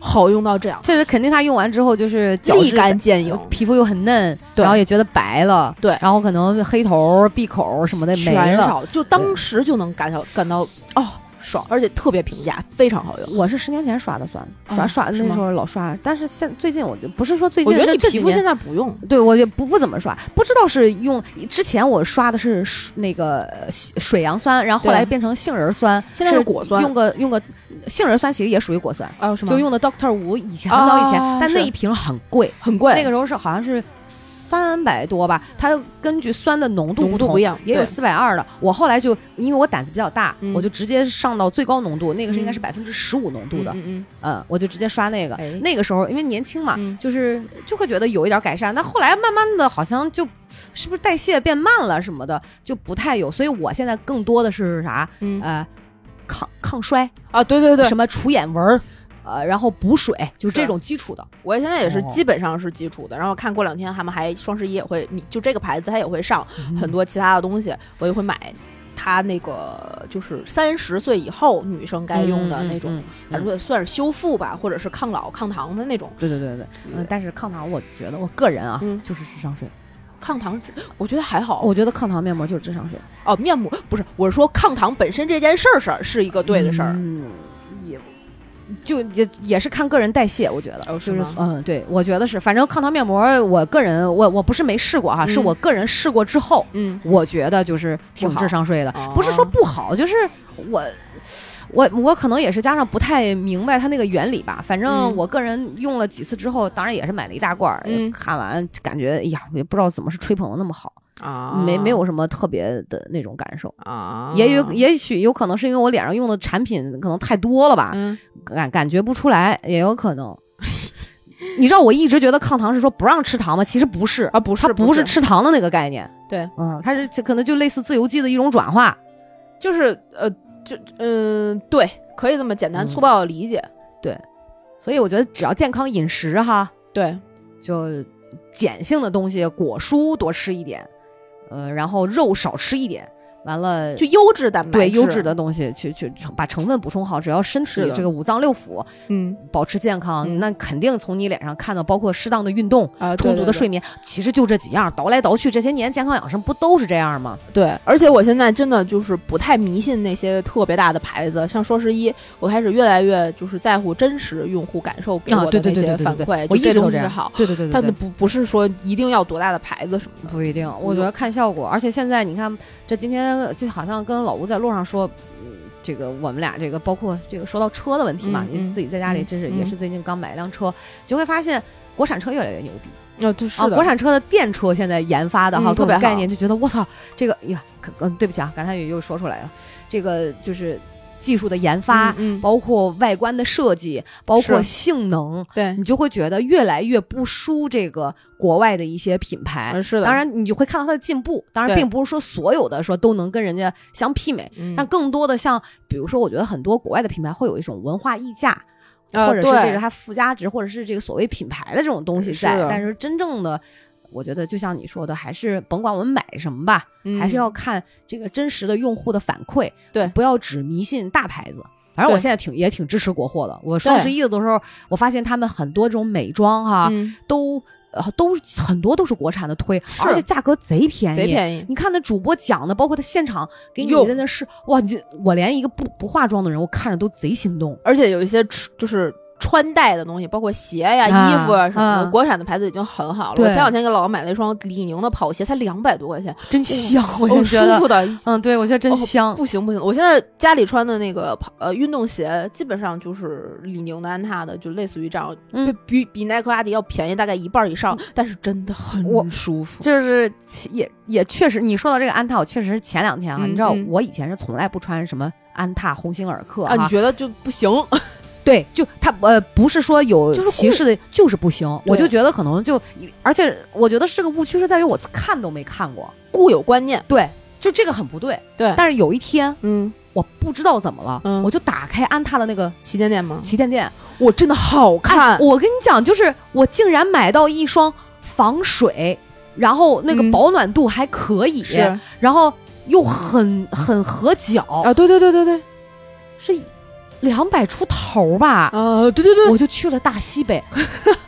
Speaker 3: 好用到这样，
Speaker 2: 这是肯定，他用完之后就是嗯角
Speaker 3: 立
Speaker 2: 质
Speaker 3: 竿见影，
Speaker 2: 皮肤又很嫩，
Speaker 3: 对
Speaker 2: 然后也觉得白了，
Speaker 3: 对
Speaker 2: 然后可能黑头、闭口什么的没
Speaker 3: 全
Speaker 2: 了。
Speaker 3: 少，就当时就能感到感到哦爽，而且特别平价，非常好用。
Speaker 2: 我是十年前刷的酸，
Speaker 3: 哦
Speaker 2: 刷刷那
Speaker 3: 是吗
Speaker 2: 时候老刷，但是现最啊近我就不是说最
Speaker 3: 我
Speaker 2: 近，
Speaker 3: 觉得你
Speaker 2: 这
Speaker 3: 皮
Speaker 2: 几
Speaker 3: 肤
Speaker 2: 年
Speaker 3: 现在不用，
Speaker 2: 对我也不不怎么刷，不知道是用之前我刷的是水那个呃洗水杨酸，然后后
Speaker 3: 对
Speaker 2: 来变成杏仁酸，哦
Speaker 3: 现在是果酸
Speaker 2: 用个用个杏仁酸其实也属于果酸，
Speaker 3: 啊，什么
Speaker 2: 就用的 Doctor 吴以前很早以前
Speaker 3: 啊，
Speaker 2: 但那
Speaker 3: 是
Speaker 2: 一瓶很贵，
Speaker 3: 很贵
Speaker 2: 那个时候是好像是三百多吧，它根据酸的浓度
Speaker 3: 浓
Speaker 2: 不
Speaker 3: 度
Speaker 2: 同
Speaker 3: 不一样
Speaker 2: 也有
Speaker 3: 对
Speaker 2: 四百二的。我后来就因为我胆子比较大，
Speaker 3: 嗯
Speaker 2: 我就直接上到最高浓度，那个是应该是
Speaker 3: 嗯
Speaker 2: 百分之十五浓度的，嗯
Speaker 3: 嗯嗯
Speaker 2: 我就直接刷那个。
Speaker 3: 哎
Speaker 2: 那个时候因为年轻嘛，
Speaker 3: 嗯
Speaker 2: 就是就会觉得有一点改善，但后来慢慢的好像就是不是代谢变慢了什么的，就不太有。所以我现在更多的是啥？
Speaker 3: 嗯嗯
Speaker 2: 呃，抗抗衰，
Speaker 3: 啊，对对对，
Speaker 2: 什么除眼纹儿。呃，然后补水，就是这
Speaker 3: 是
Speaker 2: 种基础的。
Speaker 3: 我现在也是
Speaker 2: 哦
Speaker 3: 基本上是基础的，然后看过两天他们还双十一也会，就这个牌子它也会上
Speaker 2: 嗯
Speaker 3: 很多其他的东西，我也会买。它那个就是三十岁以后女生该用的那
Speaker 2: 嗯嗯嗯，
Speaker 3: 种
Speaker 2: 嗯
Speaker 3: 反正也算是修复吧，或者是抗老抗糖的那种。
Speaker 2: 对对对对，嗯，但是抗糖，我觉得我个人啊，
Speaker 3: 嗯
Speaker 2: 就是智商税。
Speaker 3: 抗糖只我觉得还好
Speaker 2: 我觉得抗糖面膜就是智商税，
Speaker 3: 哦，面膜不是，我是说抗糖本身这件事儿事儿是一个对的事儿。
Speaker 2: 嗯，也就也也是看个人代谢，我觉得，
Speaker 3: 哦是
Speaker 2: 就是
Speaker 3: 吗
Speaker 2: 嗯，对，我觉得是，反正抗糖面膜，我个人我我不是没试过哈，
Speaker 3: 嗯
Speaker 2: 是我个人试过之后，
Speaker 3: 嗯，
Speaker 2: 我觉得就是挺
Speaker 3: 不好
Speaker 2: 智商税的，
Speaker 3: 哦
Speaker 2: 不是说不好，就是我。我我可能也是加上不太明白它那个原理吧，反正
Speaker 3: 嗯
Speaker 2: 我个人用了几次之后，当然也是买了一大罐儿，
Speaker 3: 嗯
Speaker 2: 看完感觉哎呀，也不知道怎么是吹捧的那么好，
Speaker 3: 啊
Speaker 2: 没没有什么特别的那种感受。
Speaker 3: 啊，
Speaker 2: 也有也许有可能是因为我脸上用的产品可能太多了吧，
Speaker 3: 嗯
Speaker 2: 感感觉不出来，也有可能。 *laughs* 你知道我一直觉得抗糖是说不让吃糖吗？其实不是，
Speaker 3: 啊不是
Speaker 2: 它不
Speaker 3: 不
Speaker 2: 是
Speaker 3: 是
Speaker 2: 吃糖的那个概念。
Speaker 3: 对，
Speaker 2: 嗯，它是就可能就类似自由基的一种转化。
Speaker 3: 就是呃就嗯、对，可以这么简单
Speaker 2: 嗯
Speaker 3: 粗暴地理解，
Speaker 2: 所以我觉得只要健康饮食哈，
Speaker 3: 对，
Speaker 2: 就碱性的东西，果蔬多吃一点，呃，然后肉少吃一点，完了
Speaker 3: 就优质蛋白
Speaker 2: 对优质
Speaker 3: 质
Speaker 2: 的东西去去成把成分补充好，只要身体
Speaker 3: 是的
Speaker 2: 这个五脏六腑
Speaker 3: 嗯
Speaker 2: 保持健康，
Speaker 3: 嗯
Speaker 2: 那肯定从你脸上看到，包括适当的运动、
Speaker 3: 啊
Speaker 2: 充足的。
Speaker 3: 对对对
Speaker 2: 睡眠，其实就这几样，倒来倒去，这些年健康养生不都是这样吗？
Speaker 3: 对，而且我现在真的就是不太迷信那些特别大的牌子，像双十一，我开始越来越就是在乎真实用户感受给
Speaker 2: 啊，
Speaker 3: 我
Speaker 2: 对对
Speaker 3: 的那
Speaker 2: 对对
Speaker 3: 些
Speaker 2: 对
Speaker 3: 反
Speaker 2: 对
Speaker 3: 馈，
Speaker 2: 我
Speaker 3: 就
Speaker 2: 一直
Speaker 3: 这
Speaker 2: 都
Speaker 3: 东
Speaker 2: 这
Speaker 3: 西是
Speaker 2: 样
Speaker 3: 好。
Speaker 2: 对对对对
Speaker 3: 但
Speaker 2: 对，
Speaker 3: 不不是说一定要多大的牌子什么的，
Speaker 2: 不一定，我觉得看效果，而且现在你看，这今天就好像跟老吴在路上说，嗯，这个我们俩这个包括这个说到车的问题嘛，
Speaker 3: 嗯嗯
Speaker 2: 你自己在家里真是
Speaker 3: 嗯
Speaker 2: 也是最近刚买一辆车，就会发现国产车越来越牛逼
Speaker 3: 啊，对，是
Speaker 2: 啊！
Speaker 3: 的，
Speaker 2: 国产车的电车现在研发的哈，
Speaker 3: 嗯特别
Speaker 2: 各种概念就觉得我操，这个哎呀，可嗯，对不起啊，感叹语又说出来了，这个就是技术的研发，
Speaker 3: 嗯，嗯
Speaker 2: 包括外观的设计，包括
Speaker 3: 是
Speaker 2: 性能，
Speaker 3: 对，
Speaker 2: 你就会觉得越来越不输这个国外的一些品牌。
Speaker 3: 嗯是的，
Speaker 2: 当，然，你就会看到它的进步。当然，
Speaker 3: 对
Speaker 2: 并不是说所有的说都能跟人家相媲美，
Speaker 3: 嗯
Speaker 2: 但更多的像，比如说，我觉得很多国外的品牌会有一种文化溢价，
Speaker 3: 啊
Speaker 2: 或者是
Speaker 3: 对
Speaker 2: 这个它附加值，或者是这个所谓品牌的这种东西
Speaker 3: 是
Speaker 2: 在。
Speaker 3: 的
Speaker 2: 但是真正的，我觉得就像你说的，还是甭管我们买什么吧，还是
Speaker 3: 嗯
Speaker 2: 要看这个真实的用户的反馈，
Speaker 3: 对
Speaker 2: 不要只迷信大牌子。反正我
Speaker 3: 对
Speaker 2: 现在挺也挺支持国货的。我双十一的时候，我发现他们很多这种美妆哈、
Speaker 3: 嗯
Speaker 2: 都呃都很多都是国产的推，
Speaker 3: 是
Speaker 2: 而且价格贼便宜。
Speaker 3: 贼便宜，
Speaker 2: 你看那主播讲的，包括他现场给你
Speaker 3: 用
Speaker 2: 在那试，哇！你就我连一个不不化妆的人，我看着都贼心动。
Speaker 3: 而且有一些吃就是。穿戴的东西，包括鞋呀、
Speaker 2: 啊
Speaker 3: 衣服啊什么的，
Speaker 2: 啊
Speaker 3: 国产的牌子已经很好了。
Speaker 2: 对
Speaker 3: 我前两天给老王买了一双李宁的跑鞋，才两百多块钱，
Speaker 2: *laughs* 真香，我
Speaker 3: 哦
Speaker 2: 就觉得，
Speaker 3: 舒服的，
Speaker 2: 嗯，对我觉得真
Speaker 3: 哦
Speaker 2: 香。
Speaker 3: 不行不行，我现在家里穿的那个跑呃运动鞋，基本上就是李宁的、安踏的，就类似于这样，
Speaker 2: 嗯
Speaker 3: 比比耐克、阿迪要便宜大概一半以上，但是真的
Speaker 2: 我
Speaker 3: 很舒服。
Speaker 2: 就是其也也确实，你说到这个安踏，我确实是前两天啊，
Speaker 3: 嗯
Speaker 2: 你知道
Speaker 3: 嗯
Speaker 2: 我以前是从来不穿什么安踏、鸿星尔克
Speaker 3: 啊，你
Speaker 2: 哈
Speaker 3: 觉得就不行？
Speaker 2: 对，就它呃不是说有
Speaker 3: 就是
Speaker 2: 歧视的，就是不行。我就
Speaker 3: 对
Speaker 2: 觉得可能就，而且我觉得是个误区，是在于我看都没看过，
Speaker 3: *laughs* 固有观念，
Speaker 2: 对，就这个很不对。
Speaker 3: 对
Speaker 2: 但是有一天
Speaker 3: 嗯，
Speaker 2: 我不知道怎么了，
Speaker 3: 嗯
Speaker 2: 我就打开安踏的那个
Speaker 3: 旗舰店吗？哎
Speaker 2: 旗舰店，
Speaker 3: 我真的好看，
Speaker 2: 我跟你讲，就是我竟然买到一双防水，然后那个
Speaker 3: 嗯
Speaker 2: 保暖度还可以，
Speaker 3: 是嗯啊，
Speaker 2: 然后又很很合脚，
Speaker 3: 对对对对对，
Speaker 2: 是两百出头吧。
Speaker 3: 啊，对对对，
Speaker 2: 我就去了大西
Speaker 3: *laughs*
Speaker 2: 北，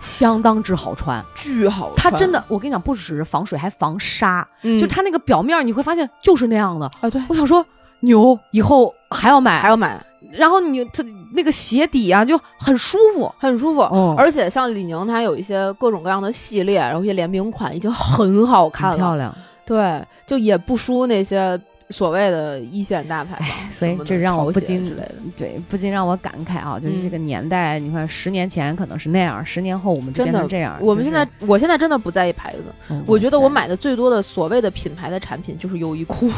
Speaker 2: 相当之好穿。
Speaker 3: 巨好
Speaker 2: 它
Speaker 3: 看，
Speaker 2: 真的，我跟你讲，不只是防水，还防沙。
Speaker 3: 嗯，
Speaker 2: 就它那个表面，你会发现就是那样的。
Speaker 3: 啊，对，
Speaker 2: 我想说，牛，以后还要
Speaker 3: 还
Speaker 2: 买。
Speaker 3: 要买，
Speaker 2: 然后你它那个鞋底啊，就很舒服。
Speaker 3: 很舒服。
Speaker 2: 哦
Speaker 3: 而且像李宁，它有一些各种各样的系列，然后一些联名款，已经很好看
Speaker 2: 很
Speaker 3: 了
Speaker 2: 漂。亮。
Speaker 3: 对，就也不输那些所谓的一线大牌吧。
Speaker 2: 哎所以
Speaker 3: 什么的
Speaker 2: 这让我不
Speaker 3: 潮鞋
Speaker 2: 禁
Speaker 3: 之类的，
Speaker 2: 对，不禁让我感慨啊，就是
Speaker 3: 嗯
Speaker 2: 嗯这个年代，你看十年前可能是那样，十年后我们就
Speaker 3: 真
Speaker 2: 变
Speaker 3: 的
Speaker 2: 成这样。
Speaker 3: 我们
Speaker 2: 就
Speaker 3: 现
Speaker 2: 是
Speaker 3: 在，我现在真的不在意牌子，
Speaker 2: 嗯
Speaker 3: 我觉得我
Speaker 2: 对
Speaker 3: 买的最多的所谓的品牌的产品就是优衣库。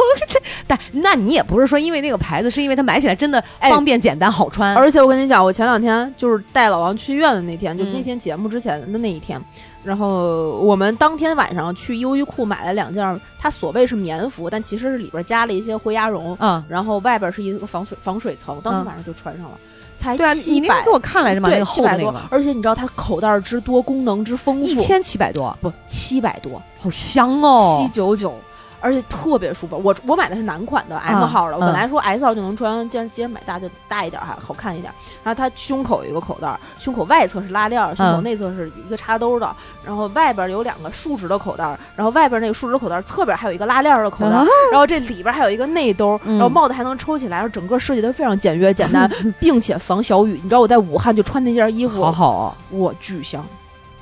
Speaker 3: *laughs*
Speaker 2: 但那你也不是说因为那个牌子，是因为它买起来真的
Speaker 3: 哎
Speaker 2: 方便、简单、好穿。
Speaker 3: 而且我跟你讲，我前两天就是带老王去医院的那天，就是
Speaker 2: 嗯
Speaker 3: 那天节目之前的那一天，然后我们当天晚上去优衣库买了两件儿，它所谓是棉服，但其实是里边加了一些灰鸭绒，
Speaker 2: 嗯，
Speaker 3: 然后外边是一个防水防水层，当天
Speaker 2: 嗯
Speaker 3: 晚上就穿上了，才
Speaker 2: 对啊，你那
Speaker 3: 700
Speaker 2: 天给我看来着嘛，
Speaker 3: 对
Speaker 2: 那个厚的
Speaker 3: 700
Speaker 2: 那个
Speaker 3: 多
Speaker 2: 嘛，
Speaker 3: 而且你知道它口袋儿之多，功能之丰富，
Speaker 2: 一千七百多，
Speaker 3: 不七百多，
Speaker 2: 好香
Speaker 3: 七
Speaker 2: 哦。
Speaker 3: 九九。而且特别舒服，我我买的是男款的 M
Speaker 2: 嗯
Speaker 3: 号的，我本
Speaker 2: 嗯
Speaker 3: 来说 S 号就能穿，既然既然买大就大一点儿还好看一点儿。然后它胸口有一个口袋儿，胸口外侧是拉链儿，胸口
Speaker 2: 嗯
Speaker 3: 内侧是一个插兜的，然后外边有两个竖直的口袋儿，然后外边那个竖直口袋儿侧边还有一个拉链儿的口袋儿，
Speaker 2: 啊
Speaker 3: 然后这里边还有一个内兜，
Speaker 2: 嗯
Speaker 3: 然后帽子还能抽起来，然后整个设计的非常简约
Speaker 2: *laughs*
Speaker 3: 简单，并且防小雨。你知道我在武汉就穿那件衣服，
Speaker 2: 好好哦，
Speaker 3: 我巨香，呃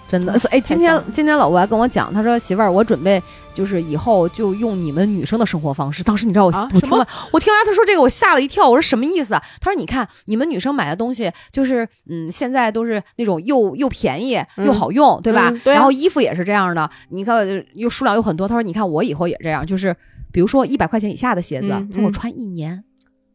Speaker 2: 真的。所以哎今
Speaker 3: 嗯太
Speaker 2: 天
Speaker 3: 香
Speaker 2: 今天老吴还跟我讲，他说媳妇儿，我准备就是以后就用你们女生的生活方式。当时你知道我、
Speaker 3: 啊
Speaker 2: 我
Speaker 3: 什
Speaker 2: 听
Speaker 3: 么
Speaker 2: 完我听完他说这个，我吓了一跳，我说什么意思啊？他说你看你们女生买的东西就是嗯，现在都是那种又又便宜
Speaker 3: 嗯
Speaker 2: 又好用，对吧？
Speaker 3: 嗯对啊
Speaker 2: 然后衣服也是这样的，你看呃又数量又很多。他说你看我以后也这样，就是。比如说一百块钱以下的鞋子，
Speaker 3: 嗯
Speaker 2: 他说我
Speaker 3: 嗯
Speaker 2: 穿一年、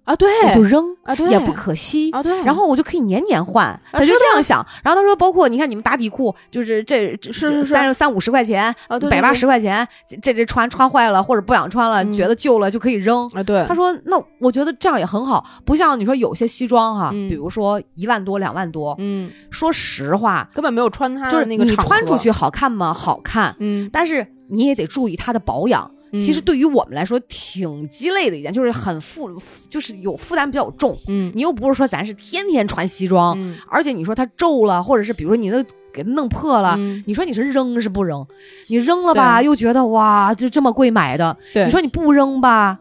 Speaker 3: 啊，对
Speaker 2: 我就扔，
Speaker 3: 啊，对，
Speaker 2: 也不可惜
Speaker 3: 啊，对，
Speaker 2: 然后我就可以年年换，他
Speaker 3: 是
Speaker 2: 就
Speaker 3: 的
Speaker 2: 这样想。然后他说，包括你看你们打底裤，就是这这
Speaker 3: 是是是
Speaker 2: 三三五十块钱，
Speaker 3: 啊对对
Speaker 2: 百八
Speaker 3: 对
Speaker 2: 十块钱，这这这穿穿坏了或者不想穿了，
Speaker 3: 嗯
Speaker 2: 觉得旧了就可以扔。
Speaker 3: 啊，对，
Speaker 2: 他说，那我觉得这样也很好，不像你说有些西装哈，
Speaker 3: 嗯
Speaker 2: 比如说一万多、两万多，
Speaker 3: 嗯，
Speaker 2: 说实话，
Speaker 3: 根本没有穿它的
Speaker 2: 就是
Speaker 3: 那个
Speaker 2: 你
Speaker 3: 场
Speaker 2: 穿
Speaker 3: 合
Speaker 2: 出，去好看吗？好看，
Speaker 3: 嗯，
Speaker 2: 但是你也得注意它的保养。其实
Speaker 3: 嗯
Speaker 2: 对于我们来说挺鸡肋的一件，就是很负，就是有负担比较重。
Speaker 3: 嗯，
Speaker 2: 你又不是说咱是天天穿西装，
Speaker 3: 嗯
Speaker 2: 而且你说它皱了，或者是比如说你那给弄破了，
Speaker 3: 嗯
Speaker 2: 你说你是扔是不扔？你扔了吧，
Speaker 3: 对
Speaker 2: 又觉得哇，就这么贵买的，
Speaker 3: 对，
Speaker 2: 你说你不扔吧，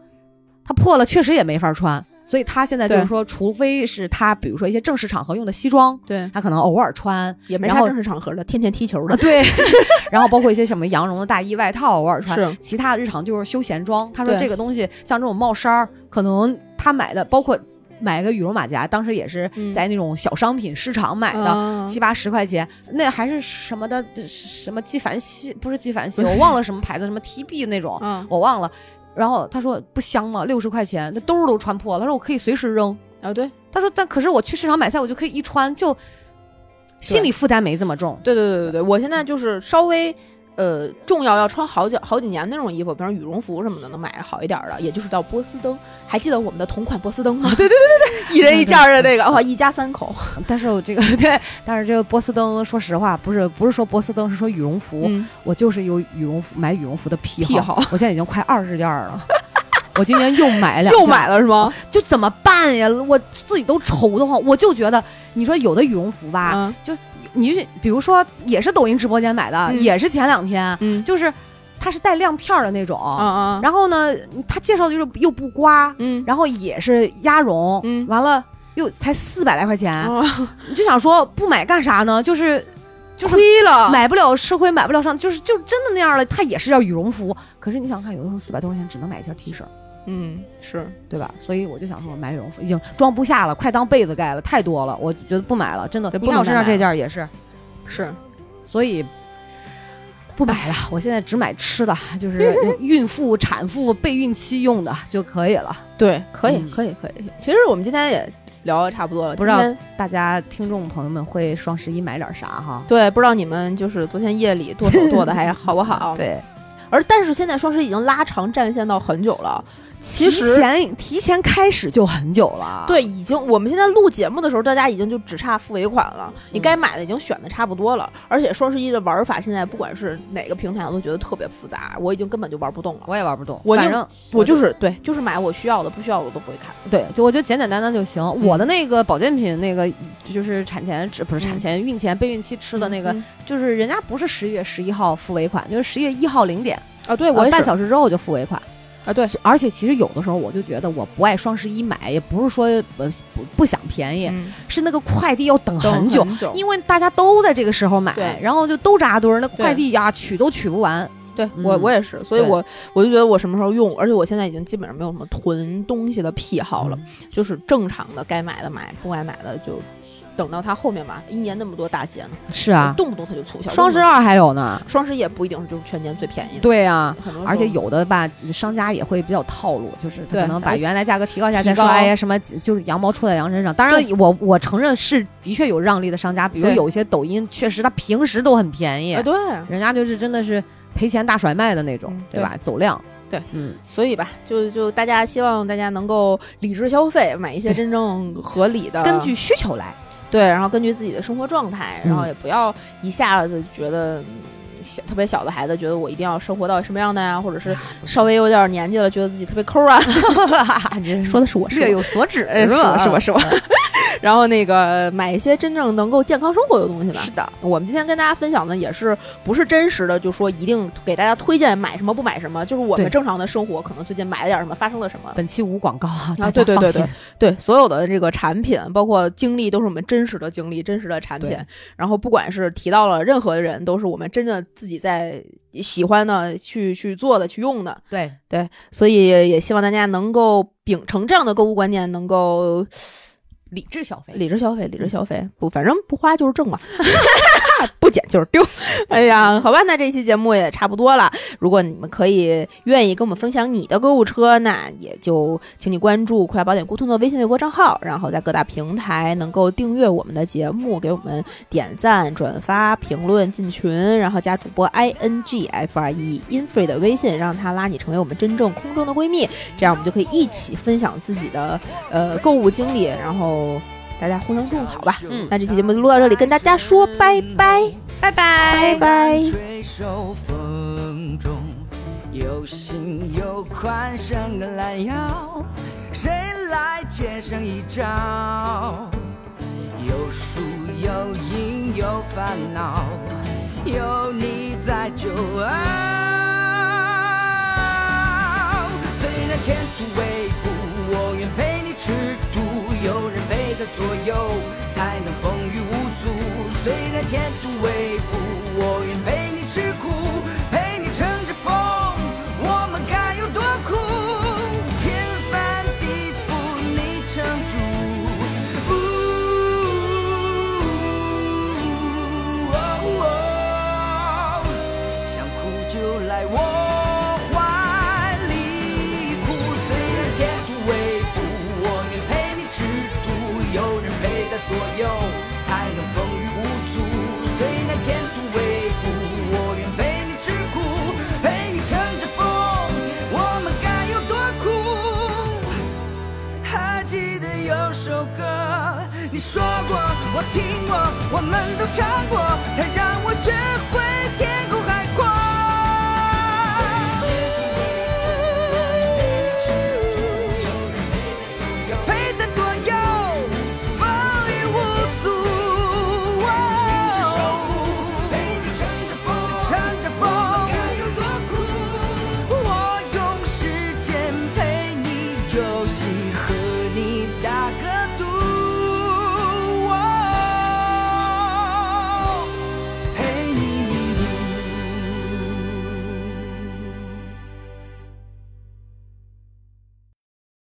Speaker 2: 它破了确实也没法穿。所以他现在就
Speaker 3: 对
Speaker 2: 是说，除非是他比如说一些正式场合用的西装，
Speaker 3: 对，
Speaker 2: 他可能偶尔
Speaker 3: *laughs*
Speaker 2: 穿，
Speaker 3: 也没
Speaker 2: 然
Speaker 3: 啥
Speaker 2: 后
Speaker 3: 正式场合的，天天踢球
Speaker 2: 啊
Speaker 3: 的，
Speaker 2: 对， *laughs* 然后包括一些什么羊绒的大衣、外套偶尔穿，
Speaker 3: 是
Speaker 2: 其他日常就是休闲装。他说
Speaker 3: 对
Speaker 2: 这个东西像这种帽衫儿，可能他买的包括买个羽绒马甲，当时也是
Speaker 3: 嗯
Speaker 2: 在那种小商品市场买的，
Speaker 3: 啊
Speaker 2: 七八十块钱，那还是什么的什么纪梵希，不是纪梵希，我忘了什么牌子，什么 TB 那种，
Speaker 3: 啊
Speaker 2: 我忘了。然后他说不香吗？六十块钱，那兜儿都穿破了。他说我可以随时扔。
Speaker 3: 啊，对，
Speaker 2: 他说但可是我去市场买菜，我就可以一穿，就心理负担没这么重。 *laughs*
Speaker 3: 对对对对对，我现在就是稍微。呃，重要要穿好几好几年那种衣服，比如羽绒服什么的，能买好一点的，也就是叫波司登。还记得我们的同款波司登吗？啊对对对对对，一人一件儿的那个，哇，一家三口。
Speaker 2: 但是我这个 *laughs* 对，但是这个波司登，说实话，不是不是说波司登，是说羽绒服。
Speaker 3: 嗯
Speaker 2: 我就是有羽绒服买羽绒服的癖
Speaker 3: 癖好
Speaker 2: 我现在已经快二十件儿了。我今年又买两，
Speaker 3: *laughs* 又买了是吗？
Speaker 2: 就怎么办呀？我自己都愁得慌。我就觉得，你说有的羽绒服吧，
Speaker 3: 啊，
Speaker 2: 你就比如说也是抖音直播间买的，
Speaker 3: 嗯
Speaker 2: 也是前两天，
Speaker 3: 嗯，
Speaker 2: 就是它是带亮片儿的那种，
Speaker 3: 啊啊，
Speaker 2: 然后呢，它介绍的就是又不刮，
Speaker 3: 嗯，
Speaker 2: 然后也是鸭绒，
Speaker 3: 嗯
Speaker 2: 完了又才四百来块钱，
Speaker 3: 哦
Speaker 2: 你就想说不买干啥呢？就是就是
Speaker 3: 亏了，
Speaker 2: 买不了吃亏，买不了上，就是就真的那样了。它也是件羽绒服，可是你想看，有的时候四百多块钱只能买一件 T 恤。
Speaker 3: 嗯，是
Speaker 2: 对吧？所以我就想说，买羽绒服已经装不下了，快当被子盖了，太多了，我觉得不买了，真的。你
Speaker 3: 对不
Speaker 2: 看
Speaker 3: 能
Speaker 2: 我身上
Speaker 3: 再买
Speaker 2: 这件儿也是，
Speaker 3: 是，
Speaker 2: 所以不买了。我现在只买吃的，就是
Speaker 3: *laughs*
Speaker 2: 孕妇、产妇、备孕期用的就可以了。
Speaker 3: 对，可以，
Speaker 2: 嗯
Speaker 3: 可以，可以。其实我们今天也聊的差不多了，
Speaker 2: 不知道
Speaker 3: 今天
Speaker 2: 大家听众朋友们会双十一买点啥哈？
Speaker 3: 对，不知道你们就是昨天夜里剁手剁的还好不
Speaker 2: *laughs*
Speaker 3: 好？，
Speaker 2: 对，
Speaker 3: 而但是现在双十一已经拉长战线到很久了，其
Speaker 2: 提
Speaker 3: 实。
Speaker 2: 前提前开始就很久了。
Speaker 3: 对，已经我们现在录节目的时候，大家已经就只差付尾款了。你
Speaker 2: 嗯
Speaker 3: 该买的已经选的差不多了，而且双十一的玩法现在不管是哪个平台，我都觉得特别复杂，我已经根本就玩不动了。
Speaker 2: 我也玩不动，
Speaker 3: 我就
Speaker 2: 反正
Speaker 3: 我就是对，就是买我需要的，不需要的我都不会看。
Speaker 2: 对，就我觉得简简单单就行。我的那个保健品，那个就是产前吃不是产前孕前备孕期吃的那个，
Speaker 3: 嗯
Speaker 2: 就是人家不是十一月十一号付尾款，就是十一月一号零点，
Speaker 3: 啊，对
Speaker 2: 我
Speaker 3: 我也
Speaker 2: 半
Speaker 3: 是
Speaker 2: 小时之后就付尾款。
Speaker 3: 啊，对，
Speaker 2: 而且其实有的时候我就觉得我不爱双十一买，也不是说呃不不想便宜，
Speaker 3: 嗯
Speaker 2: 是那个快递要等
Speaker 3: 等
Speaker 2: *laughs* 很久。
Speaker 3: 很久
Speaker 2: 因为大家都在这个时候买
Speaker 3: 对，
Speaker 2: 然后就都扎堆儿，那快递呀取都取不完。
Speaker 3: 对我我
Speaker 2: 嗯
Speaker 3: 也是，所以
Speaker 2: 对
Speaker 3: 我我就觉得我什么时候用，而且我现在已经基本上没有什么囤东西的癖好了，
Speaker 2: 嗯
Speaker 3: 就是正常的该买的买，不该买的就等到它后面吧。一年那么多大节呢，
Speaker 2: 是啊，
Speaker 3: 动不动它就促销。
Speaker 2: 双十
Speaker 3: 动不
Speaker 2: 二还有呢。
Speaker 3: 动，双十一也不一定就是全年最便宜的，
Speaker 2: 对啊，
Speaker 3: 很多时候
Speaker 2: 而且有的吧，商家也会比较套路，就是他
Speaker 3: 哦对
Speaker 2: 可能把原来价格提高一下，
Speaker 3: 提
Speaker 2: 再说
Speaker 3: 高
Speaker 2: 哎呀什么，就是羊毛出在羊身上。当然
Speaker 3: 对
Speaker 2: 我，我承认是的确有让利的商家，比如
Speaker 3: 对
Speaker 2: 有一些抖音确实它平时都很便宜
Speaker 3: 啊，对，
Speaker 2: 人家就是真的是赔钱大甩卖的那种，
Speaker 3: 嗯
Speaker 2: 对吧？走量，
Speaker 3: 对，
Speaker 2: 嗯，
Speaker 3: 所以吧，就就大家希望大家能够理智消费，买一些
Speaker 2: 对
Speaker 3: 真正合理的，
Speaker 2: 根据需求来，
Speaker 3: 对，然后根据自己的生活状态，然后
Speaker 2: 嗯
Speaker 3: 也不要一下子觉得。嗯小特别小的孩子觉得我一定要生活到什么样的呀，或者
Speaker 2: 啊
Speaker 3: 是稍微有点年纪了，觉得自己特别抠啊。
Speaker 2: 啊、你
Speaker 3: 说的是我，是
Speaker 2: 略
Speaker 3: 我
Speaker 2: 有所指，
Speaker 3: 哎是
Speaker 2: 吧？
Speaker 3: 我是我是我
Speaker 2: 嗯
Speaker 3: *laughs* 然后那个买一些真正能够健康生活的东西吧。
Speaker 1: 是的，
Speaker 3: 我们今天跟大家分享的也是不是真实的，就说一定给大家推荐买什么不买什么，就是我
Speaker 2: 对
Speaker 3: 们正常的生活，可能最近买了点什么，发生了什么。
Speaker 2: 本期无广告啊，大家
Speaker 3: 对对
Speaker 2: 放
Speaker 3: 对
Speaker 2: 心
Speaker 3: 对对，所有的这个产品，包括经历，都是我们真实的经历、真实的产品
Speaker 2: 对。
Speaker 3: 然后不管是提到了任何人，都是我们真的自己在喜欢的去去做的、去用的。
Speaker 2: 对，
Speaker 3: 所以也希望大家能够秉承这样的购物观念，能够
Speaker 2: 理智消费，
Speaker 3: 理智消费，理智消费，不，反正不花就是挣嘛， *laughs* 不捡就是丢。 *laughs* 哎呀，好吧，那这期节目也差不多了。如果你们可以愿意跟我们分享你的购物车，那也就请你关注“快宝典沟通”的微信、微博账号，然后在各大平台能够订阅我们的节目，给我们点赞、转发、评论、进群，然后加主播 i n g f r e infree 的微信，让他拉你成为我们真正空中的闺蜜，这样我们就可以一起分享自己的呃购物经历，然后大家互相种草吧。
Speaker 2: 嗯
Speaker 3: 那这期节目就录到这里，跟大家说拜拜，
Speaker 2: 拜拜
Speaker 3: 拜拜。
Speaker 6: 吹手风中，有心有款伸个懒腰，谁来接上一招？有输有赢有烦恼，有你在就好。虽然前途未卜，我愿陪你吃土，有人陪在左右，才能风雨无阻。虽然前途未卜，我愿陪你吃苦，陪你乘着风，我们该有多酷？天翻地覆，你撑住。呜哦哦想哭就来我怀里哭，虽然前途未卜，我愿陪你吃土，有人陪在左右，才能风雨无阻。虽然前途未卜，我愿陪你吃苦，陪你乘着风，我们该有多酷？还记得有首歌，你说过，我听过，我们都唱过，它让我学会天空海阔。陪在左右，风雨无阻。陪你乘着风，乘着风，该有多酷？我用时间陪你游戏。